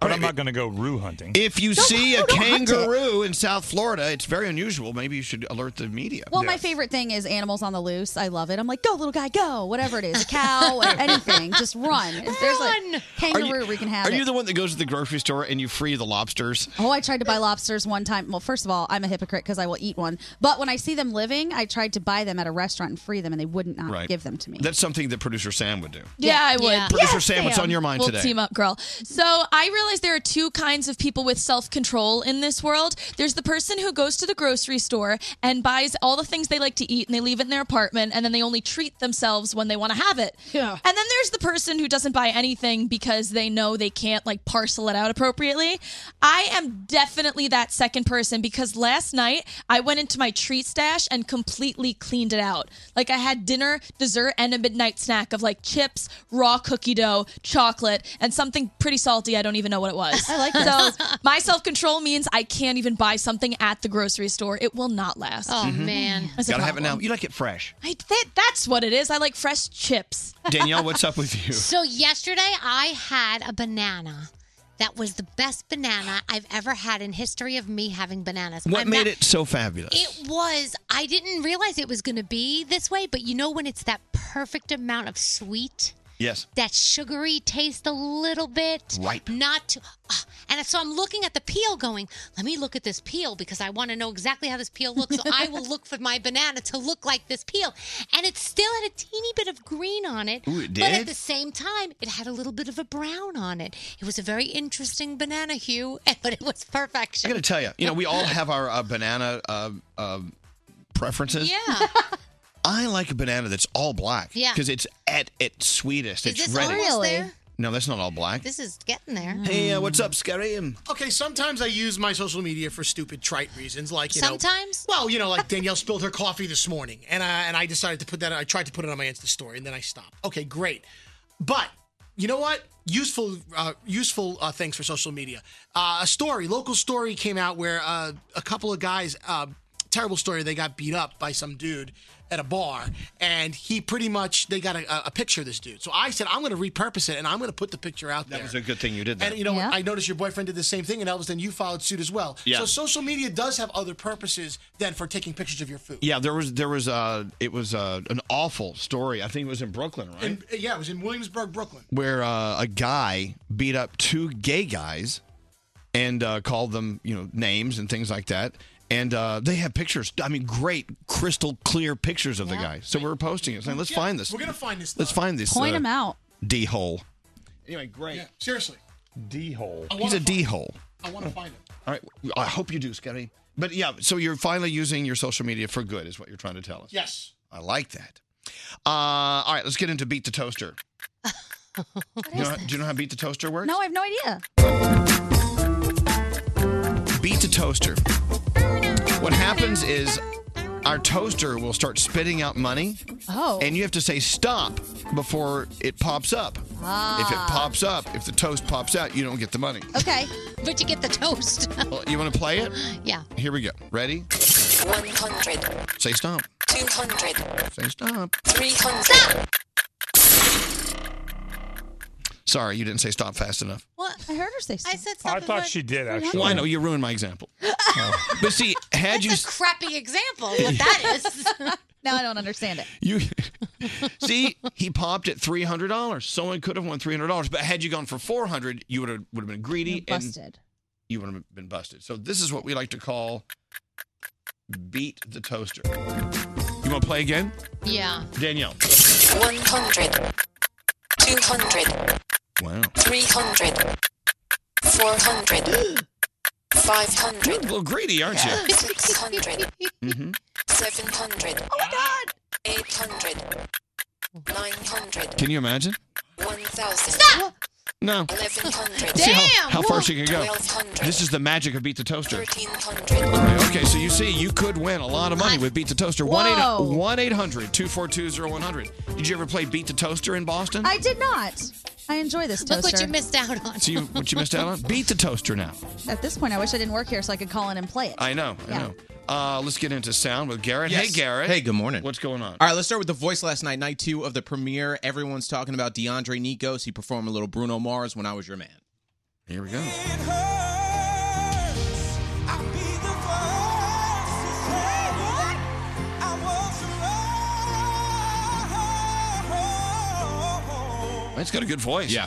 Speaker 10: but I'm not gonna go roo hunting.
Speaker 1: If you see a
Speaker 5: don't hunt it.
Speaker 1: kangaroo in South Florida, it's very unusual. Maybe you should alert the media.
Speaker 5: Well, my favorite thing is animals on the loose. I love it. I'm like, go, little guy, go. Whatever it is, a cow, or anything. Just run. If there's a kangaroo, we can have
Speaker 1: Are
Speaker 5: it.
Speaker 1: you the one that goes to the grocery store and you free the lobsters?
Speaker 5: Oh, I tried to buy lobsters one time. Well, first of all, I'm a hypocrite because I will eat one. But when I see them living, I tried to buy them at a restaurant and free them, and they wouldn't not
Speaker 1: Right.
Speaker 5: Uh, give them to me.
Speaker 1: That's something that producer Sam would do.
Speaker 9: Yeah, I would.
Speaker 1: Yeah. Producer Sam, what's on your mind
Speaker 9: we'll
Speaker 1: today?
Speaker 9: team up, girl. So I realize there are two kinds of people with self control in this world. There's the person who goes to the grocery store and buys all the things they like to eat, and they leave it in their apartment, and then they only treat themselves when they want to have it. Yeah. And then there's the person who doesn't buy anything because they know they can't like parcel it out appropriately. I am definitely that second person because last night I went into my treat stash and completely cleaned it out. Like I had dinner, dessert, and a midnight snack of like chips, raw cookie dough, chocolate, and something pretty salty. I don't even know what it was. I like
Speaker 5: this.
Speaker 9: So my self control means I can't even buy something at the grocery store. It will not last.
Speaker 1: Mhm.
Speaker 9: That's a
Speaker 1: Gotta have it now.
Speaker 9: problem.
Speaker 1: You like it fresh.
Speaker 9: I, that, that's what it is. I like fresh chips.
Speaker 1: Danielle, what's up with you?
Speaker 3: So yesterday I had a banana that was the best banana I've ever had in history of me having bananas.
Speaker 1: What
Speaker 3: I'm
Speaker 1: made
Speaker 3: not-
Speaker 1: it so fabulous?
Speaker 3: It was. I didn't realize it was going to be this way, but you know when it's that perfect amount of sweet,
Speaker 1: yes.
Speaker 3: that sugary taste a little bit,
Speaker 1: Ripe.
Speaker 3: Not too. ah. and so I'm looking at the peel, going, "Let me look at this peel because I want to know exactly how this peel looks. So I will look for my banana to look like this peel." And it still had a teeny bit of green on it,
Speaker 27: Ooh, it
Speaker 3: but at
Speaker 27: did?
Speaker 3: the same time, it had a little bit of a brown on it. It was a very interesting banana hue, but it was perfection.
Speaker 1: I got to tell you, you know, we all have our uh, banana uh, uh, preferences.
Speaker 3: Yeah.
Speaker 1: I like a banana that's all black.
Speaker 3: Yeah.
Speaker 1: Because it's at its sweetiest.
Speaker 3: Is
Speaker 1: it's
Speaker 3: this Hmm.
Speaker 1: ready.
Speaker 3: almost there?
Speaker 1: No, that's not all black. uh,
Speaker 3: This is getting there.
Speaker 1: up, Scary?
Speaker 4: Okay, sometimes I use my social media for stupid, trite reasons, like you know-
Speaker 3: Sometimes?
Speaker 4: well, you know, like Danielle spilled her coffee this morning, and I and I decided to put that. I tried to put it on my Insta story, and then I stopped. Okay, great, but you know what? Useful, uh, useful uh, things for social media. Uh, a story, local story, came out where uh, a couple of guys. Uh, terrible story. They got beat up by some dude at a bar, and he pretty much they got a, a picture of this dude. So I said, I'm going to repurpose it, and I'm going to put the picture out there.
Speaker 1: That was a good thing you did that.
Speaker 4: And you know, what? I noticed your boyfriend did the same thing, and Elvis, then you followed suit as well.
Speaker 1: Yeah.
Speaker 4: So social media does have other purposes than for taking pictures of your food.
Speaker 1: yeah, there was there was uh it was uh, an awful story. I think it was in Brooklyn, right?
Speaker 4: And, uh, yeah, it was in Williamsburg, Brooklyn.
Speaker 1: where uh, a guy beat up two gay guys and uh, called them, you know, names and things like that. And uh, they have pictures. I mean, great, crystal clear pictures of the guy. So we were posting it, saying, "Let's
Speaker 4: Yeah,
Speaker 1: find this.
Speaker 4: we're gonna find this
Speaker 1: Let's
Speaker 4: stuff.
Speaker 1: find this. uh,
Speaker 5: Point 'em out.
Speaker 1: D hole.
Speaker 4: Anyway, great. seriously.
Speaker 1: D hole.
Speaker 4: I wanna
Speaker 1: He's a
Speaker 4: find-
Speaker 1: D hole.
Speaker 4: I want to find it.
Speaker 1: All right. I hope you do, Scotty. But yeah, so you're finally using your social media for good, is what you're trying to tell us.
Speaker 4: Yes.
Speaker 1: I like that. Uh, all right, let's get into beat the toaster. You know how- do you know how beat the toaster works?
Speaker 5: No, I have no idea.
Speaker 1: beat the toaster. What happens is our toaster will start spitting out money.
Speaker 5: Oh.
Speaker 1: And you have to say stop before it pops up.
Speaker 3: Ah.
Speaker 1: If it pops up, if the toast pops out, you don't get the money.
Speaker 5: Okay.
Speaker 3: But you get the toast.
Speaker 1: Well, you want to play it?
Speaker 3: yeah.
Speaker 1: Here we go. Ready?
Speaker 3: 100,
Speaker 1: Say stop.
Speaker 3: 200,
Speaker 1: Say stop.
Speaker 3: 300.
Speaker 1: Sorry, you didn't say stop fast enough.
Speaker 3: What?
Speaker 5: I heard her say something. I
Speaker 3: said
Speaker 10: Oh, I thought she did actually.
Speaker 1: Well, I know you ruined my example. But see, had you
Speaker 3: Crappy example, what that is.
Speaker 5: now I don't understand it.
Speaker 1: You see, he popped at three hundred dollars. Someone could have won three hundred dollars, but had you gone for four hundred, you would have would have been greedy
Speaker 5: You're busted.
Speaker 1: and you would have been busted. So this is what we like to call beat the toaster. You want to play again,
Speaker 3: Yeah.
Speaker 1: Danielle?
Speaker 3: 100, 200,
Speaker 1: Wow.
Speaker 3: 300, 400, 500.
Speaker 1: You're a little greedy, aren't you?
Speaker 3: 600,
Speaker 1: Mm-hmm.
Speaker 3: 700. Oh my God. 800, 900,
Speaker 1: Can you imagine?
Speaker 3: 1,000. Stop!
Speaker 1: No.
Speaker 3: 1,100.
Speaker 1: See how, how far she can go. This is the magic of beat the toaster. Right, okay, so you see, you could win a lot of money with Beat the Toaster. 1
Speaker 5: Whoa.
Speaker 1: 800 242 100. Did you ever play Beat the Toaster in Boston?
Speaker 5: I did not. I enjoy this toaster.
Speaker 3: Look what you missed out on.
Speaker 1: See what you missed out on? Beat the Toaster now.
Speaker 5: At this point, I wish I didn't work here so I could call in and play it.
Speaker 1: I know, I
Speaker 5: Yeah.
Speaker 1: know. Uh, let's get into sound with Garrett. Hey,
Speaker 19: Yes.
Speaker 1: Garrett.
Speaker 19: Hey, good morning.
Speaker 1: What's going on?
Speaker 19: All right, let's start with The Voice last night, night two of the premiere. Everyone's talking about DeAndre Nikos. He performed a little Bruno Mars when I was your man.
Speaker 1: Here we go. That's got a good voice.
Speaker 19: Yeah.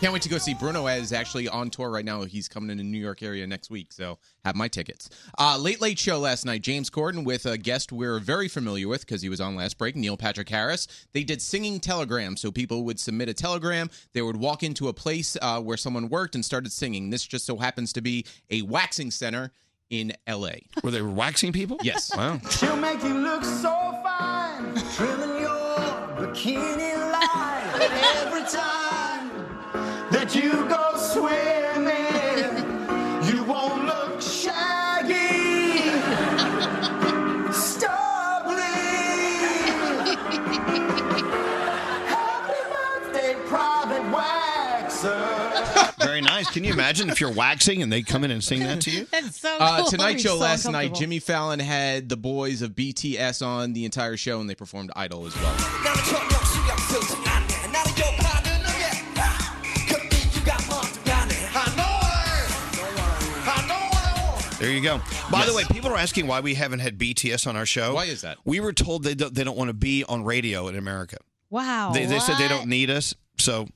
Speaker 19: Can't wait to go see Bruno as actually on tour right now. He's coming in the New York area next week, so have my tickets. Uh, Late Late Show last night, James Corden with a guest we're very familiar with because he was on last break, Neil Patrick Harris. They did singing telegrams, so people would submit a telegram. They would walk into a place uh, where someone worked and started singing. This just so happens to be a waxing center in L.A.
Speaker 1: Where they were waxing people?
Speaker 19: Yes.
Speaker 1: Wow.
Speaker 7: She'll make you look so fine, trimming your bikini line every time that you go swimming. You won't look shaggy, stubbly. Happy birthday, private waxer.
Speaker 1: Very nice. Can you imagine if you're waxing and they come in and sing that to you?
Speaker 3: That's so
Speaker 19: Uh, tonight show last night, Jimmy Fallon had the boys of BTS on the entire show, and they performed Idol as well.
Speaker 1: There you go. By the way, people are asking why we haven't had BTS on our show. Why is that? We were told they don't, they don't want to be on radio in America.
Speaker 5: Wow.
Speaker 1: They, they said they don't need us, so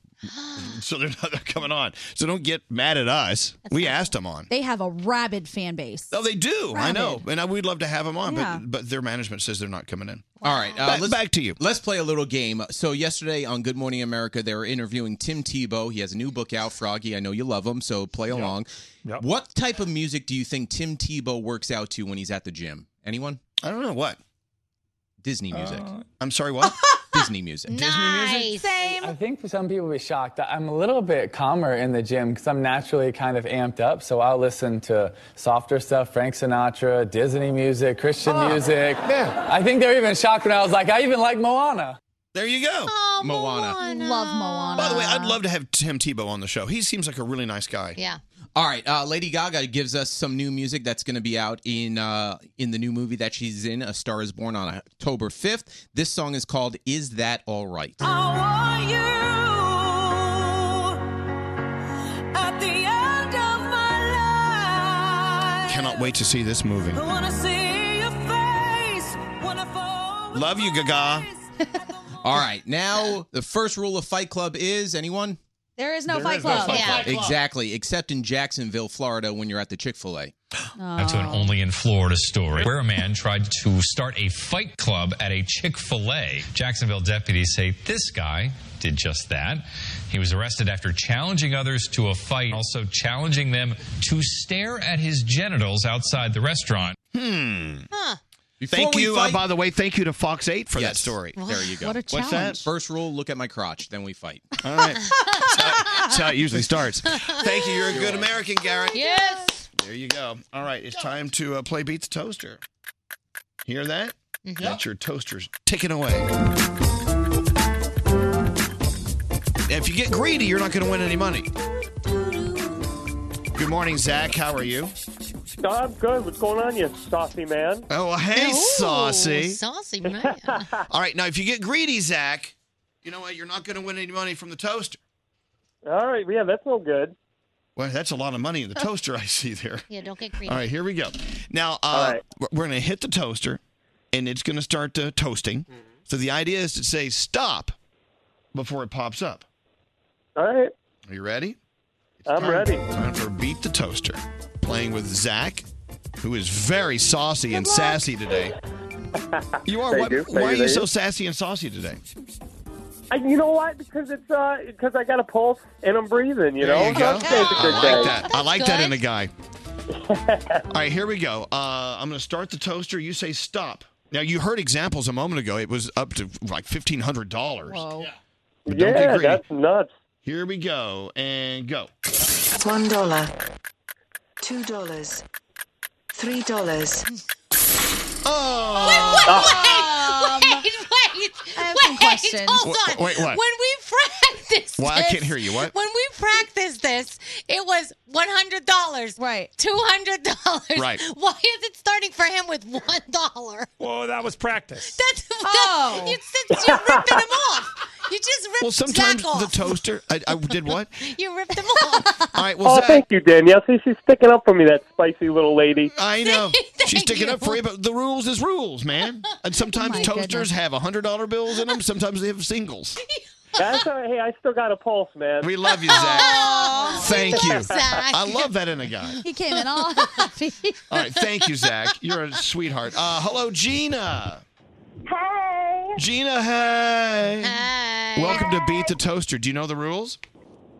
Speaker 1: so they're not they're coming on. So don't get mad at us. we asked them on.
Speaker 5: They have a rabid fan base.
Speaker 1: Oh, they do. I know, and I, we'd love to have them on,
Speaker 5: Yeah.
Speaker 1: but but their management says they're not coming in.
Speaker 19: All right,
Speaker 1: Back-
Speaker 19: to you. Let's play a little game. So yesterday on Good Morning America, they were interviewing Tim Tebow. He has a new book out, Froggy. I know you love him, so play along. What type of music do you think Tim Tebow works out to when he's at the gym? Anyone?
Speaker 1: I don't know what. Uh,
Speaker 19: Disney music.
Speaker 1: I'm sorry, what?
Speaker 19: Disney
Speaker 15: Same.
Speaker 19: music.
Speaker 15: I think some people will be shocked that I'm a little bit calmer in the gym because I'm naturally kind of amped up. So I'll listen to softer stuff, Frank Sinatra, Disney music, Christian
Speaker 7: Oh,
Speaker 15: music.
Speaker 7: yeah.
Speaker 15: I think they're even shocked when I was like, I even like Moana.
Speaker 1: There you go. Moana.
Speaker 5: Love Moana.
Speaker 1: By the way, I'd love to have Tim Tebow on the show. He seems like a really nice guy.
Speaker 5: Yeah.
Speaker 19: All right, uh, Lady Gaga gives us some new music that's going to be out in uh, in the new movie that she's in, A Star Is Born, on October fifth. This song is called "Is That All Right."
Speaker 7: At the end of my life,
Speaker 1: Cannot wait to see this movie.
Speaker 7: I wanna see your face when I fall.
Speaker 1: Love you, Gaga.
Speaker 19: All right, now the first rule of Fight Club is anyone.
Speaker 5: There is no Fight Club.
Speaker 19: Exactly, except in Jacksonville, Florida, when you're at the Chick Fil A.
Speaker 5: Oh,
Speaker 20: Back to an only in Florida story where a man tried to start a fight club at a Chick fil A. Jacksonville deputies say this guy did just that. He was arrested after challenging others to a fight, also challenging them to stare at his genitals outside the restaurant.
Speaker 1: Hmm.
Speaker 3: Huh.
Speaker 1: thank
Speaker 19: Before we
Speaker 1: you.
Speaker 19: fight-
Speaker 1: uh, by the way, thank you to Fox 8 for that
Speaker 19: Yes.
Speaker 1: story.
Speaker 19: There you go.
Speaker 1: What a What's challenge. that?
Speaker 19: First rule: look at my crotch, then we fight.
Speaker 1: All right. That's how it usually starts. Thank you. You're a good American, Garrett.
Speaker 3: Yes.
Speaker 1: There you go. All right, it's time to uh, play Beats Toaster. Hear that? That's your toaster's ticking away. If you get greedy, you're not going to win any money. Good morning, Zach. How are you?
Speaker 21: I'm good. What's going on, you saucy man?
Speaker 1: Oh, hey, saucy.
Speaker 3: Saucy man.
Speaker 21: Oh,
Speaker 1: All right, now if you get greedy, Zach, you know what? You're not going to win any money from the toaster.
Speaker 21: All right, yeah, that's no good.
Speaker 1: Well, that's a lot of money in the toaster I see there.
Speaker 3: Yeah, don't get greedy.
Speaker 1: All right, here we go. Now, uh, we're- we're going to hit the toaster, and it's going to start uh, toasting.
Speaker 21: Mm-hmm.
Speaker 1: So the idea is to say stop before it pops up.
Speaker 21: All right.
Speaker 1: Are you ready?
Speaker 21: I'm
Speaker 1: time-
Speaker 21: ready.
Speaker 1: Time for Beat the Toaster. Playing with Zach, who is very saucy and sassy today. You are.
Speaker 21: Thank
Speaker 1: what,
Speaker 21: you, thank
Speaker 1: why
Speaker 21: you,
Speaker 1: are you
Speaker 21: thank
Speaker 1: so
Speaker 21: you.
Speaker 1: sassy and saucy today?
Speaker 21: I, you know what? Because it's uh, because I got a pulse and I'm breathing. You
Speaker 1: There
Speaker 21: know,
Speaker 1: you go.
Speaker 21: So today's a
Speaker 1: I
Speaker 21: good
Speaker 1: like
Speaker 21: day.
Speaker 1: that. I like that in a guy. All right, here we go. Uh, I'm going to start the toaster. You say stop. Now you heard examples a moment ago. It was up to like fifteen hundred dollars.
Speaker 21: Whoa.
Speaker 1: But don't get
Speaker 21: Yeah,
Speaker 1: greedy.
Speaker 21: that's nuts.
Speaker 1: Here we go and go.
Speaker 22: One dollar. Two dollars. Three dollars.
Speaker 7: Oh.
Speaker 3: Wait, wait, wait, wait.
Speaker 5: some questions.
Speaker 3: Hold
Speaker 1: Wh-
Speaker 3: on.
Speaker 1: wait, what?
Speaker 3: When we practiced
Speaker 1: Well, I
Speaker 3: this-
Speaker 1: can't hear you. What?
Speaker 3: When we practiced this, it was one hundred dollars. Right. Two hundred dollars.
Speaker 10: Right.
Speaker 3: Why is it starting for him with one dollar?
Speaker 10: Well, that was practice.
Speaker 3: That's, oh. you, that's- you're ripping him off. You just ripped
Speaker 1: Well, sometimes
Speaker 3: Zach off.
Speaker 1: the toaster. I, I did what?
Speaker 3: you ripped him off.
Speaker 1: All right. Well,
Speaker 21: Oh,
Speaker 1: Zach,
Speaker 21: thank you, Danielle. See, she's sticking up for me, that spicy little lady.
Speaker 1: I know she's
Speaker 21: Thank
Speaker 1: sticking up
Speaker 21: you.
Speaker 1: for you, but the rules is rules, man. And sometimes
Speaker 21: my
Speaker 1: toasters
Speaker 21: goodness.
Speaker 1: have hundred dollar bills in them. Sometimes they have singles.
Speaker 21: That's all right. Hey, I still got a pulse, man.
Speaker 1: We love you, Zach. Thank you. I love that in a guy.
Speaker 5: He came in all happy.
Speaker 1: All right, thank you, Zach. You're a sweetheart. Uh, hello, Gina. Hey. Gina, hey. Hey. Welcome to Beat the Toaster. Do you know the rules?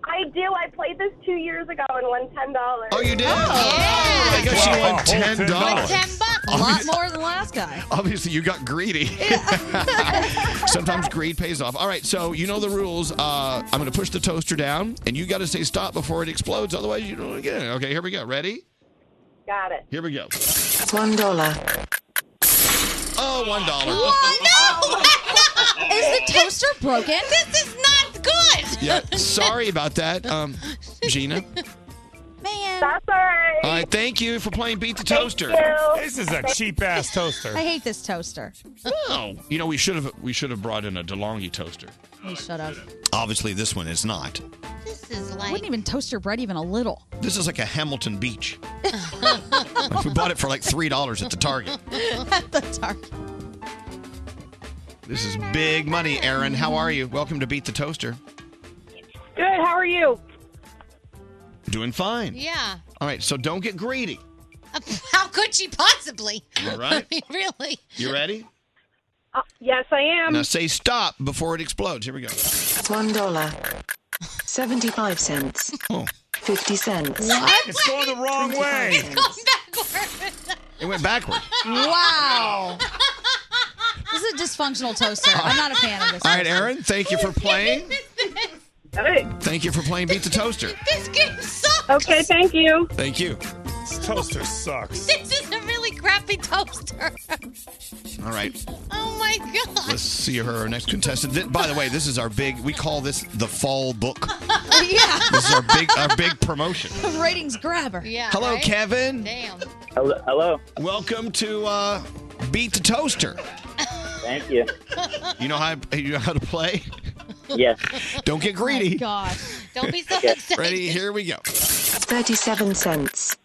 Speaker 28: I do. I played this two years ago and won ten dollars.
Speaker 1: Oh, you did? Oh, my gosh, you
Speaker 7: Wow,
Speaker 1: won ten dollars.
Speaker 5: bucks. A lot more than last guy.
Speaker 1: Obviously, you got greedy. Sometimes greed pays off. All right, so you know the rules. Uh, I'm going to push the toaster down, and you got to say stop before it explodes. Otherwise, you don't get it. Okay, here we go. Ready?
Speaker 28: Got it.
Speaker 1: Here we go.
Speaker 22: One dollar.
Speaker 1: Oh, one dollar.
Speaker 5: Oh Is the toaster broken?
Speaker 3: This is not good.
Speaker 1: Yeah, sorry about that, um, Gina.
Speaker 5: Man.
Speaker 28: That's all right.
Speaker 1: All right, thank you for playing Beat the Toaster.
Speaker 10: This is a cheap ass toaster.
Speaker 5: I hate this toaster.
Speaker 1: Oh, you know we should have we should have brought in a DeLonghi toaster.
Speaker 5: Hey, shut up.
Speaker 1: Obviously, this one is not.
Speaker 5: This is like. Wouldn't even toast your bread even a little.
Speaker 1: This is like a Hamilton Beach. we bought it for like three dollars at the Target.
Speaker 5: At the target.
Speaker 1: This is big money, Aaron. How are you? Welcome to Beat the Toaster.
Speaker 28: Good. How are you?
Speaker 1: Doing fine.
Speaker 3: Yeah.
Speaker 1: All right, so don't get greedy.
Speaker 3: How could she possibly?
Speaker 1: All right.
Speaker 3: I mean, really?
Speaker 1: You ready?
Speaker 28: Uh, yes, I am.
Speaker 1: Now say stop before it explodes. Here we go.
Speaker 22: One dollar. Seventy-five cents. Fifty cents.
Speaker 7: Oh. It's going the wrong way.
Speaker 3: Oh
Speaker 1: It went backward.
Speaker 5: Wow. This is a dysfunctional toaster. I'm not a fan of this.
Speaker 1: All right, Aaron, thank you for playing. Thank you for playing Beat the Toaster.
Speaker 3: This game sucks.
Speaker 29: Okay, thank you.
Speaker 1: Thank you.
Speaker 30: This toaster sucks.
Speaker 3: This is a really crappy toaster.
Speaker 1: All right,
Speaker 3: Oh my god.
Speaker 1: let's see her our next contestant. Th- By the way, this is our big. We call this the fall book. This is our big our big promotion.
Speaker 5: yeah. Ratings grabber. Yeah.
Speaker 1: Hello, Kevin.
Speaker 3: Damn.
Speaker 1: Hello. Welcome to uh, Beat the Toaster.
Speaker 7: Thank you.
Speaker 1: You know how you know how to play.
Speaker 7: Yes.
Speaker 1: Don't get greedy.
Speaker 5: God.
Speaker 3: Don't be so
Speaker 7: excited.
Speaker 1: Ready? Here we go.
Speaker 31: 37 cents,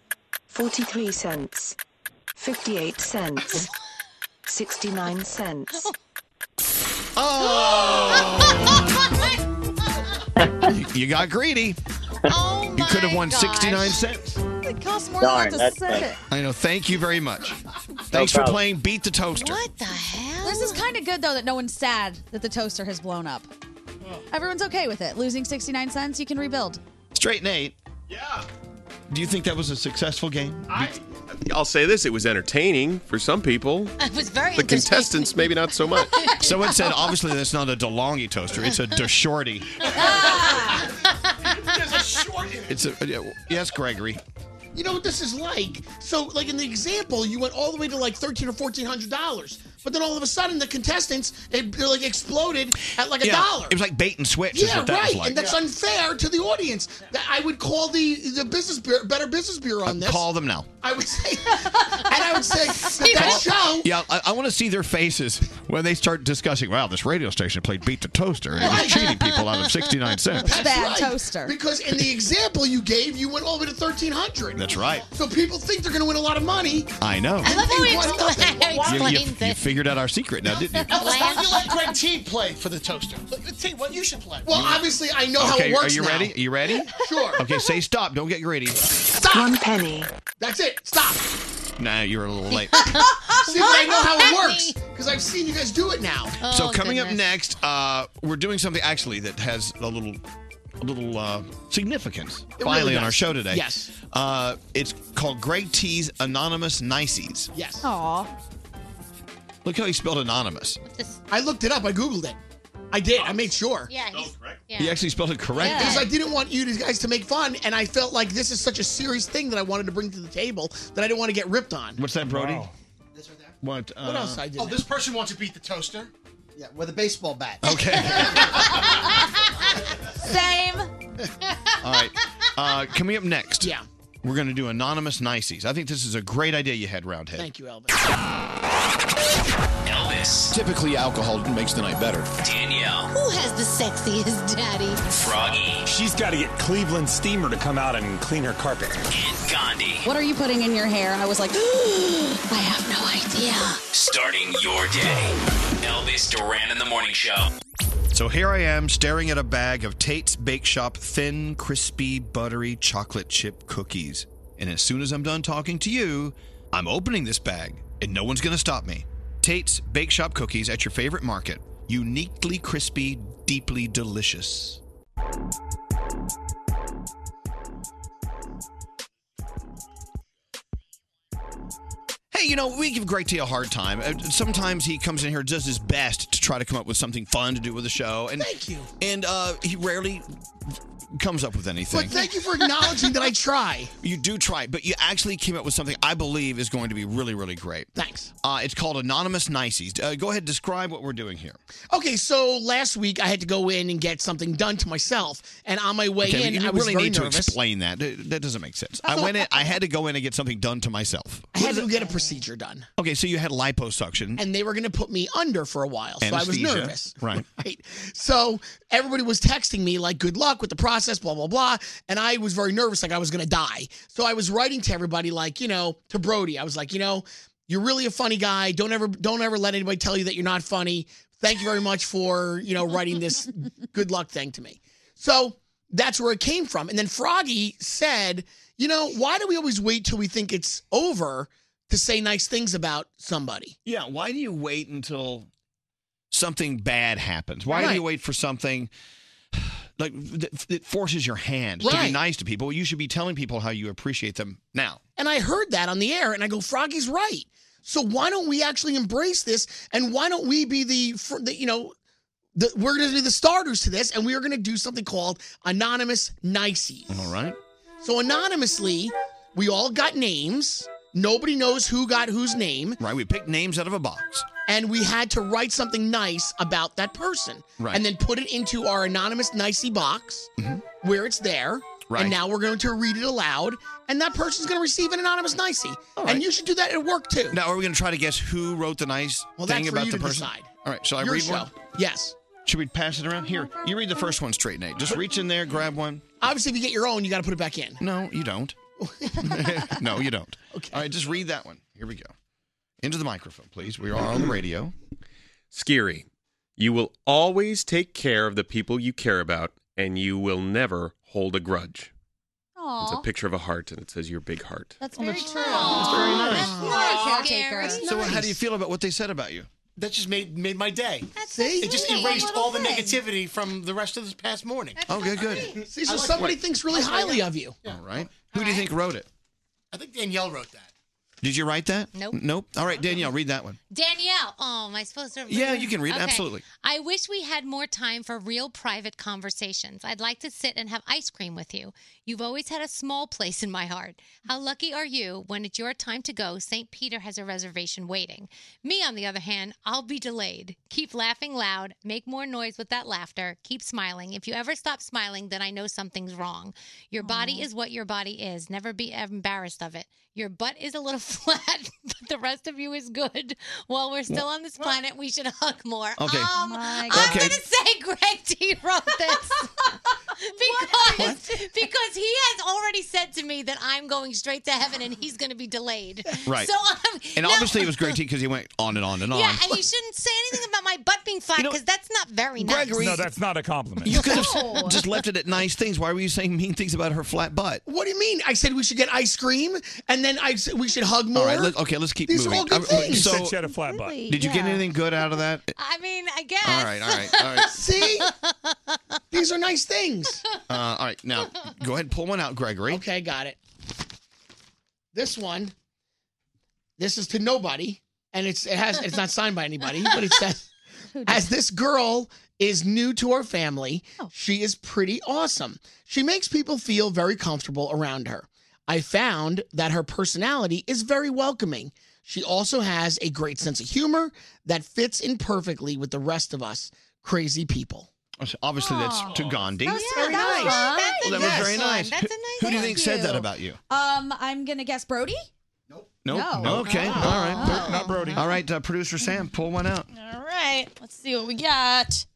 Speaker 31: 43 cents, 58 cents, 69 cents.
Speaker 5: Oh,
Speaker 1: You, you got greedy.
Speaker 3: Oh
Speaker 1: you could have won
Speaker 32: gosh.
Speaker 1: 69 cents.
Speaker 5: It costs more
Speaker 1: Darn,
Speaker 5: than that
Speaker 1: that's
Speaker 5: to set
Speaker 1: bad.
Speaker 5: it.
Speaker 1: I know. Thank you very much. Thanks for
Speaker 7: problem.
Speaker 1: playing Beat the Toaster. What
Speaker 3: the hell?
Speaker 5: This is kind of good though that no one's sad that the toaster has blown up. Everyone's okay with it. Losing 69 cents, you can rebuild.
Speaker 1: Straight Nate.
Speaker 6: Do you think that was a successful game?
Speaker 1: I-
Speaker 6: I'll say this: it was entertaining for some people.
Speaker 3: It was very
Speaker 6: The contestants, maybe not so much.
Speaker 1: Someone said, "Oh." obviously, that's not a DeLonghi toaster. It's a DeShorty.
Speaker 12: There's a short in it.
Speaker 1: It's a. Yes, Gregory.
Speaker 12: You know what this is like? So, like in the example, you went all the way to like thirteen or fourteen hundred dollars, but then all of a sudden the contestants it they, like exploded at like a
Speaker 1: Yeah,
Speaker 12: dollar.
Speaker 1: It was like bait and switch, is
Speaker 12: Yeah,
Speaker 1: what that
Speaker 12: right,
Speaker 1: was like.
Speaker 12: and that's unfair to the audience. That- I would call the the business bureau, Better Business Bureau on this.
Speaker 1: Call them now.
Speaker 12: I would say, and I would say that, that show.
Speaker 1: Yeah, I, I want to see their faces when they start discussing. Wow, this radio station played Beat the Toaster and was cheating people out of sixty nine cents.
Speaker 5: Bad toaster.
Speaker 12: Because in the example you gave, you went all the way to thirteen hundred.
Speaker 1: That's right.
Speaker 12: So people think they're going to win a lot of money.
Speaker 1: I know.
Speaker 12: I love how he
Speaker 1: You,
Speaker 12: explains
Speaker 1: you- you figured out our secret now, didn't you?
Speaker 12: you let Greg T play for the toaster. T, what you should play. Well, obviously, I know
Speaker 1: okay,
Speaker 12: how it works
Speaker 1: are you
Speaker 12: now.
Speaker 1: ready? Are you ready?
Speaker 12: Sure.
Speaker 1: Okay, say stop. Don't get greedy.
Speaker 31: One penny.
Speaker 12: That's it. Stop.
Speaker 1: Nah, you were a little late.
Speaker 12: See, but I know how it works because I've seen you guys do it now.
Speaker 1: so coming up next, uh, we're doing something actually that has a little, a little uh, significance.
Speaker 12: It really
Speaker 1: Finally on our
Speaker 12: does.
Speaker 1: show today.
Speaker 12: Yes.
Speaker 1: Uh, it's called Greg T's Anonymous Nices.
Speaker 12: Yes.
Speaker 5: Aw.
Speaker 1: Look how he spelled anonymous.
Speaker 12: I looked it up. I googled it. I did. I made sure.
Speaker 3: Yeah. He's,
Speaker 1: Oh, He actually spelled it correctly.
Speaker 12: Because I didn't want you guys to make fun, and I felt like this is such a serious thing that I wanted to bring to the table that I didn't want to get ripped on.
Speaker 1: What's that, Brody? What? Uh,
Speaker 12: What else I did?
Speaker 4: oh, this person wants to beat the toaster. Oh, Yeah, with a baseball bat.
Speaker 1: Okay.
Speaker 5: Same.
Speaker 1: All right. Uh, coming up next.
Speaker 12: Yeah.
Speaker 1: We're going to do anonymous nices. I think this is a great idea you had, Roundhead.
Speaker 12: Thank you, Elvis.
Speaker 8: Elvis.
Speaker 1: Typically, alcohol makes the night better.
Speaker 8: Danielle.
Speaker 3: Who has the sexiest daddy?
Speaker 8: Froggy.
Speaker 10: She's got to get Cleveland Steamer to come out and clean her carpet.
Speaker 8: Gandhi.
Speaker 5: What are you putting in your hair? I was like, I have no idea.
Speaker 8: Starting your day. Elvis Duran in the Morning Show.
Speaker 1: So here I am staring at a bag of Tate's Bake Shop thin, crispy, buttery chocolate chip cookies. And as soon as I'm done talking to you, I'm opening this bag and no one's going to stop me. Tate's Bake Shop cookies at your favorite market. Uniquely crispy, deeply delicious. Hey, you know, we give Greg T a hard time. Uh, Sometimes he comes in here does his best to try to come up with something fun to do with the show. And thank you. And uh, he rarely comes up with anything.
Speaker 12: But thank you for acknowledging that I try.
Speaker 1: You do try, but you actually came up with something I believe is going to be really, really great.
Speaker 12: Thanks.
Speaker 1: Uh, it's called Anonymous Nices. Uh, go ahead, describe what we're doing here.
Speaker 12: Okay, so last week I had to go in and get something done to myself, and on my way
Speaker 1: Okay, but
Speaker 12: in,
Speaker 1: you
Speaker 12: I was
Speaker 1: really
Speaker 12: very
Speaker 1: need
Speaker 12: nervous. Oh,
Speaker 1: to explain that. That that doesn't make sense. I
Speaker 12: So-
Speaker 1: went in. I had to go in and get something done to myself.
Speaker 12: I had to get a procedure done,
Speaker 1: Okay, so you had liposuction.
Speaker 12: and they were going to put me under for a while, so I was
Speaker 1: anesthesia.
Speaker 12: nervous.
Speaker 1: Right.
Speaker 12: Right. So everybody was texting me like, "Good luck with the process," blah blah blah, and I was very nervous, like I was gonna die. So I was writing to everybody, like you know, to Brody. I was like, you know, you're really a funny guy. Don't ever, don't ever let anybody tell you that you're not funny. Thank you very much for you know writing this good luck thing to me. So that's where it came from. And then Froggy said, you know, why do we always wait till we think it's over to say nice things about somebody?
Speaker 1: Yeah, why do you wait until something bad happens? Why do
Speaker 12: Right.
Speaker 1: you wait for something like that that forces your hand to be
Speaker 12: Right.
Speaker 1: nice to people? You should be telling people how you appreciate them now.
Speaker 12: And I heard that on the air, and I go, Froggy's right. So why don't we actually embrace this? And why don't we be the, fr- the you know, the, we're going to be the starters to this, and we are going to do something called anonymous niceties.
Speaker 1: All right.
Speaker 12: So anonymously, we all got names. Nobody knows who got whose name.
Speaker 1: Right. We picked names out of a box.
Speaker 12: And we had to write something nice about that person.
Speaker 1: Right.
Speaker 12: And then put it into our anonymous nicey box where it's there.
Speaker 1: Right.
Speaker 12: And now we're going to read it aloud, and that person's going to receive an anonymous nicey. E. And you should do that at work too.
Speaker 1: Now, are we going to try to guess who wrote the nice
Speaker 12: Well,
Speaker 1: thing
Speaker 12: that's for
Speaker 1: about
Speaker 12: you
Speaker 1: the
Speaker 12: to
Speaker 1: person?
Speaker 12: decide.
Speaker 1: All right, shall I
Speaker 12: Your
Speaker 1: read
Speaker 12: show.
Speaker 1: one?
Speaker 12: Yes.
Speaker 1: Should we pass it around? Here, you read the first one straight, Nate. Just reach in there, grab one.
Speaker 12: Obviously, if you get your own, you got to put it back in.
Speaker 1: No, you don't. no, you don't. Okay. All right, just read that one. Here we go. Into the microphone, please. We are on the radio.
Speaker 6: Scary. You will always take care of the people you care about, and you will never hold a grudge. It's a
Speaker 5: Aw.
Speaker 6: picture of a heart, and it says your big heart.
Speaker 5: That's very true.
Speaker 12: That's very nice.
Speaker 5: That's not a caretaker.
Speaker 1: So, how do you feel about what they said about you?
Speaker 4: That just made made my day.
Speaker 12: See?
Speaker 4: It just
Speaker 12: sweet.
Speaker 4: erased all the
Speaker 12: Little thing.
Speaker 4: negativity from the rest of this past morning.
Speaker 1: okay, good.
Speaker 12: See, so somebody thinks really highly of you.
Speaker 1: All right. Who do you think wrote it?
Speaker 4: I think Danielle wrote that.
Speaker 1: Did you write that?
Speaker 3: Nope.
Speaker 1: Nope. All right, Danielle, read that one.
Speaker 3: Danielle. Oh, am I supposed to? read
Speaker 1: Yeah,
Speaker 3: it?
Speaker 1: you can read it. Absolutely.
Speaker 3: I wish we had more time for real private conversations. I'd like to sit and have ice cream with you. You've always had a small place in my heart. How lucky are you when it's your time to go? St. Peter has a reservation waiting. Me, on the other hand, I'll be delayed. Keep laughing loud. Make more noise with that laughter. Keep smiling. If you ever stop smiling, then I know something's wrong. Your body is what your body is. Never be embarrassed of it. Your butt is a little flat, but the rest of you is good. While we're still on this planet, we should hug more.
Speaker 1: Okay.
Speaker 3: Um,
Speaker 1: My
Speaker 3: I'm
Speaker 1: God.
Speaker 3: gonna say Greg D wrote this because because he has already said to me that I'm going straight to heaven and he's gonna be delayed.
Speaker 1: Right.
Speaker 3: So
Speaker 12: um,
Speaker 3: I'm
Speaker 1: And
Speaker 3: now-
Speaker 1: obviously, it was great because he went on and on and on.
Speaker 3: Yeah, and you shouldn't say anything about my butt being flat because that's not very nice.
Speaker 1: Gregory-
Speaker 10: No, that's not a compliment.
Speaker 1: You could have just left it at nice things. Why were you saying mean things about her flat butt?
Speaker 12: What do you mean? I said we should get ice cream, and then I said we should hug more.
Speaker 1: All right, let, okay, let's keep
Speaker 12: These are
Speaker 1: moving.
Speaker 12: all good
Speaker 1: I-
Speaker 12: things.
Speaker 1: So,
Speaker 12: You said she had a flat butt. Really?
Speaker 1: Did you get
Speaker 12: Yeah.
Speaker 1: anything good out of that?
Speaker 3: I mean, I guess.
Speaker 1: All right, all right, all right.
Speaker 12: See, these are nice things.
Speaker 1: Uh, all right, now go ahead and pull one out, Gregory.
Speaker 12: Okay, got it. This one, this is to nobody, and it's it has it's not signed by anybody, but it says, as this girl is new to our family, she is pretty awesome. She makes people feel very comfortable around her. I found that her personality is very welcoming. She also has a great sense of humor that fits in perfectly with the rest of us crazy people.
Speaker 1: Obviously, that's to Gandhi.
Speaker 12: That was Yeah, very that was nice. fun. That's a
Speaker 1: Well, that
Speaker 12: nice
Speaker 1: was very
Speaker 12: one.
Speaker 1: nice.
Speaker 12: That's a
Speaker 1: Who-
Speaker 12: nice
Speaker 1: Who do you
Speaker 12: one.
Speaker 1: think said that
Speaker 5: Thank
Speaker 1: about you?
Speaker 5: Um, I'm gonna guess Brody.
Speaker 1: Nope.
Speaker 5: No.
Speaker 1: Okay.
Speaker 5: Oh.
Speaker 1: All right. Not Brody. All right, uh, producer Sam, pull one out.
Speaker 9: All right, let's see what we got.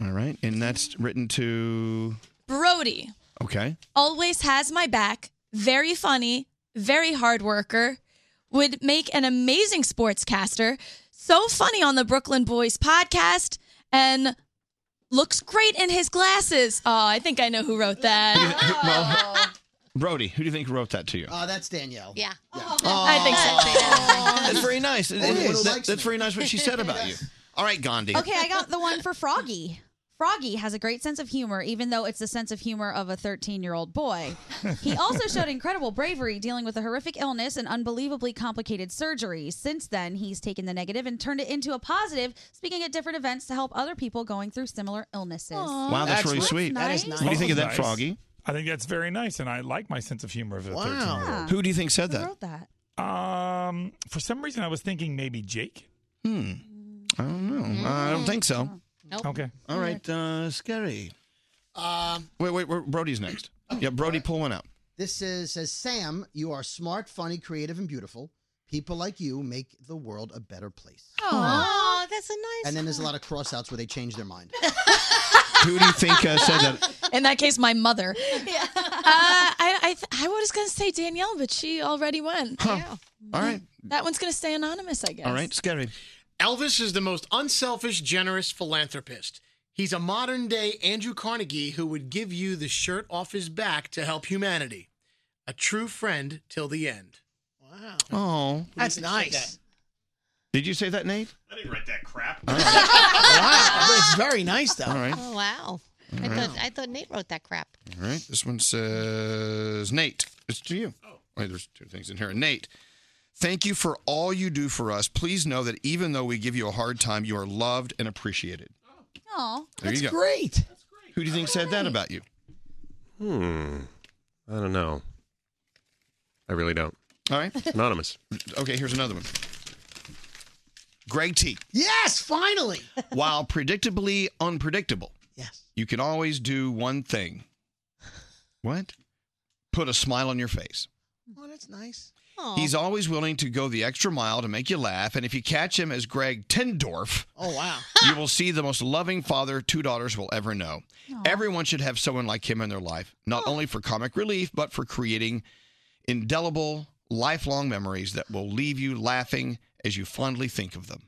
Speaker 1: All right, and that's written to.
Speaker 9: Brody
Speaker 1: Okay.
Speaker 9: always has my back. Very funny, very hard worker. Would make an amazing sportscaster. So funny on the Brooklyn Boys podcast, and looks great in his glasses. Oh, I think I know who wrote that.
Speaker 1: Well, Brody, who do you think wrote that to you?
Speaker 12: Uh, that's Danielle.
Speaker 3: Yeah.
Speaker 5: Oh.
Speaker 9: I think so.
Speaker 1: That's very nice.
Speaker 12: Oh,
Speaker 1: It-
Speaker 12: everyone
Speaker 1: it-
Speaker 12: who
Speaker 1: that-
Speaker 12: likes
Speaker 1: that's very nice what she said about you. All right, Gandhi.
Speaker 5: Okay, I got the one for Froggy. Froggy has a great sense of humor, even though it's the sense of humor of a 13 year old boy. He also showed incredible bravery dealing with a horrific illness and unbelievably complicated surgery. Since then, he's taken the negative and turned it into a positive, speaking at different events to help other people going through similar illnesses.
Speaker 1: Wow, that's, really sweet. What do you think of that,
Speaker 10: Nice.
Speaker 1: Froggy?
Speaker 10: I think that's very nice, and I like my sense of humor of a
Speaker 1: Wow.
Speaker 10: 13 year old.
Speaker 1: Who do you think said that?
Speaker 5: that?
Speaker 10: Um, for some reason, I was thinking maybe Jake.
Speaker 1: Hmm. I don't know. Uh, I don't think so.
Speaker 3: Nope.
Speaker 10: Okay.
Speaker 1: All right, uh, scary.
Speaker 4: Um,
Speaker 1: Wait, wait, wait, Brody's next.
Speaker 12: Oh.
Speaker 1: Yeah, Brody, pull one out.
Speaker 23: This is says Sam, you are smart, funny, creative, and beautiful. People like you make the world a better place.
Speaker 3: Oh, that's a nice.
Speaker 23: And then there's a lot of crossouts where they change their mind.
Speaker 1: Who do you think uh, said that?
Speaker 9: In that case, my mother. Yeah. Uh, I, I, th- I was going to say Danielle, but she already went. Yeah.
Speaker 1: All right.
Speaker 9: That one's going to stay anonymous, I guess.
Speaker 4: All
Speaker 1: right, scary.
Speaker 4: Elvis is the most unselfish, generous philanthropist. He's a modern day Andrew Carnegie who would give you the shirt off his back to help humanity. A true friend till the end.
Speaker 1: Oh,
Speaker 4: That's nice.
Speaker 1: did you say that, Nate?
Speaker 4: I didn't write that crap.
Speaker 12: wow, but it's very nice though.
Speaker 1: All right.
Speaker 3: Oh wow. I
Speaker 1: All right.
Speaker 3: thought I thought Nate wrote that crap.
Speaker 1: All right. This one says Nate. It's to you. Oh, wait, there's two things in here. Nate Thank you for all you do for us. Please know that even though we give you a hard time, you are loved and appreciated.
Speaker 5: Oh,
Speaker 1: There you go. Who do you think said that about you?
Speaker 6: Hmm. I don't know. I really don't.
Speaker 1: All right.
Speaker 6: Anonymous.
Speaker 1: Okay, here's another one. Greg T.
Speaker 12: Yes, finally.
Speaker 1: While predictably unpredictable, yes, you can always do one thing. What? Put a smile on your face.
Speaker 12: Oh, that's nice.
Speaker 1: He's always willing to go the extra mile to make you laugh, and if you catch him as Greg Tendorf,
Speaker 12: Oh wow.
Speaker 1: you will see the most loving father two daughters will ever know. Everyone should have someone like him in their life, not only for comic relief, but for creating indelible, lifelong memories that will leave you laughing as you fondly think of them.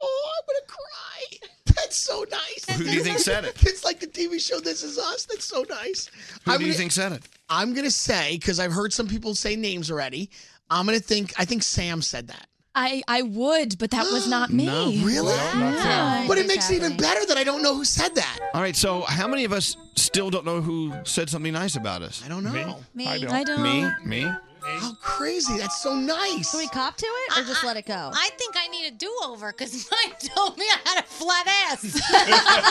Speaker 12: Oh, I'm gonna cry. That's so nice.
Speaker 1: Who do you think said it?
Speaker 12: It's like the TV show This Is Us. That's so nice.
Speaker 1: Who do you think said it?
Speaker 12: I'm gonna say because I've heard some people say names already. I'm gonna think. I think Sam said that.
Speaker 9: I, I would, but that was not me.
Speaker 1: No.
Speaker 12: Really?
Speaker 1: No, not Sam.
Speaker 12: But it makes it even better that I don't know who said that.
Speaker 1: All right, so how many of us still don't know who said something nice about us? I
Speaker 12: don't know. Me?
Speaker 5: Me. I don't. I don't.
Speaker 1: Me? Me?
Speaker 12: How crazy. That's so nice.
Speaker 5: Can we cop to it or just let it go?
Speaker 3: I think I need a do-over because mine told me I had a flat ass.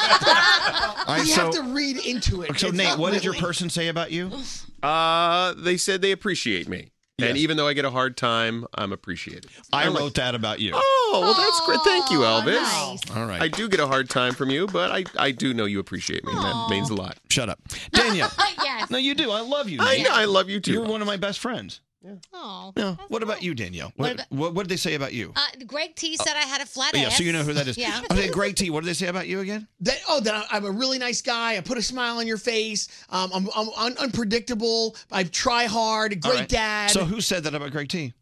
Speaker 1: All right,
Speaker 12: we
Speaker 1: so-
Speaker 12: have to read into it.
Speaker 1: So,
Speaker 12: It's
Speaker 1: Nate,
Speaker 12: not
Speaker 1: what did your
Speaker 12: really-
Speaker 1: person say about you?
Speaker 6: Uh, they said they appreciate me. And even though I get a hard time, I'm appreciated.
Speaker 1: I wrote that about you.
Speaker 6: Oh, well, that's great. Thank you, Elvis.
Speaker 1: All right.
Speaker 6: I do get a hard time from you, but I, I do know you appreciate me. and That means a lot.
Speaker 1: Shut up. Danielle.
Speaker 5: Oh,
Speaker 3: yes.
Speaker 1: No, you do. I love you.
Speaker 6: I
Speaker 1: Nate.
Speaker 6: know, I love you too.
Speaker 1: You're one of my best friends.
Speaker 3: Oh.
Speaker 1: No. What about you, Danielle?
Speaker 3: What
Speaker 1: What,
Speaker 3: about-
Speaker 1: what, what did they say about you?
Speaker 3: Uh, Greg T said I had a flat
Speaker 1: yeah,
Speaker 3: ass.
Speaker 1: so you know who that is.
Speaker 3: Yeah.
Speaker 1: Okay, Greg T, what did they say about you again?
Speaker 12: That, oh, that I'm a really nice guy. I put a smile on your face. Um, I'm, I'm un- unpredictable. I try hard. A
Speaker 1: All
Speaker 12: great
Speaker 1: right.
Speaker 12: dad.
Speaker 1: So who said that about Greg T?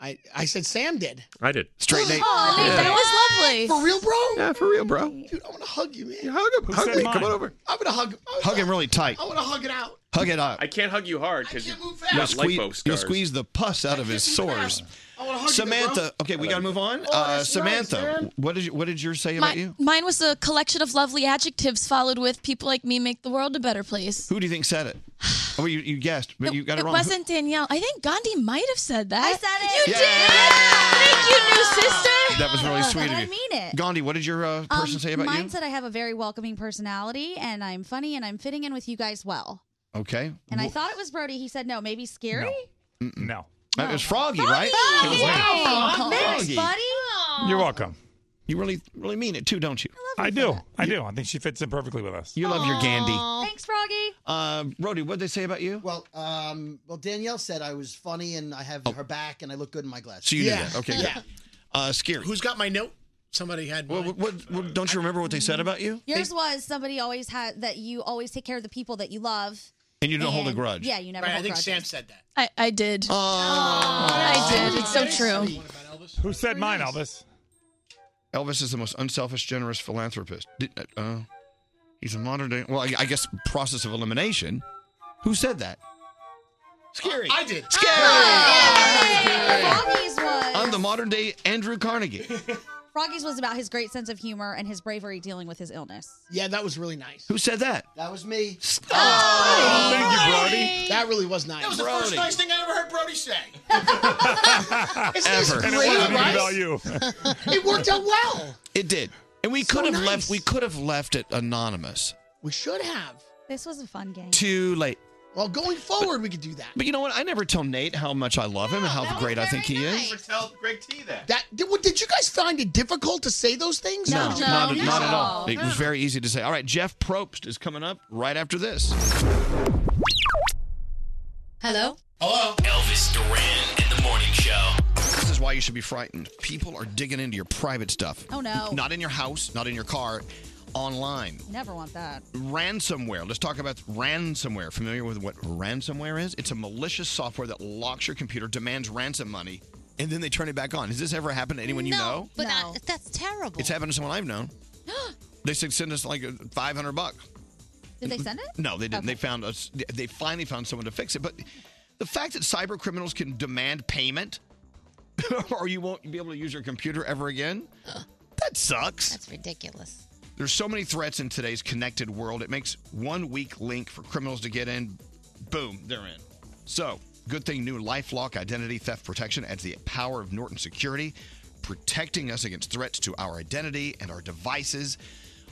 Speaker 12: I, I said Sam did.
Speaker 6: I did.
Speaker 1: Straight Nate.
Speaker 12: Aw, Nate, that was
Speaker 9: lovely.
Speaker 12: For real, bro?
Speaker 6: Yeah, for real, bro.
Speaker 12: Dude, I want to hug you, man.
Speaker 6: hug him. hug me. Come on over.
Speaker 12: I'm going to hug
Speaker 1: Hug him really tight.
Speaker 12: I want to hug it out.
Speaker 1: Hug it out.
Speaker 6: I can't hug you hard because you
Speaker 1: You'll
Speaker 6: got
Speaker 1: squeeze,
Speaker 6: lipo
Speaker 1: you'll
Speaker 6: scars.
Speaker 1: squeeze the pus out of his sores.
Speaker 12: I want to hug
Speaker 1: Samantha,
Speaker 12: you,
Speaker 1: okay, we got to move on.
Speaker 12: Oh,
Speaker 1: uh,
Speaker 12: that's nice,
Speaker 1: Samantha,
Speaker 12: man.
Speaker 1: what did you, what did yours say about
Speaker 9: Mi-
Speaker 1: you?
Speaker 9: Mine was a collection of lovely adjectives followed with people like me make the world a better place.
Speaker 1: Who do you think said it? Oh, you, you guessed, but you got it,
Speaker 9: it
Speaker 1: wrong. Who-
Speaker 9: wasn't Danielle. I think Gandhi might have said that. I said it.
Speaker 1: Yeah.
Speaker 9: You new sister.
Speaker 1: That was really sweet of you.
Speaker 5: I mean it.
Speaker 1: Gandhi, what did your uh,
Speaker 5: Um,
Speaker 1: person say about
Speaker 5: mine
Speaker 1: you?
Speaker 5: said I have a very welcoming personality and I'm funny and I'm fitting in with you guys well.
Speaker 1: okay.
Speaker 5: And I thought it was Brody. He said no, maybe scary.
Speaker 1: No. It was Froggy, right?
Speaker 5: Froggy!
Speaker 1: It was me.
Speaker 5: Froggy!
Speaker 1: Froggy.
Speaker 5: Thanks, buddy.
Speaker 10: You're welcome.
Speaker 1: You really, really mean it too, don't you?
Speaker 10: I, do. I do. I think she fits in perfectly with us.
Speaker 1: You love your Gandhi.
Speaker 5: Thanks, Froggy.
Speaker 1: Uh, Rody, what did they say about you?
Speaker 23: Well, um, well, Danielle said I was funny and I have her back and I look good in my glasses.
Speaker 1: Oh. So you knew that. Okay,
Speaker 23: yeah.
Speaker 1: good. Uh, scary.
Speaker 4: Who's got my note? Somebody had.
Speaker 1: Well, what, what, what- don't you remember what they said about you?
Speaker 5: Yours was somebody always had that you always take care of the people that you love.
Speaker 1: And you don't hold a grudge.
Speaker 5: Yeah, you never
Speaker 4: Right, I
Speaker 5: hold
Speaker 4: think
Speaker 5: grudges.
Speaker 4: Sam said that.
Speaker 9: I, I did.
Speaker 1: Oh,
Speaker 9: I did. It's so true.
Speaker 10: Who said mine, Elvis?
Speaker 1: Elvis is the most unselfish, generous philanthropist. Did, uh, he's a modern day. Well, I, I guess process of elimination. Who said that? Scary.
Speaker 4: I did.
Speaker 1: Scary.
Speaker 5: Froggy's
Speaker 12: Ah.
Speaker 5: was
Speaker 1: I'm the modern day Andrew Carnegie.
Speaker 12: Um,
Speaker 5: Froggy's was about his great sense of humor and his bravery dealing with his illness.
Speaker 12: Yeah, that was really nice.
Speaker 1: Who said that?
Speaker 23: That was me.
Speaker 12: thank
Speaker 1: you, Brody.
Speaker 12: That really was nice.
Speaker 4: That was the first nice thing I ever heard Brody say.
Speaker 12: Isn't this
Speaker 1: Ever.
Speaker 10: And it
Speaker 12: great,
Speaker 10: wasn't even
Speaker 12: right?
Speaker 10: about you.
Speaker 12: It worked out well.
Speaker 1: It did, and we could have left. We could have left it anonymous.
Speaker 12: We should have.
Speaker 5: This was a fun game.
Speaker 1: Too late.
Speaker 12: Well, going forward, we could do that.
Speaker 1: But you know what? I never tell Nate how much I love him and how great I think he is.
Speaker 12: Tell Greg T that. That did, what, did you guys find it difficult to say those things?
Speaker 1: No, not, not at all. It was very easy to say. All right, Jeff Probst is coming up right after this.
Speaker 3: Hello?
Speaker 8: Hello? Elvis Duran and the Morning Show.
Speaker 1: This is why you should be frightened. People are digging into your private stuff.
Speaker 5: Oh, no.
Speaker 1: Not in your house, not in your car, online.
Speaker 5: Oh. Never want that.
Speaker 1: Ransomware. Let's talk about ransomware. Familiar with what ransomware is? It's a malicious software that locks your computer, demands ransom money, and then they turn it back on. Has this ever happened to anyone you know?
Speaker 3: But that- that's terrible.
Speaker 1: It's happened to someone I've known. They said send us like 500 bucks.
Speaker 5: Did they send it?
Speaker 1: No, they didn't. They
Speaker 5: Okay.
Speaker 1: found us. They finally found someone to fix it. But the fact that cyber criminals can demand payment, or you won't be able to use your computer ever again, that sucks.
Speaker 3: That's ridiculous.
Speaker 1: There's so many threats in today's connected world. It makes one weak link for criminals to get in. Boom, they're in. So Good thing new LifeLock identity theft protection adds the power of Norton Security, protecting us against threats to our identity and our devices.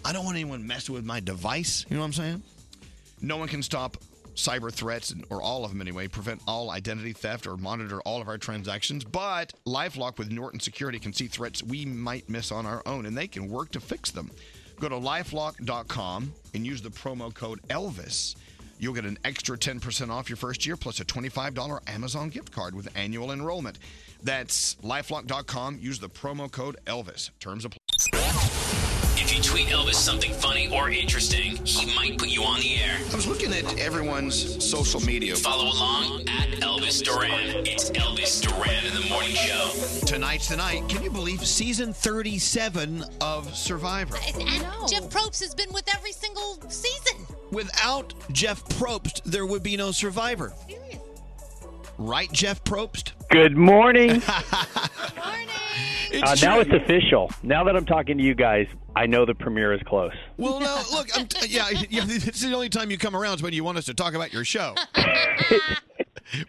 Speaker 1: I don't want anyone messing with my device. You know what I'm saying? No one can stop cyber threats, or all of them anyway, prevent all identity theft or monitor all of our transactions. But Lifelock with Norton Security can see threats we might miss on our own, and they can work to fix them. Go to lifelock.com and use the promo code ELVIS. You'll get an extra 10% off your first year plus a $25 Amazon gift card with annual enrollment. That's lifelock.com. Use the promo code ELVIS. Terms apply.
Speaker 8: If you tweet Elvis something funny or interesting, he might put you on the air.
Speaker 1: I was looking at everyone's social media.
Speaker 8: Follow along at Elvis Duran. It's Elvis Duran in the morning show.
Speaker 1: Tonight's the night. Can you believe season 37 of Survivor?
Speaker 3: And Jeff Probst has been with every single season.
Speaker 12: Without Jeff Probst, there would be no survivor.
Speaker 1: Right, Jeff Probst?
Speaker 2: Good morning. uh, now it's
Speaker 12: true.
Speaker 2: official. Now that I'm talking to you guys, I know the premiere is close.
Speaker 1: Well, no, look, I'm t- yeah, yeah, it's the only time you come around is when you want us to talk about your show.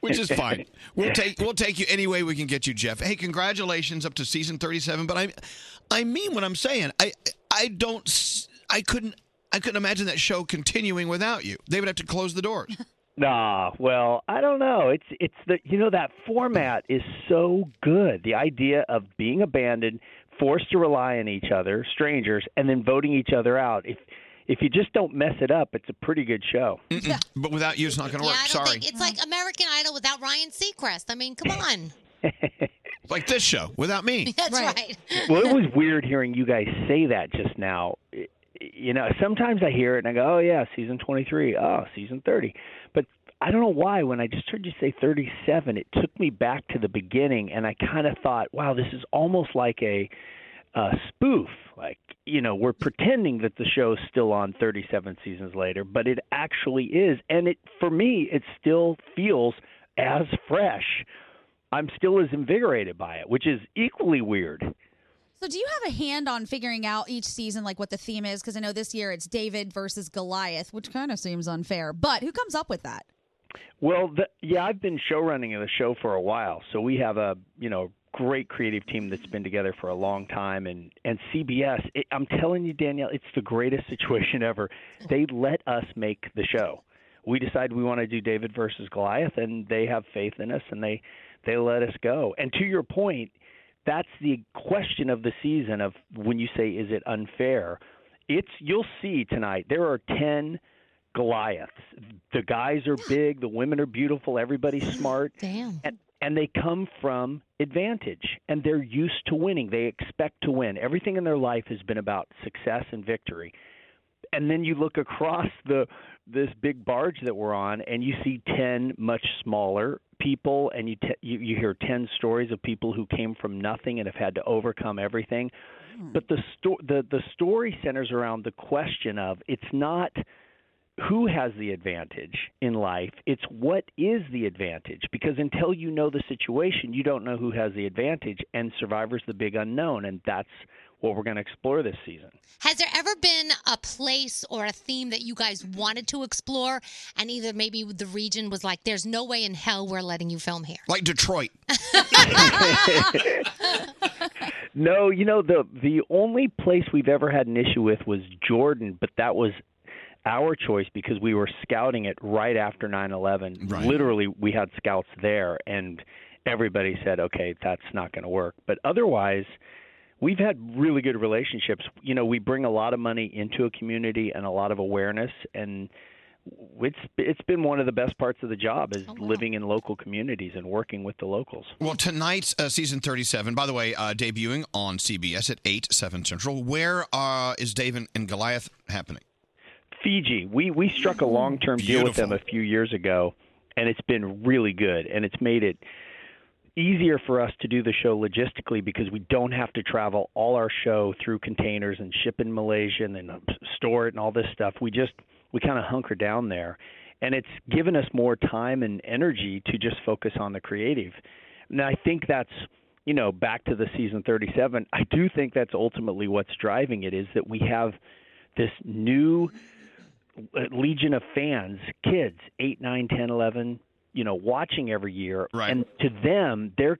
Speaker 1: Which is fine. We'll take we'll take you any way we can get you, Jeff. Hey, congratulations up to season 37, but I I mean what I'm saying. I I don't s- I couldn't I couldn't imagine that show continuing without you. They would have to close the doors.
Speaker 2: Nah, well, I don't know. It's it's the you know that format is so good. The idea of being abandoned, forced to rely on each other, strangers, and then voting each other out. If if you just don't mess it up, it's a pretty good show.
Speaker 1: But without you, it's not going to
Speaker 3: Yeah,
Speaker 1: work.
Speaker 3: I don't
Speaker 1: Sorry.
Speaker 3: think it's like American Idol without Ryan Seacrest. I mean, come on.
Speaker 1: like this show without me.
Speaker 3: That's right.
Speaker 2: well, it was weird hearing you guys say that just now. It- You know, sometimes I hear it and I go, "Oh yeah, season 23. Oh, season 30." But I don't know why when I just heard you say 37, it took me back to the beginning and I kind of thought, "Wow, this is almost like a uh spoof. Like, you know, we're pretending that the show's still on 37 seasons later, but it actually is. And it for me, it still feels as fresh. I'm still as invigorated by it, which is equally weird.
Speaker 5: So, do you have a hand on figuring out each season, like what the theme is? Because I know this year it's David versus Goliath, which kind of seems unfair. But who comes up with that?
Speaker 2: Well, the, yeah, I've been show running the show for a while, so we have a you know great creative team that's been together for a long time, and and CBS. It, I'm telling you, Danielle, it's the greatest situation ever. They let us make the show. We decide we want to do David versus Goliath, and they have faith in us, and they they let us go. And to your point, that's the question of the season of when you say is it unfair it's you'll see tonight there are 10 goliaths the guys are big the women are beautiful everybody's smart
Speaker 3: Damn.
Speaker 2: and, and they come from advantage and they're used to winning they expect to win everything in their life has been about success and victory and then you look across the this big barge that we're on and you see 10 much smaller people and you te- you, you hear 10 stories of people who came from nothing and have had to overcome everything but the sto- the the story centers around the question of it's not who has the advantage in life it's what is the advantage because until you know the situation you don't know who has the advantage and survivor's the big unknown and that's what we're going to explore this season
Speaker 3: Has there ever been a place or a theme that you guys wanted to explore, and either maybe the region was like, "There's no way in hell we're letting you film here."
Speaker 1: Like Detroit.
Speaker 2: no, you know the the only place we've ever had an issue with was Jordan, but that was our choice because we were scouting it right after 9/11. Literally, we had scouts there, and everybody said, "Okay, that's not going to work." But otherwise, we've had really good relationships. You know, we bring a lot of money into a community and a lot of awareness and it's it's been one of the best parts of the job is living in local communities and working with the locals.
Speaker 1: Well, tonight's uh, season 37, by the way, uh, debuting on CBS at 8, 7 Central. Where uh, is David and Goliath happening?
Speaker 2: Fiji. We we struck a long term deal with them a
Speaker 1: Beautiful.
Speaker 2: few years ago, and it's been really good, and it's made it easier for us to do the show logistically because we don't have to travel all our show through containers and ship in Malaysia and then store it and all this stuff. We just we kind of hunker down there, and it's given us more time and energy to just focus on the creative. And I think that's you know back to the season 37. I do think that's ultimately what's driving it is that we have this new legion of fans, kids, 8, 9, 10, 11, you know watching every year, and to them, they're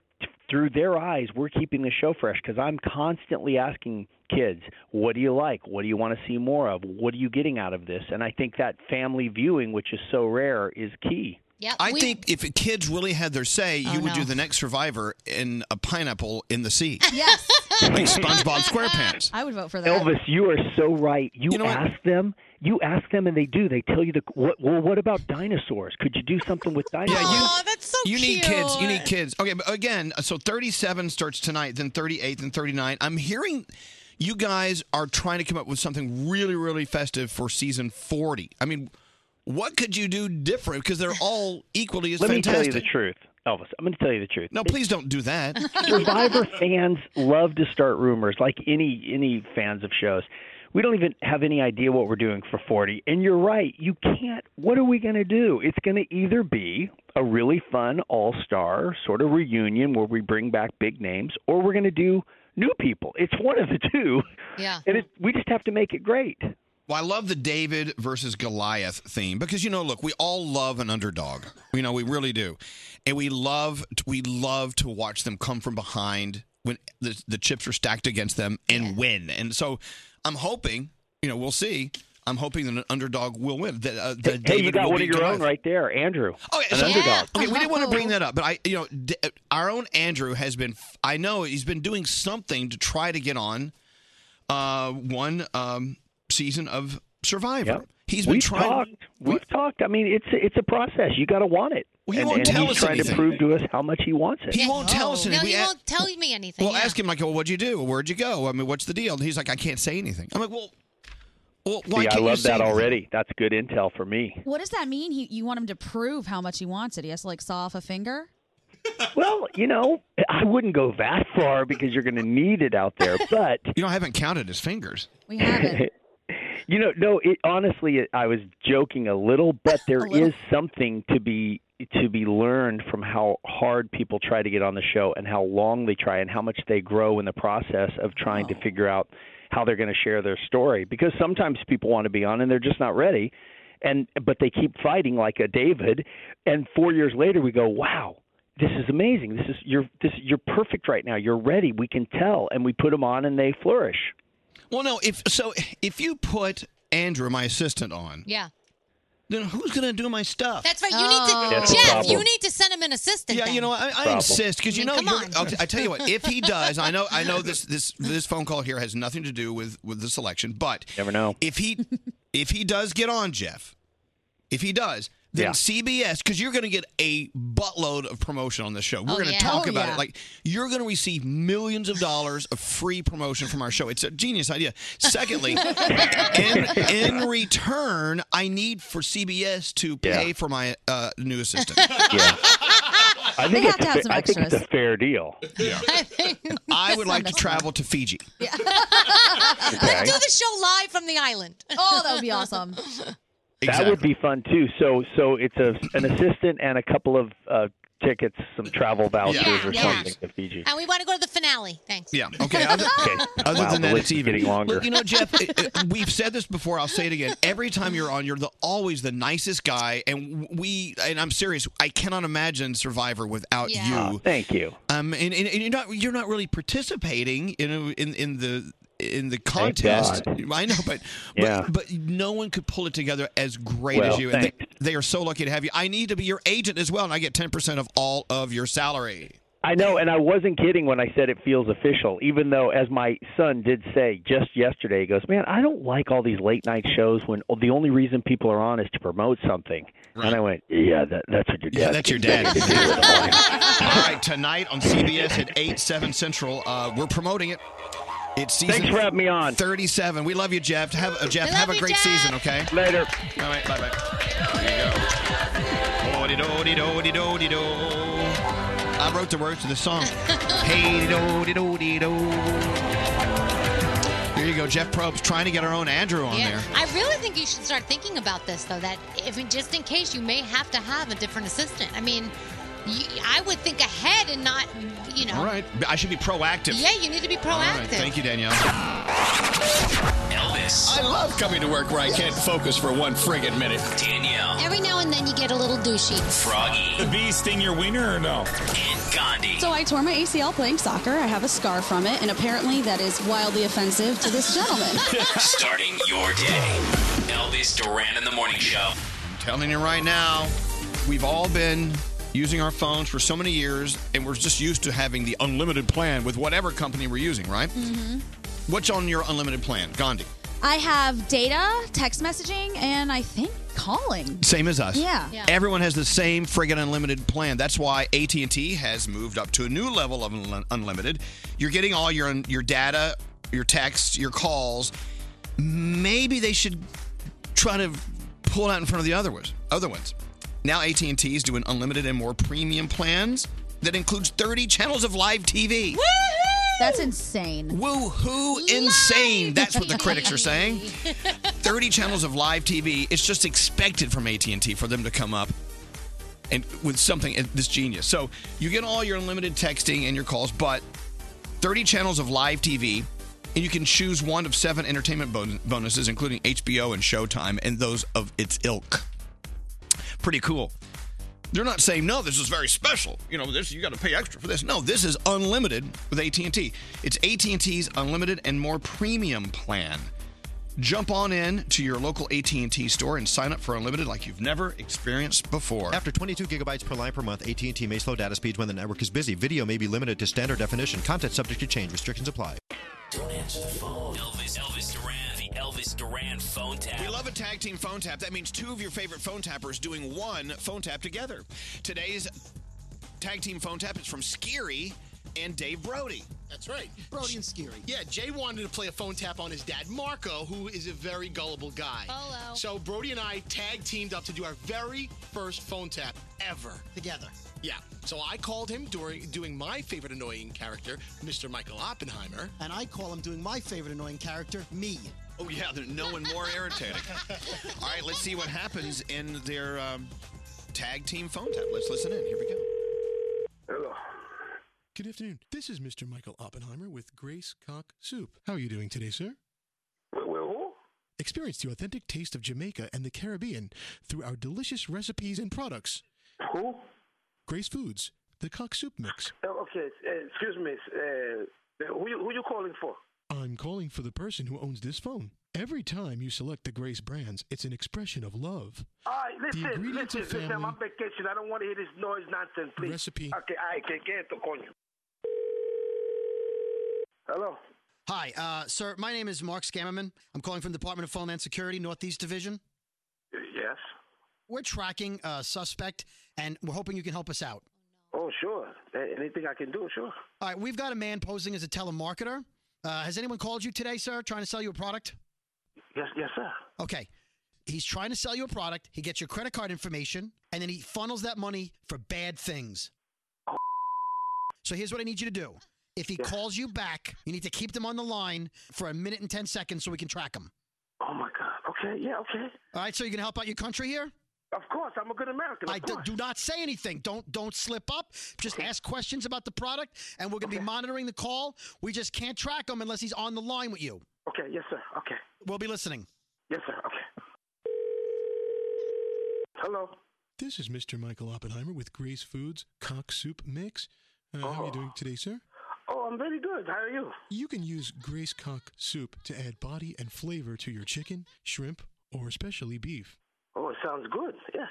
Speaker 2: through their eyes, we're keeping the show fresh because I'm constantly asking kids, what do you like? What do you want to see more of? What are you getting out of this? And I think that family viewing, which is so rare, is key.
Speaker 1: I think if kids really had their say, you would do the next Survivor in a pineapple in the sea.
Speaker 5: Yes.
Speaker 1: like SpongeBob SquarePants.
Speaker 5: I would vote for that.
Speaker 2: Elvis, you are so right. You, ask them, you ask them, and they do. They tell you the what. Well, what about dinosaurs? Could you do something with dinosaurs?
Speaker 1: that's so You need kids. You need kids. Okay, but again, so 37 starts tonight, then 38, then 39. I'm hearing you guys are trying to come up with something really, really festive for season 40. I mean, what could you do different? Because they're all equally as
Speaker 2: Let me tell
Speaker 1: fantastic.
Speaker 2: you the truth, Elvis. I'm going to tell you the truth.
Speaker 1: No, please don't do that.
Speaker 2: Survivor fans love to start rumors, like any any fans of shows. We don't even have any idea what we're doing for 40. And you're right, you can't. What are we going to do? It's going to either be a really fun all star sort of reunion where we bring back big names, or we're going to do new people. It's one of the two.
Speaker 1: Yeah.
Speaker 2: And it, we just have to make it great.
Speaker 1: Well, I love the David versus Goliath theme because you know, look, we all love an underdog. You know, we really do, and we love we love to watch them come from behind when the the chips are stacked against them and win. And so, I'm hoping, you know, we'll see. I'm hoping that an underdog will win. That, uh, that
Speaker 2: hey,
Speaker 1: David
Speaker 2: you got
Speaker 1: will
Speaker 2: one of
Speaker 1: beat
Speaker 2: your own
Speaker 1: Goliath.
Speaker 2: right there, Andrew.
Speaker 1: Oh,
Speaker 2: An
Speaker 1: so-
Speaker 2: underdog.
Speaker 1: Okay, we didn't want to bring that up, but I, you know, d- our own Andrew has been. I know he's been doing something to try to get on uh, one um, season of Survivor. He's been
Speaker 2: we've
Speaker 1: trying.
Speaker 2: Talked. We've talked. I mean, it's it's a process. You got to want it.
Speaker 1: Well, he
Speaker 2: and,
Speaker 1: won't
Speaker 2: and
Speaker 1: tell
Speaker 2: he's
Speaker 1: us
Speaker 2: trying
Speaker 1: anything.
Speaker 2: to prove to us how much he wants it.
Speaker 1: He won't tell us
Speaker 3: No,
Speaker 1: anything.
Speaker 3: you
Speaker 1: We a-
Speaker 3: won't tell me anything.
Speaker 1: we'll
Speaker 3: yeah.
Speaker 1: ask him like, "Well, what'd you do? Where'd you go? I mean, what's the deal?" And he's like, "I can't say anything." I'm like, "Well, well, why
Speaker 2: See, I
Speaker 1: can't you
Speaker 2: love
Speaker 1: say
Speaker 2: that
Speaker 1: anything?
Speaker 2: already. That's good intel for me.
Speaker 5: What does that mean? He, you want him to prove how much he wants it? He has to like saw off a finger.
Speaker 2: Well, you know, I wouldn't go that far because you're going to need it out there. But
Speaker 1: you know, I haven't counted his fingers.
Speaker 5: We haven't.
Speaker 2: you know, no. It, honestly, it, I was joking a little, but there is
Speaker 5: little.
Speaker 2: something to be to be learned from how hard people try to get on the show and how long they try and how much they grow in the process of trying to figure out how they're going to share their story because sometimes people want to be on and they're just not ready and but they keep fighting like a David and 4 years later we go wow this is amazing this is you're this you're perfect right now you're ready we can tell and we put them on and they flourish
Speaker 1: Well, no. If so, if you put Andrew, my assistant, on,
Speaker 3: Yeah.
Speaker 1: then who's gonna do my stuff?
Speaker 3: That's right. You
Speaker 1: Oh.
Speaker 3: need to,
Speaker 1: That's the
Speaker 3: Jeff.
Speaker 1: problem.
Speaker 3: You need to send him an assistant.
Speaker 1: Yeah, you know, I, I
Speaker 3: Problem.
Speaker 1: insist because you
Speaker 3: I mean,
Speaker 1: know,
Speaker 3: come
Speaker 1: you're-
Speaker 3: on.
Speaker 1: okay, I tell you what, if he does, I know, I know this this this phone call here has nothing to do with with the selection, but
Speaker 2: never know
Speaker 1: if he if he does get on, Jeff, if he does. Then
Speaker 2: Yeah.
Speaker 1: CBS, because you're going to get a buttload of promotion on this show. We're
Speaker 2: Oh,
Speaker 1: going to
Speaker 2: yeah.
Speaker 1: talk
Speaker 2: Oh,
Speaker 1: about
Speaker 2: yeah.
Speaker 1: it. Like you're going to receive millions of dollars of free promotion from our show. It's a genius idea. Secondly, in, in return, I need for CBS to pay for my uh, new assistant.
Speaker 2: yeah I
Speaker 1: They
Speaker 2: think
Speaker 1: have
Speaker 2: it's
Speaker 1: to have
Speaker 2: a,
Speaker 1: some
Speaker 2: fa- I think it's a
Speaker 1: extras.
Speaker 2: fair deal
Speaker 1: I would like to travel to Fiji.
Speaker 3: Let's do the show live from the island.
Speaker 5: Oh, that would be awesome.
Speaker 2: That would be fun too. So so it's a an assistant and a couple of uh, tickets, some travel vouchers
Speaker 3: Yeah,
Speaker 2: or
Speaker 3: yeah.
Speaker 2: something to Fiji.
Speaker 3: And we want to go to the finale. Thanks.
Speaker 1: Yeah. Okay. Other,
Speaker 2: Okay.
Speaker 1: other
Speaker 2: Wow,
Speaker 1: than
Speaker 2: the
Speaker 1: that,
Speaker 2: list
Speaker 1: it's
Speaker 2: is
Speaker 1: even.
Speaker 2: getting longer.
Speaker 1: Look, you know, Jeff, it, it- we've said this before. I'll say it again. Every time you're on, you're the, always the nicest guy, and we. And I'm serious. I cannot imagine Survivor without
Speaker 2: Yeah.
Speaker 1: you.
Speaker 2: Oh, thank you.
Speaker 1: Um, and, and, and you're not you're not really participating in a, in in the in the contest.
Speaker 2: God.
Speaker 1: I know, but,
Speaker 2: Yeah.
Speaker 1: but but no one could pull it together as great as
Speaker 2: Well,
Speaker 1: you. And they, they are so lucky to have you. I need to be your agent as well, and I get ten percent of all of your salary.
Speaker 2: I know, and I wasn't kidding when I said it feels official, even though, as my son did say just yesterday, he goes, Man, I don't like all these late night shows when the only reason people are on is to promote something. And I went, Yeah, that, that's what your dad
Speaker 1: Yeah, that's your dad. All right, tonight on CBS at 8, 7 Central, uh, we're promoting it. It's season
Speaker 2: Thanks for having me on.
Speaker 1: 37. We love you, Jeff. Have, uh, Jeff,
Speaker 2: We love
Speaker 1: have a
Speaker 2: you,
Speaker 1: great
Speaker 2: Jeff.
Speaker 1: season, okay?
Speaker 2: Later.
Speaker 1: All right, bye bye. There you go. Oh-de-do-de-do-de-do-de-do. I wrote the words to the song. hey do de do de do. There you go, Jeff Probst trying to get our own Andrew on
Speaker 3: yeah.
Speaker 1: there.
Speaker 3: I really think you should start thinking about this though. That if just in case you may have to have a different assistant. I mean, you, I would think ahead and not, you know.
Speaker 1: All right, I should be proactive.
Speaker 3: Yeah, you need to be
Speaker 1: All right,
Speaker 3: proactive.
Speaker 1: thank you, Danielle.
Speaker 8: Elvis.
Speaker 1: I love coming to work where I can't focus for one friggin' minute.
Speaker 8: Danielle,
Speaker 3: Every now and then you get a little douchey.
Speaker 8: Froggy,
Speaker 2: The bees sting your wiener or no?
Speaker 8: and Gandhi.
Speaker 5: So I tore my ACL playing soccer. I have a scar from it, and apparently that is wildly offensive to this gentleman.
Speaker 8: Starting your day. Elvis Duran in the Morning Show.
Speaker 1: I'm telling you right now, we've all been using our phones for so many years, and we're just used to having the unlimited plan with whatever company we're using, right?
Speaker 5: Mhm.
Speaker 1: What's on your unlimited plan, Gandhi?
Speaker 5: I have data, text messaging, and I think calling.
Speaker 1: Same as us.
Speaker 5: Yeah. Yeah.
Speaker 1: Everyone has the same friggin' unlimited plan. That's why AT and T has moved up to a new level of unli- unlimited. You're getting all your your data, your texts, your calls. Maybe they should try to pull out in front of the other ones. Other ones. Now AT and T is doing unlimited and more premium plans that includes 30 channels of live TV.
Speaker 5: That's insane.
Speaker 1: Woo-hoo, insane. That's what the critics are saying. 30 channels of live TV. It's just expected from AT&T for them to come up and with something this genius. So, you get all your unlimited texting and your calls, but 30 channels of live TV and you can choose one of seven entertainment bon- bonuses including HBO and Showtime and those of its ilk. Pretty cool. They're not saying no. This is very special. You know, this you got to pay extra for this. No, this is unlimited with AT and T. It's AT and T's unlimited and more premium plan. Jump on in to your local AT and T store and sign up for unlimited like you've never experienced before.
Speaker 18: After 22 gigabytes per line per month, AT&T may slow data speeds when the network is busy. Video may be limited to standard definition. Content subject to change. Restrictions apply.
Speaker 8: Don't answer the phone. Elvis, Elvis Duran, the Elvis Duran phone tap.
Speaker 1: We love a tag team phone tap. That means two of your favorite phone tappers doing one phone tap together. Today's tag team phone tap is from Skiri and Dave Brody.
Speaker 4: That's right. Brody and Scary. Yeah, Jay wanted to play a phone tap on his dad, Marco, who is a very gullible guy. Hello. So Brody and I tag teamed up to do our very first phone tap ever together. Yeah. So I called him during doing my favorite annoying character, Mr. Michael Oppenheimer.
Speaker 23: And I call him doing my favorite annoying character, me.
Speaker 1: Oh yeah, there's no one more irritating. All right, let's see what happens in their um, tag team phone tap. Let's listen in. Here we go.
Speaker 14: Hello.
Speaker 13: Good afternoon. This is Mr. Michael Oppenheimer with Grace Cock Soup. How are you doing today, sir? Experience the authentic taste of Jamaica and the Caribbean through our delicious recipes and products. Who? Grace Foods, the Cock Soup Mix.
Speaker 14: Oh, okay, uh, excuse me. Uh, who, you- who you calling for?
Speaker 13: I'm calling for the person who owns this phone. Every time you select the Grace brands, it's an expression of love.
Speaker 14: All right,
Speaker 13: the
Speaker 14: listen,
Speaker 13: ingredients
Speaker 14: listen,
Speaker 13: of
Speaker 14: listen.
Speaker 13: family.
Speaker 14: I'm on vacation. I don't want to hear this noise nonsense, please.
Speaker 13: Recipe.
Speaker 14: Okay, I can get to call you. Hello.
Speaker 23: Hi, uh, sir. My name is Mark Scammerman. I'm calling from the Department of Homeland Security, Northeast Division.
Speaker 14: Yes.
Speaker 23: We're tracking a suspect, and we're hoping you can help us out.
Speaker 14: Oh, sure. A- Anything I can do, sure.
Speaker 23: All right, we've got a man posing as a telemarketer. Uh, has anyone called you today, sir, trying to sell you a product?
Speaker 14: Yes, yes, sir.
Speaker 23: Okay. He's trying to sell you a product. He gets your credit card information, and then he funnels that money for bad things. So here's what I need you to do. If he calls you back, you need to keep them on the line for a minute and 10 seconds so we can track him.
Speaker 14: Oh, my God. Okay, yeah, okay.
Speaker 23: All right, so you're going to help out your country here?
Speaker 14: Of course, I'm a good American.
Speaker 23: I d- do not say anything. Don't don't slip up. Just ask questions about the product, and we're going to be monitoring the call. We just can't track him unless he's on the line with you.
Speaker 14: Okay, yes, sir. Okay.
Speaker 23: We'll be listening.
Speaker 14: Yes, sir. Okay. Hello.
Speaker 13: This is Mr. Michael Oppenheimer with Grace Foods Cock Soup Mix. Uh, How are you doing today, sir?
Speaker 14: Oh, I'm very good. How are you?
Speaker 13: You can use Grace Cock Soup to add body and flavor to your chicken, shrimp, or especially beef.
Speaker 14: Oh, it sounds good. Yes.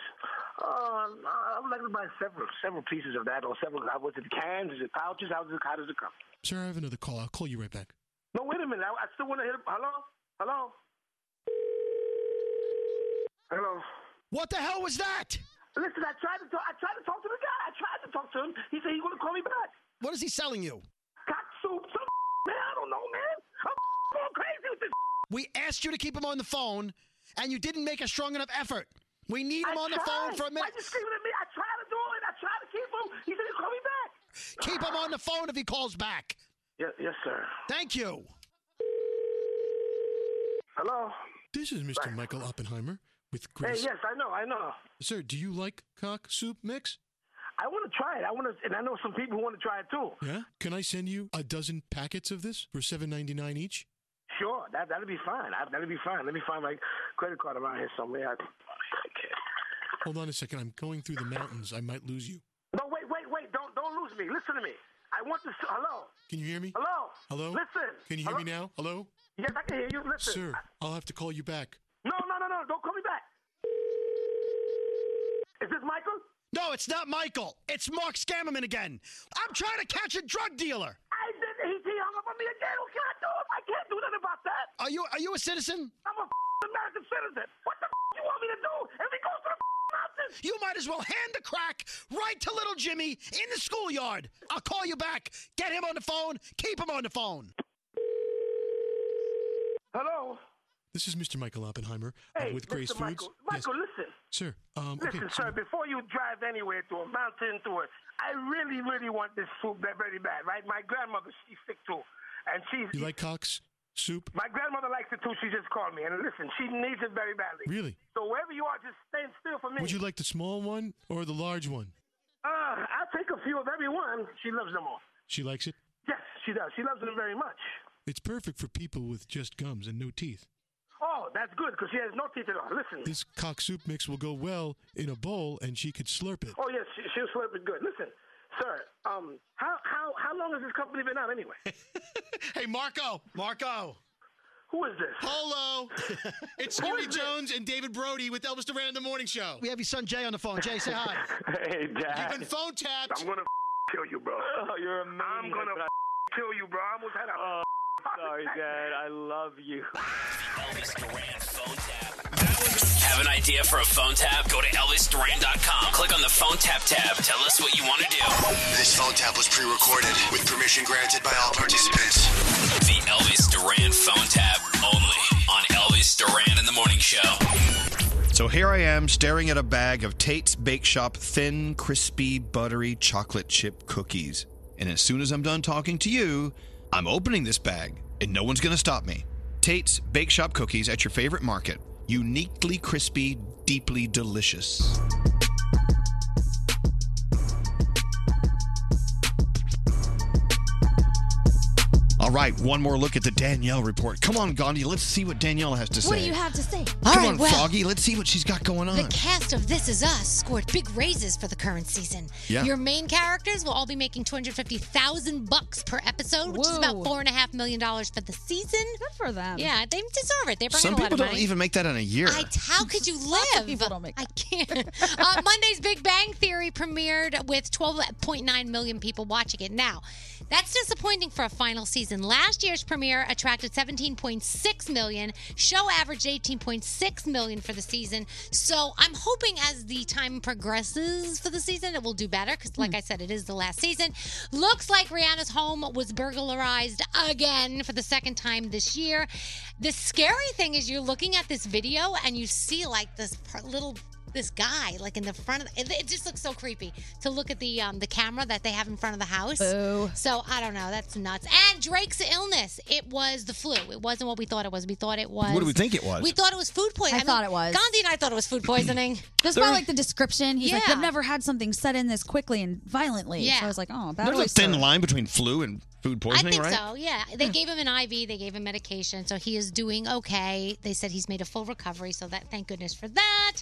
Speaker 14: Um, I- I'd like to buy several several pieces of that, or several. uh, Was it cans? Is it pouches? How does it, how does it come?
Speaker 13: Sir, I have another call. I'll call you right back.
Speaker 14: No, wait a minute. I, I still want to hear. Hello, hello, hello.
Speaker 23: What the hell was that?
Speaker 14: Listen, I tried to talk. I tried to talk to the guy. I tried to talk to him. He said he's gonna call me back.
Speaker 23: What is he selling you?
Speaker 14: Cock soup, some man. I don't know, man. I'm going crazy with this.
Speaker 23: We asked you to keep him on the phone, and you didn't make a strong enough effort. We need him
Speaker 14: I
Speaker 23: on the phone
Speaker 14: tried.
Speaker 23: for a minute.
Speaker 14: Why you screaming at me? I tried to do it. I tried to keep him. He said he'd call me back.
Speaker 23: Keep him on the phone if he calls back.
Speaker 14: Yes, yes, sir.
Speaker 23: Thank you.
Speaker 14: Hello.
Speaker 13: This is Mr. Michael Oppenheimer with Grace.
Speaker 14: Hey, yes, I know, I know.
Speaker 13: Sir, do you like cock soup mix?
Speaker 14: I want to try it. I want to, and I know some people who want to try it too.
Speaker 13: Yeah? Can I send you a dozen packets of this for seven ninety nine each?
Speaker 14: sure. That that'll be fine. I, that'll be fine. Let me find my credit card around here somewhere. I,
Speaker 13: Hold on a second. I'm going through the mountains. I might lose you.
Speaker 14: no, wait, wait, wait. Don't don't lose me. Listen to me. I want this. Hello.
Speaker 13: Can you hear me?
Speaker 14: Hello.
Speaker 13: Hello?
Speaker 14: Listen.
Speaker 13: Can you hear me now? Hello?
Speaker 14: Yes, I can hear you. Listen.
Speaker 13: Sir, I'll have to call you back.
Speaker 14: No, no, no, no. Don't call me back. Is this Michael?
Speaker 23: No, it's not Michael. It's Mark Scammerman again. I'm trying to catch a drug dealer.
Speaker 14: I did. He, he hung up on me again. What can I do? I can't do nothing about that.
Speaker 23: Are you are you a citizen?
Speaker 14: I'm a f***ing American citizen. What the f- you want me to do? If he goes to the f- mountains,
Speaker 23: You might as well hand the crack right to little Jimmy in the schoolyard. I'll call you back. Get him on the phone. Keep him on the phone.
Speaker 14: Hello.
Speaker 13: This is Mr. Michael Oppenheimer uh,
Speaker 14: Hey,
Speaker 13: with Grace
Speaker 14: Mr. Michael.
Speaker 13: Foods.
Speaker 14: Michael, listen.
Speaker 13: Sir, um, okay.
Speaker 14: Listen, sir, before you drive anywhere to a mountain, to a, I really, really want this soup that very bad, right? My grandmother, she's sick too. And she's,
Speaker 13: You like Cox soup?
Speaker 14: my grandmother likes it too. She just called me. And listen, she needs it very badly.
Speaker 13: Really?
Speaker 14: So wherever you are, just stand still for me.
Speaker 13: Would you like the small one or the large one?
Speaker 14: Uh, I'll take a few of every one. She loves them all.
Speaker 13: She likes it.
Speaker 14: Yes, she does. She loves them very much.
Speaker 13: It's perfect for people with just gums and no teeth.
Speaker 14: Oh, that's good because she has no teeth at all. Listen.
Speaker 13: This cock soup mix will go well in a bowl, and she could slurp it.
Speaker 14: Oh yes, she, she'll slurp it good. Listen, sir. Um, how how how long has this company been out anyway?
Speaker 23: Hey, Marco. Marco.
Speaker 14: Who is this?
Speaker 23: Hello. it's Scary Jones and David Brody with Elvis Duran in the Morning Show. We have your son Jay on the phone. Jay, say hi.
Speaker 14: hey, Dad.
Speaker 23: You've been phone tapped.
Speaker 14: I'm gonna kill you, bro.
Speaker 33: Oh, you're amazing.
Speaker 14: I'm gonna
Speaker 33: But
Speaker 14: kill you, bro. I almost had a.
Speaker 33: Sorry, Dad. I love you.
Speaker 8: Have an idea for a phone tap? Go to ElvisDuran.com. Click on the phone tap tab. Tell us what you want to do.
Speaker 34: This phone tap was pre-recorded with permission granted by all participants.
Speaker 8: The Elvis Duran phone tap only on Elvis Duran in the Morning Show.
Speaker 1: So here I am staring at a bag of Tate's Bake Shop thin, crispy, buttery chocolate chip cookies. And as soon as I'm done talking to you, I'm opening this bag and no one's going to stop me. Tate's Bake Shop cookies at your favorite market. Uniquely crispy, deeply delicious. All right, one more look at the Danielle report. Come on, Gandhi, let's see what Danielle has to say.
Speaker 3: What do you have to say?
Speaker 1: Come on, Foggy, let's see what she's got going on.
Speaker 3: The cast of This Is Us scored big raises for the current season.
Speaker 1: Yeah.
Speaker 3: Your main characters will all be making two hundred fifty thousand bucks per episode, which is about four and a half million dollars for the season. Good
Speaker 5: for them.
Speaker 3: Yeah, they deserve it. They bring
Speaker 1: Some
Speaker 3: in a lot
Speaker 1: people
Speaker 3: of
Speaker 1: don't
Speaker 3: money.
Speaker 1: even make that in a year.
Speaker 3: I, how could you live? I can't. uh, Monday's Big Bang Theory premiered with 12.9 million people watching it. Now, that's disappointing for a final season. Last year's premiere attracted 17.6 million. Show averaged 18.6 million for the season. So I'm hoping as the time progresses for the season, it will do better because, like I said, it is the last season. Looks like Rihanna's home was burglarized again for the second time this year. The scary thing is you're looking at this video and you see like this par- little this guy like in the front of it, it just looks so creepy to look at the um the camera that they have in front of the house. So I don't know, that's nuts. And Drake's illness, it was the flu. It wasn't what we thought it was. We thought it was
Speaker 1: What did we think it was?
Speaker 3: We thought it was food poisoning.
Speaker 5: I thought it was.
Speaker 3: Gandhi and I thought it was food poisoning.
Speaker 5: That's probably like the description. He's like,
Speaker 3: Yeah.
Speaker 5: I've never had something said in this quickly and violently. So I was like, oh, that
Speaker 1: There's a
Speaker 5: always
Speaker 1: thin line between flu and food poisoning,
Speaker 3: I
Speaker 1: right?
Speaker 3: think so. Yeah, they gave him an IV, they gave him medication, so he is doing okay. They said he's made a full recovery, so that thank goodness for that.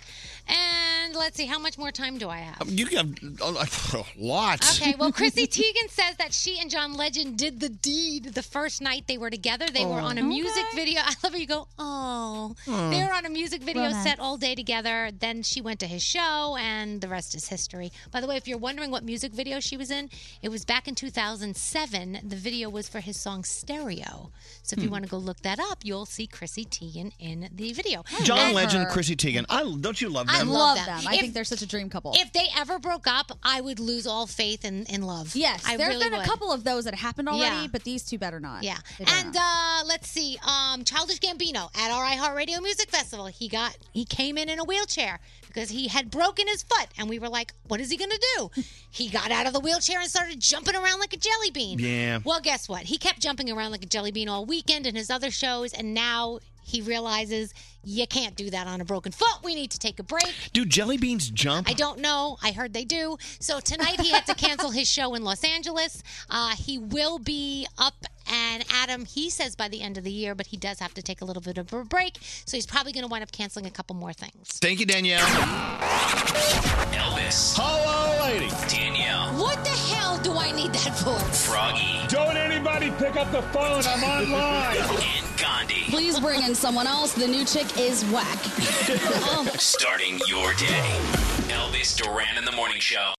Speaker 3: And let's see, how much more time do I have?
Speaker 1: Um, You can have a lot.
Speaker 3: Okay, well, Chrissy Teigen says that she and John Legend did the deed the first night they were together. They were
Speaker 5: Oh.
Speaker 3: on a music video. I love how you go, oh.
Speaker 1: Hmm.
Speaker 5: Oh.
Speaker 3: They were on a music video
Speaker 5: Romance.
Speaker 3: set all day together. Then she went to his show, and the rest is history. By the way, if you're wondering what music video she was in, it was back in 2007. The video was for his song Stereo. So if you
Speaker 1: Hmm.
Speaker 3: want to go look that up, you'll see Chrissy Teigen in the video.
Speaker 1: John
Speaker 3: And-
Speaker 1: Legend, Chrissy Teigen. I don't you love them?
Speaker 3: I love
Speaker 5: love them.
Speaker 3: them.
Speaker 5: I
Speaker 3: If-
Speaker 5: think they're such a dream couple.
Speaker 3: If they ever broke up, I would lose all faith in, in love.
Speaker 5: yes,
Speaker 3: I
Speaker 5: there's
Speaker 3: really
Speaker 5: been
Speaker 3: would.
Speaker 5: a couple of those that happened already,
Speaker 3: Yeah.
Speaker 5: but these two better not.
Speaker 3: Yeah.
Speaker 5: They better
Speaker 3: And uh, let's see, um, Childish Gambino at our iHeartRadio Music Festival, he got he came in in a wheelchair because he had broken his foot, and we were like, "What is he gonna do?" he got out of the wheelchair and started jumping around like a jelly bean.
Speaker 7: Yeah.
Speaker 3: Well, guess what? He kept jumping around like a jelly bean all weekend in his other shows, and now he realizes you can't do that on a broken foot. We need to take a break.
Speaker 1: Do jelly beans jump?
Speaker 3: I don't know. I heard they do. So tonight he had to cancel his show in Los Angeles. Uh, he will be up And Adam, he says by the end of the year, but he does have to take a little bit of a break. So he's probably going to wind up canceling a couple more things.
Speaker 1: Thank you, Danielle.
Speaker 8: Elvis.
Speaker 1: Hello, lady.
Speaker 8: Danielle.
Speaker 3: What the hell do I need that for?
Speaker 8: Froggy.
Speaker 3: uh,
Speaker 14: Don't anybody pick up the phone. I'm
Speaker 8: and Gandhi.
Speaker 5: Please bring in someone else. The new chick is whack. Oh,
Speaker 8: Starting your day. Elvis Duran in the Morning Show.